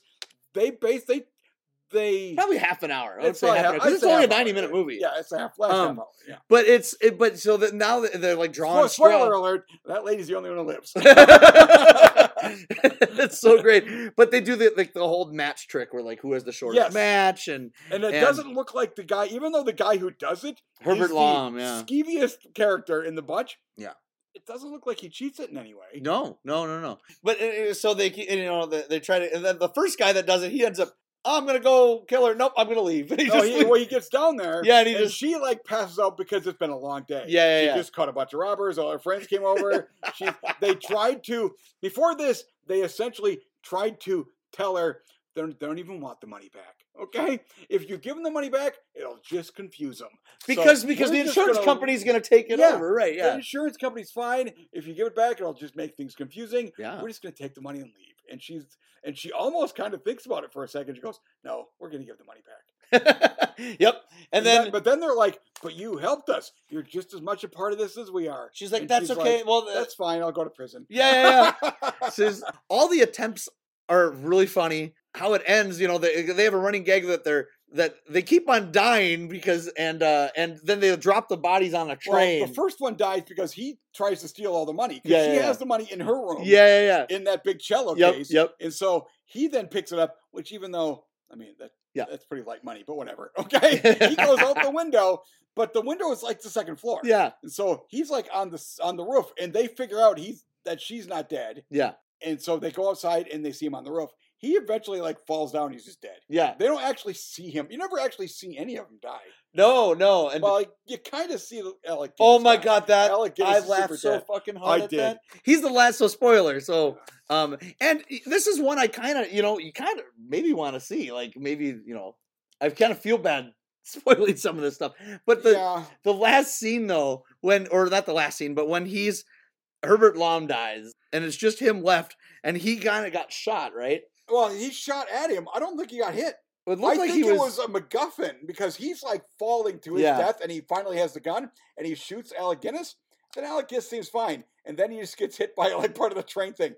they base they they.
probably half an hour. I would
it's
say
probably
half an hour
half-
'cause
I'd
it's
say
only a
half hour,
90 minute movie.
Yeah, it's a half last
Um,
half hour. Yeah.
But it's it, but so that now that they're like drawing
Spoil- Spoiler,
straws.
alert: that lady's the only one who lives.
That's so great. But they do the like the whole match trick where like who has the shortest
Yes.
match and
And it
And-
doesn't look like the guy, even though the guy who does it, he's
Herbert
the
Lom, yeah.
skeeviest character in the bunch.
Yeah.
it doesn't look like he cheats it in any way.
No, no, no, no. But uh, uh, so they ke- you know they, they try to and then the first guy that does it he ends up I'm gonna go kill her. Nope, I'm gonna leave. He
No,
just
Oh, he,
leaves.
well, he gets down there,
yeah, and he
and
just
she like passes out because it's been a long day.
Yeah, yeah,
she
yeah.
just caught a bunch of robbers. All her friends came over. she, they tried to before this. They essentially tried to tell her they don't, they don't even want the money back. Okay, if you give them the money back, it'll just confuse them.
because because the insurance
companies.
company's gonna take it
Yeah,
over, right?
The
Yeah,
insurance company's fine. If you give it back, it'll just make things confusing.
yeah.
We're just gonna take the money and leave. And she's and she almost kind of thinks about it for a second. She goes, No, we're gonna give the money back.
yep. And
that-
then
but then they're like, But you helped us. You're just as much a part of this as we are.
she's like,
and
"That's
she's like,
okay. well, uh,
That's fine, I'll go to prison.
yeah, yeah, yeah. says all the attempts are really funny. How it ends, you know, they they have a running gag that they're that they keep on dying because and uh and then they drop the bodies on a train.
Well, the first one dies because he tries to steal all the money. 'cause
Yeah,
she
yeah, yeah.
has the money in her room.
yeah, yeah,
In that big cello
yeah. Yep,
case.
yep.
And so he then picks it up, which even though I mean that
Yeah.
that's pretty light money, but whatever. Okay. he goes out the window, but the window is like the second floor.
Yeah,
And so he's like on the s- on the roof and they figure out he's that she's not dead.
yeah,
And so they go outside and they see him on the roof. He eventually like falls down, he's just dead.
yeah.
They don't actually see him. You never actually see any of them die.
No, no. And
Well, like, you kind of see the- Alec.
oh
Guinness
my
die.
god, that
Alec Guinness
I
is
laughed
super
so
dead.
fucking hard
I
at
did.
that. He's the last, so spoiler. So, um, and y- this is one I kind of, you know, you kind of maybe want to see, like maybe, you know, I kind of feel bad spoiling some of this stuff. But the
yeah.
the last scene though, when or not the last scene, but when he's Herbert Lom dies and it's just him left, and he kind of got shot, right?
Well, he shot at him. I don't think he got hit.
It looked
I
like
think
he
it
was,
was a MacGuffin because he's like falling to his
Yeah.
death, and he finally has the gun, and he shoots Alec Guinness. Then Alec Guinness seems fine, and then he just gets hit by like part of the train thing.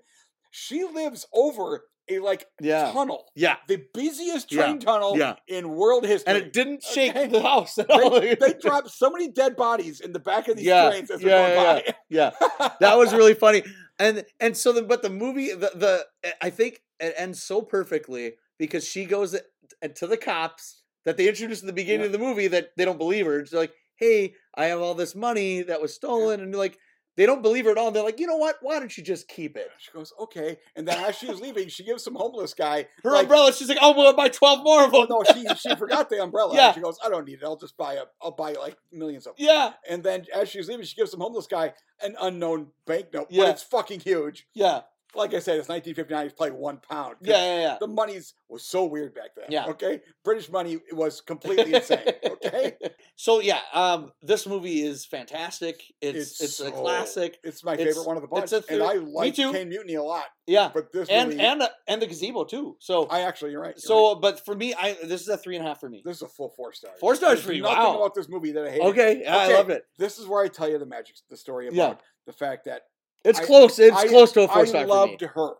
She lives over a like
yeah,
tunnel,
yeah,
the busiest
Yeah.
train tunnel
Yeah.
in world history.
and it didn't shake
Okay.
the house at all.
they, they drop so many dead bodies in the back of these
Yeah,
trains as
yeah,
they're going
yeah,
by.
that was really funny. And and so the but the movie the the eh, I- I think it ends so perfectly because she goes a- t- to the cops that they introduced in the beginning
Yeah.
of the movie that they don't believe her. It's like, hey, I have all this money that was stolen, and like they don't believe her at all. They're like, you know what? Why don't you just keep it?
She goes, okay. And then as she was leaving, she gives some homeless guy
Her
like,
umbrella. She's like, oh, well, buy twelve more of
Oh
them.
no, she she forgot the umbrella. and
Yeah.
She goes, I don't need it. I'll just buy a I'll buy like millions of them.
Yeah,
And then as she's leaving, she gives some homeless guy an unknown banknote,
Yeah.
but it's fucking huge.
yeah,
Like I said, it's 1959. It's probably one pound. 'cause
yeah, yeah,
The money's was so weird back then.
Yeah.
Okay. British money was
yeah.
completely insane. Okay.
So yeah, um, this movie is fantastic. It's it's, a
so-
classic.
It's my
It's-
favorite one of the
it's
bunch,
a
and I
theory- me
like
too.
Kane Mutiny a lot.
Yeah,
But this
and
movie,
and uh, and the gazebo too. So
I actually, you're right. you're right.
So, but for me, I this is a three and a half for me.
this is a full four stars.
Four stars
There's
for you,
Nothing
wow.
about this movie that I hate.
Okay, I
Okay.
love it.
this is where I tell you the magic, the story
Yeah.
about the fact that
It's
I-
close. It's
I-
close to a four
I
star for me.
loved her.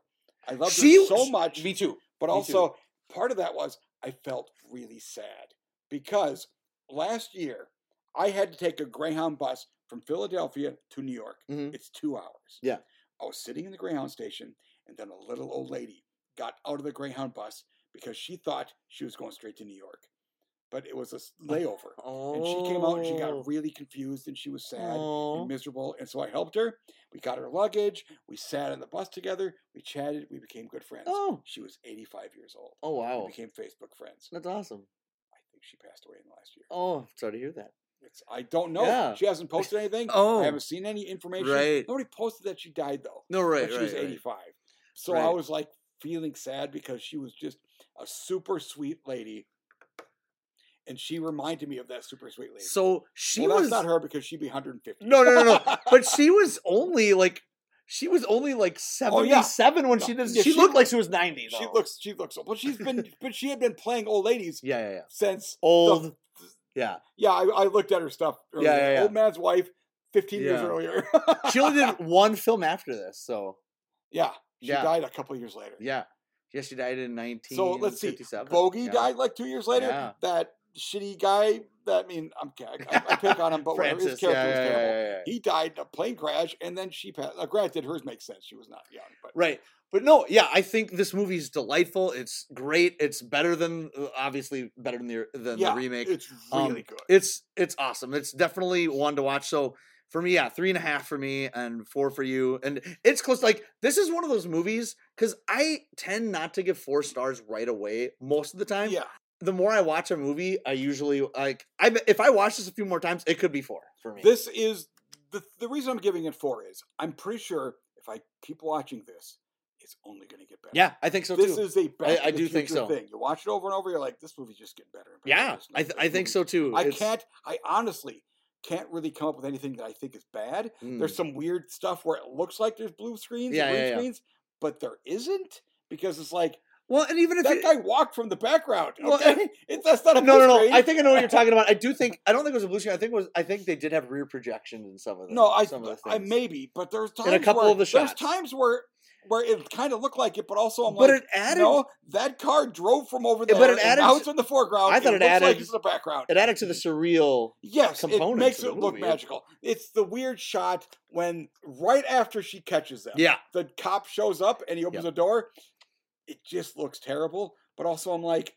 I loved her
She-
so
sh-
much.
me too.
But
Me too.
also, part of that was I felt really sad because last year I had to take a Greyhound bus from Philadelphia to New York.
Mhm.
It's two hours.
Yeah.
I was sitting in the Greyhound station, and then a little old lady got out of the Greyhound bus because she thought she was going straight to New York. But it was a s- layover.
Oh.
And she came out and she got really confused and she was sad
Aw.
and miserable. And so I helped her. We got her luggage. We sat on the bus together. We chatted. We became good friends.
Oh.
She was 85 years old.
Oh
We
wow.
became Facebook friends.
That's awesome.
I think she passed away in the last year.
Oh, I'm sorry to hear that.
It's, I don't know.
Yeah.
She hasn't posted anything.
Oh.
I haven't seen any information.
Right.
Nobody posted that she died though.
No, right,
but she
right,
was
right.
85. So I
Right.
was like feeling sad because she was just a super sweet lady. And she reminded me of that super sweet lady.
So she
well, that's
was
not her because she'd be 150.
No, no, no, no. But she was only like she was only like
yeah.
77 when
No.
she did
Yeah,
Oh, she,
she
looked like she was 90 though.
she looks, she looks old. But she's been, but she had been playing old ladies
Yeah, yeah, yeah.
since.
Old. Yeah.
Yeah, I, I looked at her stuff. Earlier.
yeah, yeah.
Old man's wife, 15 years
Yeah.
earlier.
She only did one film after this, so
yeah, she
Yeah.
died a couple years later.
yeah. Yeah, she died in 1957.
So let's see. Bogey
yeah.
died like two years later.
Yeah.
That shitty guy. That I mean, I'm I, I, I pick on him, but whatever. His
Francis. Yeah,
character was
yeah, yeah,
terrible.
yeah, yeah.
He died in a plane crash, and then she passed. Uh, granted, hers makes sense. She was not young, but
Right. But no, yeah, I think this movie's delightful. It's great. It's better than uh, obviously better than the than
yeah,
the remake.
It's
Um,
really good.
It's it's awesome. It's definitely one to watch. So for me, yeah, three and a half for me and four for you. And it's close. Like this is one of those movies because I tend not to give four stars right away most of the time.
yeah,
The more I watch a movie, I usually like I bet- if I watch this a few more times, it could be four for me.
this is the the reason I'm giving it four is I'm pretty sure if I keep watching this, it's only going to get better.
yeah, I think so
this
too.
is a back
I
to the
do think
Future
so.
Thing. You watch it over and over, you're like, this movie's just getting better. And better.
yeah,
This-
I
this
th- I think
movie-
so too.
I
It's-
can't. I honestly can't really come up with anything that I think is bad. There's
mm,
some weird stuff where it looks like there's blue screens,
Yeah,
and green
yeah, yeah.
screens, but there isn't because it's like
well, and even if
that
you-
guy walked from the background.
Well,
Okay, it's that's not a
no, no,
blue
no.
screen.
I think I know what you're talking about. I do think I don't think it was a blue screen. I think it was I think they did have rear projections in some of them.
No, I,
some of the
I
things.
maybe, but there's times
a couple
where,
of the
there's
shots.
times where where it kind of looked like it, but also I'm
but
like,
it added
no, that car drove from over
Yeah,
there,
but it
and now
added-
it's in the foreground.
I thought
it
it
looks like
added-
it's in the background.
it added to the surreal.
Yes, it
components
makes
of the
it look
movie. It-
magical. It's the weird shot when right after she catches them,
Yeah,
the cop shows up and he opens
Yep.
the door. It just looks terrible, but also I'm like,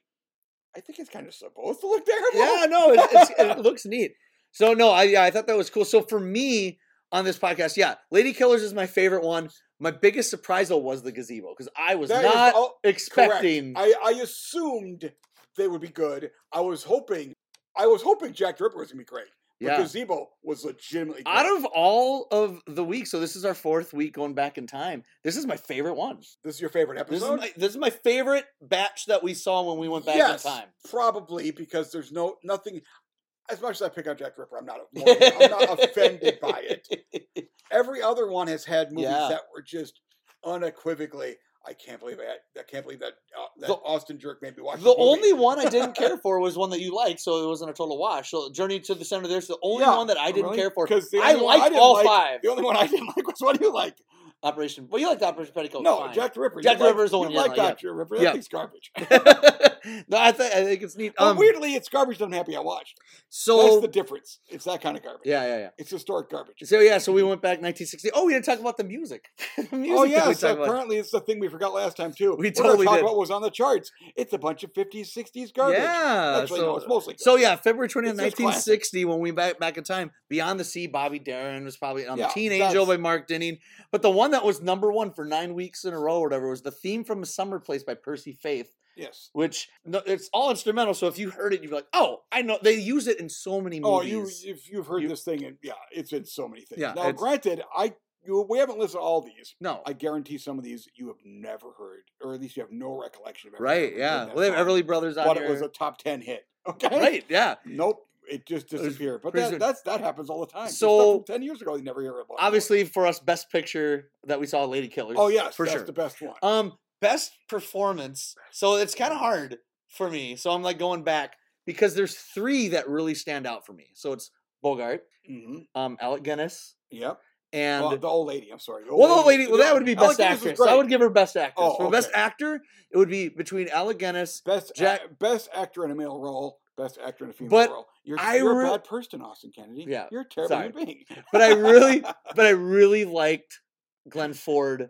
I think it's kind of supposed to look terrible.
yeah, no, it, it's, it looks neat. So no, I yeah, I thought that was cool. So for me on this podcast, yeah, Lady Killers is my favorite one. My biggest surprise though was the gazebo because I was
That is
not
all- correct.
expecting.
I, I assumed they would be good. I was hoping, I was hoping Jack the Ripper was gonna be great. But
yeah,
Gazebo was legitimately great.
out of all of the weeks, so this is our fourth week going back in time. This is my favorite one.
this is your favorite
This is
episode.
my this is my favorite batch that we saw when we went back
yes,
in time.
probably because there's no nothing. As much as I pick on Jack the Ripper, I'm not more- I'm not offended by it. Every other one has had movies
Yeah.
that were just unequivocally. I can't believe that. I can't believe that. Uh, that
The-
Austin Jerk made me watch.
The
this movie."
only one I didn't care for was one that you liked, so it wasn't a total wash. So Journey to the Center of the Earth, the only
Yeah,
one that I didn't
really?
care for.
'Cause the
I
only one
liked
didn't
all
like-
five
The only one I didn't like was what do you like?
Operation. Well, you liked Operation Petticoat.
no,
Oh, fine.
Jack the Ripper.
Jack
you
the
like,
Ripper's the one
You
I
like
didn't like,
Jack the Ripper? That
Yeah.
thing's garbage.
no, I, th- I think it's neat.
but
Um,
Oh, weirdly, it's garbage. Doesn't happy I watched.
So
That's the difference. It's that kind of garbage.
yeah, yeah, yeah.
It's historic garbage.
So yeah, so we went back 1960. Oh, we didn't talk about the music. the music
Oh
that
yeah,
we
so
talked about.
apparently it's the thing we forgot last time too.
We
We're gonna
totally
talk
did.
about what was on the charts. It's a bunch of 50s, 60s garbage.
Yeah.
Actually,
so,
no, it's mostly.
so yeah, February 20th,
It's just classic.
1960, when we back back in time, Beyond the Sea, Bobby Darin was probably on
Yeah,
Teen Angel
that's-
by Mark Dinning. But the one that was number one for nine weeks in a row or whatever was the theme from A Summer Place by Percy Faith,
yes.
which no, it's all instrumental. So if you heard it, you'd be like, oh, I know. They use it in so many
Oh, you
movies.
if you've heard
You-
this thing, and yeah, it's in so many things.
Yeah,
now,
it's-
granted, I you, we haven't listened to all these.
no.
I guarantee some of these you have never heard, or at least you have no recollection of. ever
right,
having heard
yeah.
that
Well, they have
song,
Everly Brothers on
But
here.
it was a top ten hit. Okay.
right, yeah.
Nope. It just
was
disappeared. But
pretty
that,
soon.
that's that happens all the time. There's stuff
So-
from ten years ago, you never hear about. anymore.
Obviously, for us, best picture that we saw, Lady Killers.
Oh yes,
for
that's
sure.
the best one.
Um, best performance. So it's kind of hard for me. So I'm like going back because there's three that really stand out for me. So it's Bogart,
hmm
um, Alec Guinness,
Yep.
And
oh, the old lady. I'm sorry. The
well, no, lady. Well, that would be
oh,
best
Alec Guinness was
actress.
great.
I would give her best actress.
Oh,
For best
okay.
actor, it would be between Alec Guinness.
Best
Jack-
ac- best actor in a male role, best actor in a female
But
role. You're,
I
you're
re-
a bad person, Austin Kennedy.
Yeah,
you're a terrible
sorry.
human being.
But I really, but I really liked Glenn Ford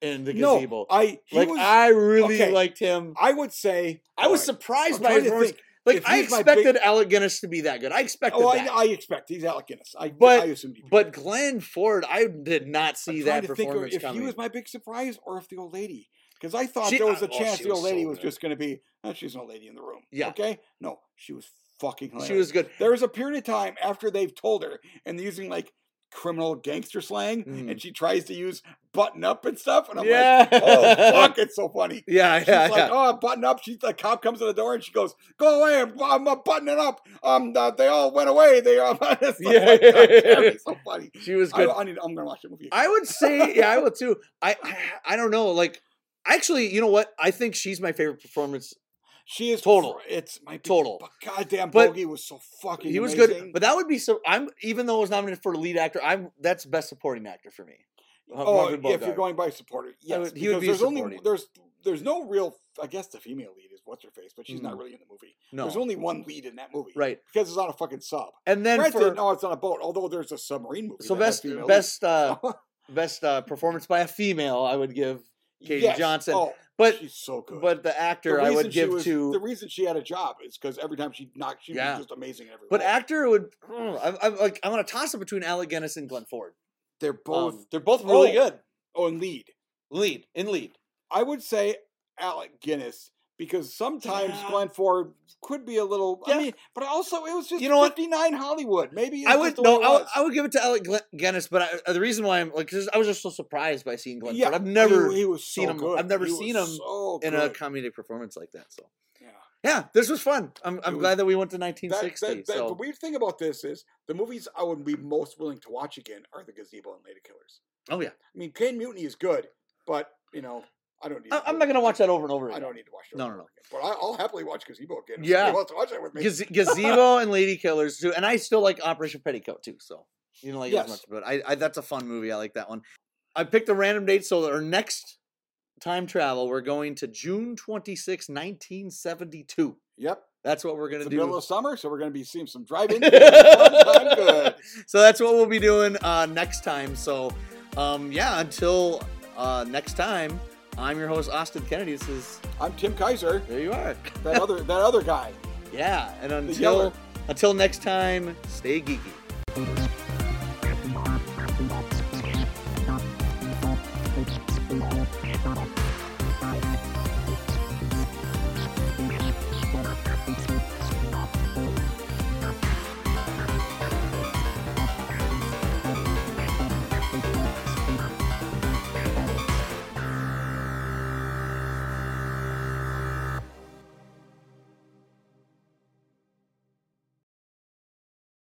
in the
no,
gazebo.
I he
like
was, I,
I really
okay.
liked him.
would say
I was
all right,
surprised
I'm
by
trying
his
to
performance.
think.
Like
if
I
he's my big-
expected Alec Guinness to be that good. I expected
Oh,
that.
I, I expect he's Alec Guinness. I
But-
I assumed he'd be
but
good.
Glenn Ford, I did not
I'm
see
trying
that
to think of
performance
if
coming.
he was my big surprise or if the old lady. Because I thought
She-
there was
uh,
a
oh,
chance
she
the
was
old lady
so
was
good.
just going to be, oh, she's an old lady in the room.
Yeah.
Okay? No, she was fucking hilarious.
she was good.
There was a period of time after they've told her and they're using like criminal gangster slang
Mm.
and she tries to use button up and stuff. And I'm
yeah.
like, oh, fuck, it's so funny.
Yeah,
She's
yeah,
like,
yeah.
oh, button up. She, the cop comes to the door and she goes, go away. I'm, I'm uh, buttoning up. Um, uh, They all went away. They all, it's like,
Yeah.
God damn, it's so funny.
She was
"Oh, I,
good.
I need, I'm going to watch the movie.
I would say, yeah, I would too. I, I- I don't know. Like, actually, you know what? I think she's my favorite performance.
She is
Total.
fr- It's my big-
Total.
But goddamn,
But
Bogey was so fucking.
He was
amazing.
good, but that would be so. I'm even though it was nominated for lead actor. I'm that's best supporting actor for me. Mar-
oh,
Marvin
if you're
Bogart.
going by supporter, yes,
would- he
because
would be
there's only
supporting.
there's there's no real. I guess the female lead is what's her face, but she's not
Mm.
really in the movie.
No,
There's only one lead in that movie,
right.
Because it's on a fucking sub.
And then
Granted,
for
no, it's on a boat. Although there's a submarine movie.
so
that has
best
female
best uh
leads.
best uh performance by a female, I would give. Katie
Yes,
Johnson,
Oh,
But
she's so good.
but the
The
actor I
reason
would
she
give
was-
to
the reason she had a job is because every time she knocked, she
Yeah.
was just amazing in every.
But
role.
actor would I'm, I'm like I'm gonna toss it between Alec Guinness and Glenn Ford.
they're both
Um, they're both really
Oh.
good.
oh, and lead.
Lead in lead.
I would say Alec Guinness because sometimes
Yeah.
Glenn Ford could be a little.
Yeah.
I mean, but also it was just
You know what?
59 Hollywood. Maybe it's
I would
just the way
no,
it
I, would-
was.
I would give it to Alec Glen, Guinness, but I, uh, the reason why I'm like 'cause I was just so surprised by seeing Glenn
Yeah,
Ford. I've
he-
never
he, was
seen
so
him-
good.
I've never
He was
seen him
so
in a
good.
comedic performance like that. So
yeah.
yeah, this was fun. I'm I'm
was-
glad that we went to
That,
1960.
that, that, The
so
weird thing about this is the movies I would be most willing to watch again are The Gazebo and Lady Killers.
oh yeah,
I mean, Kane Mutiny is good, but you know, I don't need.
I,
to
I'm
do
not
it.
gonna watch that over and over
I
again.
don't need to watch it.
No,
over
no,
and over again. But I, I'll happily watch Gazebo again. if somebody
Yeah.
wants to watch that with me.
Gaz- Gazebo and Lady Killers too, and I still like Operation Petticoat too. So you don't like it as
Yes.
much, but I, I that's a fun movie. I like that one. I picked a random date, so our next time travel, we're going to June 26, 1972.
Yep.
That's what we're gonna
It's the
do.
middle of summer, so we're going to be seeing some drive-in. movies. Fun time, good.
So that's what we'll be doing uh, next time. So um, yeah, until uh, next time, I'm your host Austin Kennedy. This is
I'm Tim Kaiser.
there you are.
That other that other guy.
Yeah, and
yeller.
until until next time, stay geeky.
Thank you.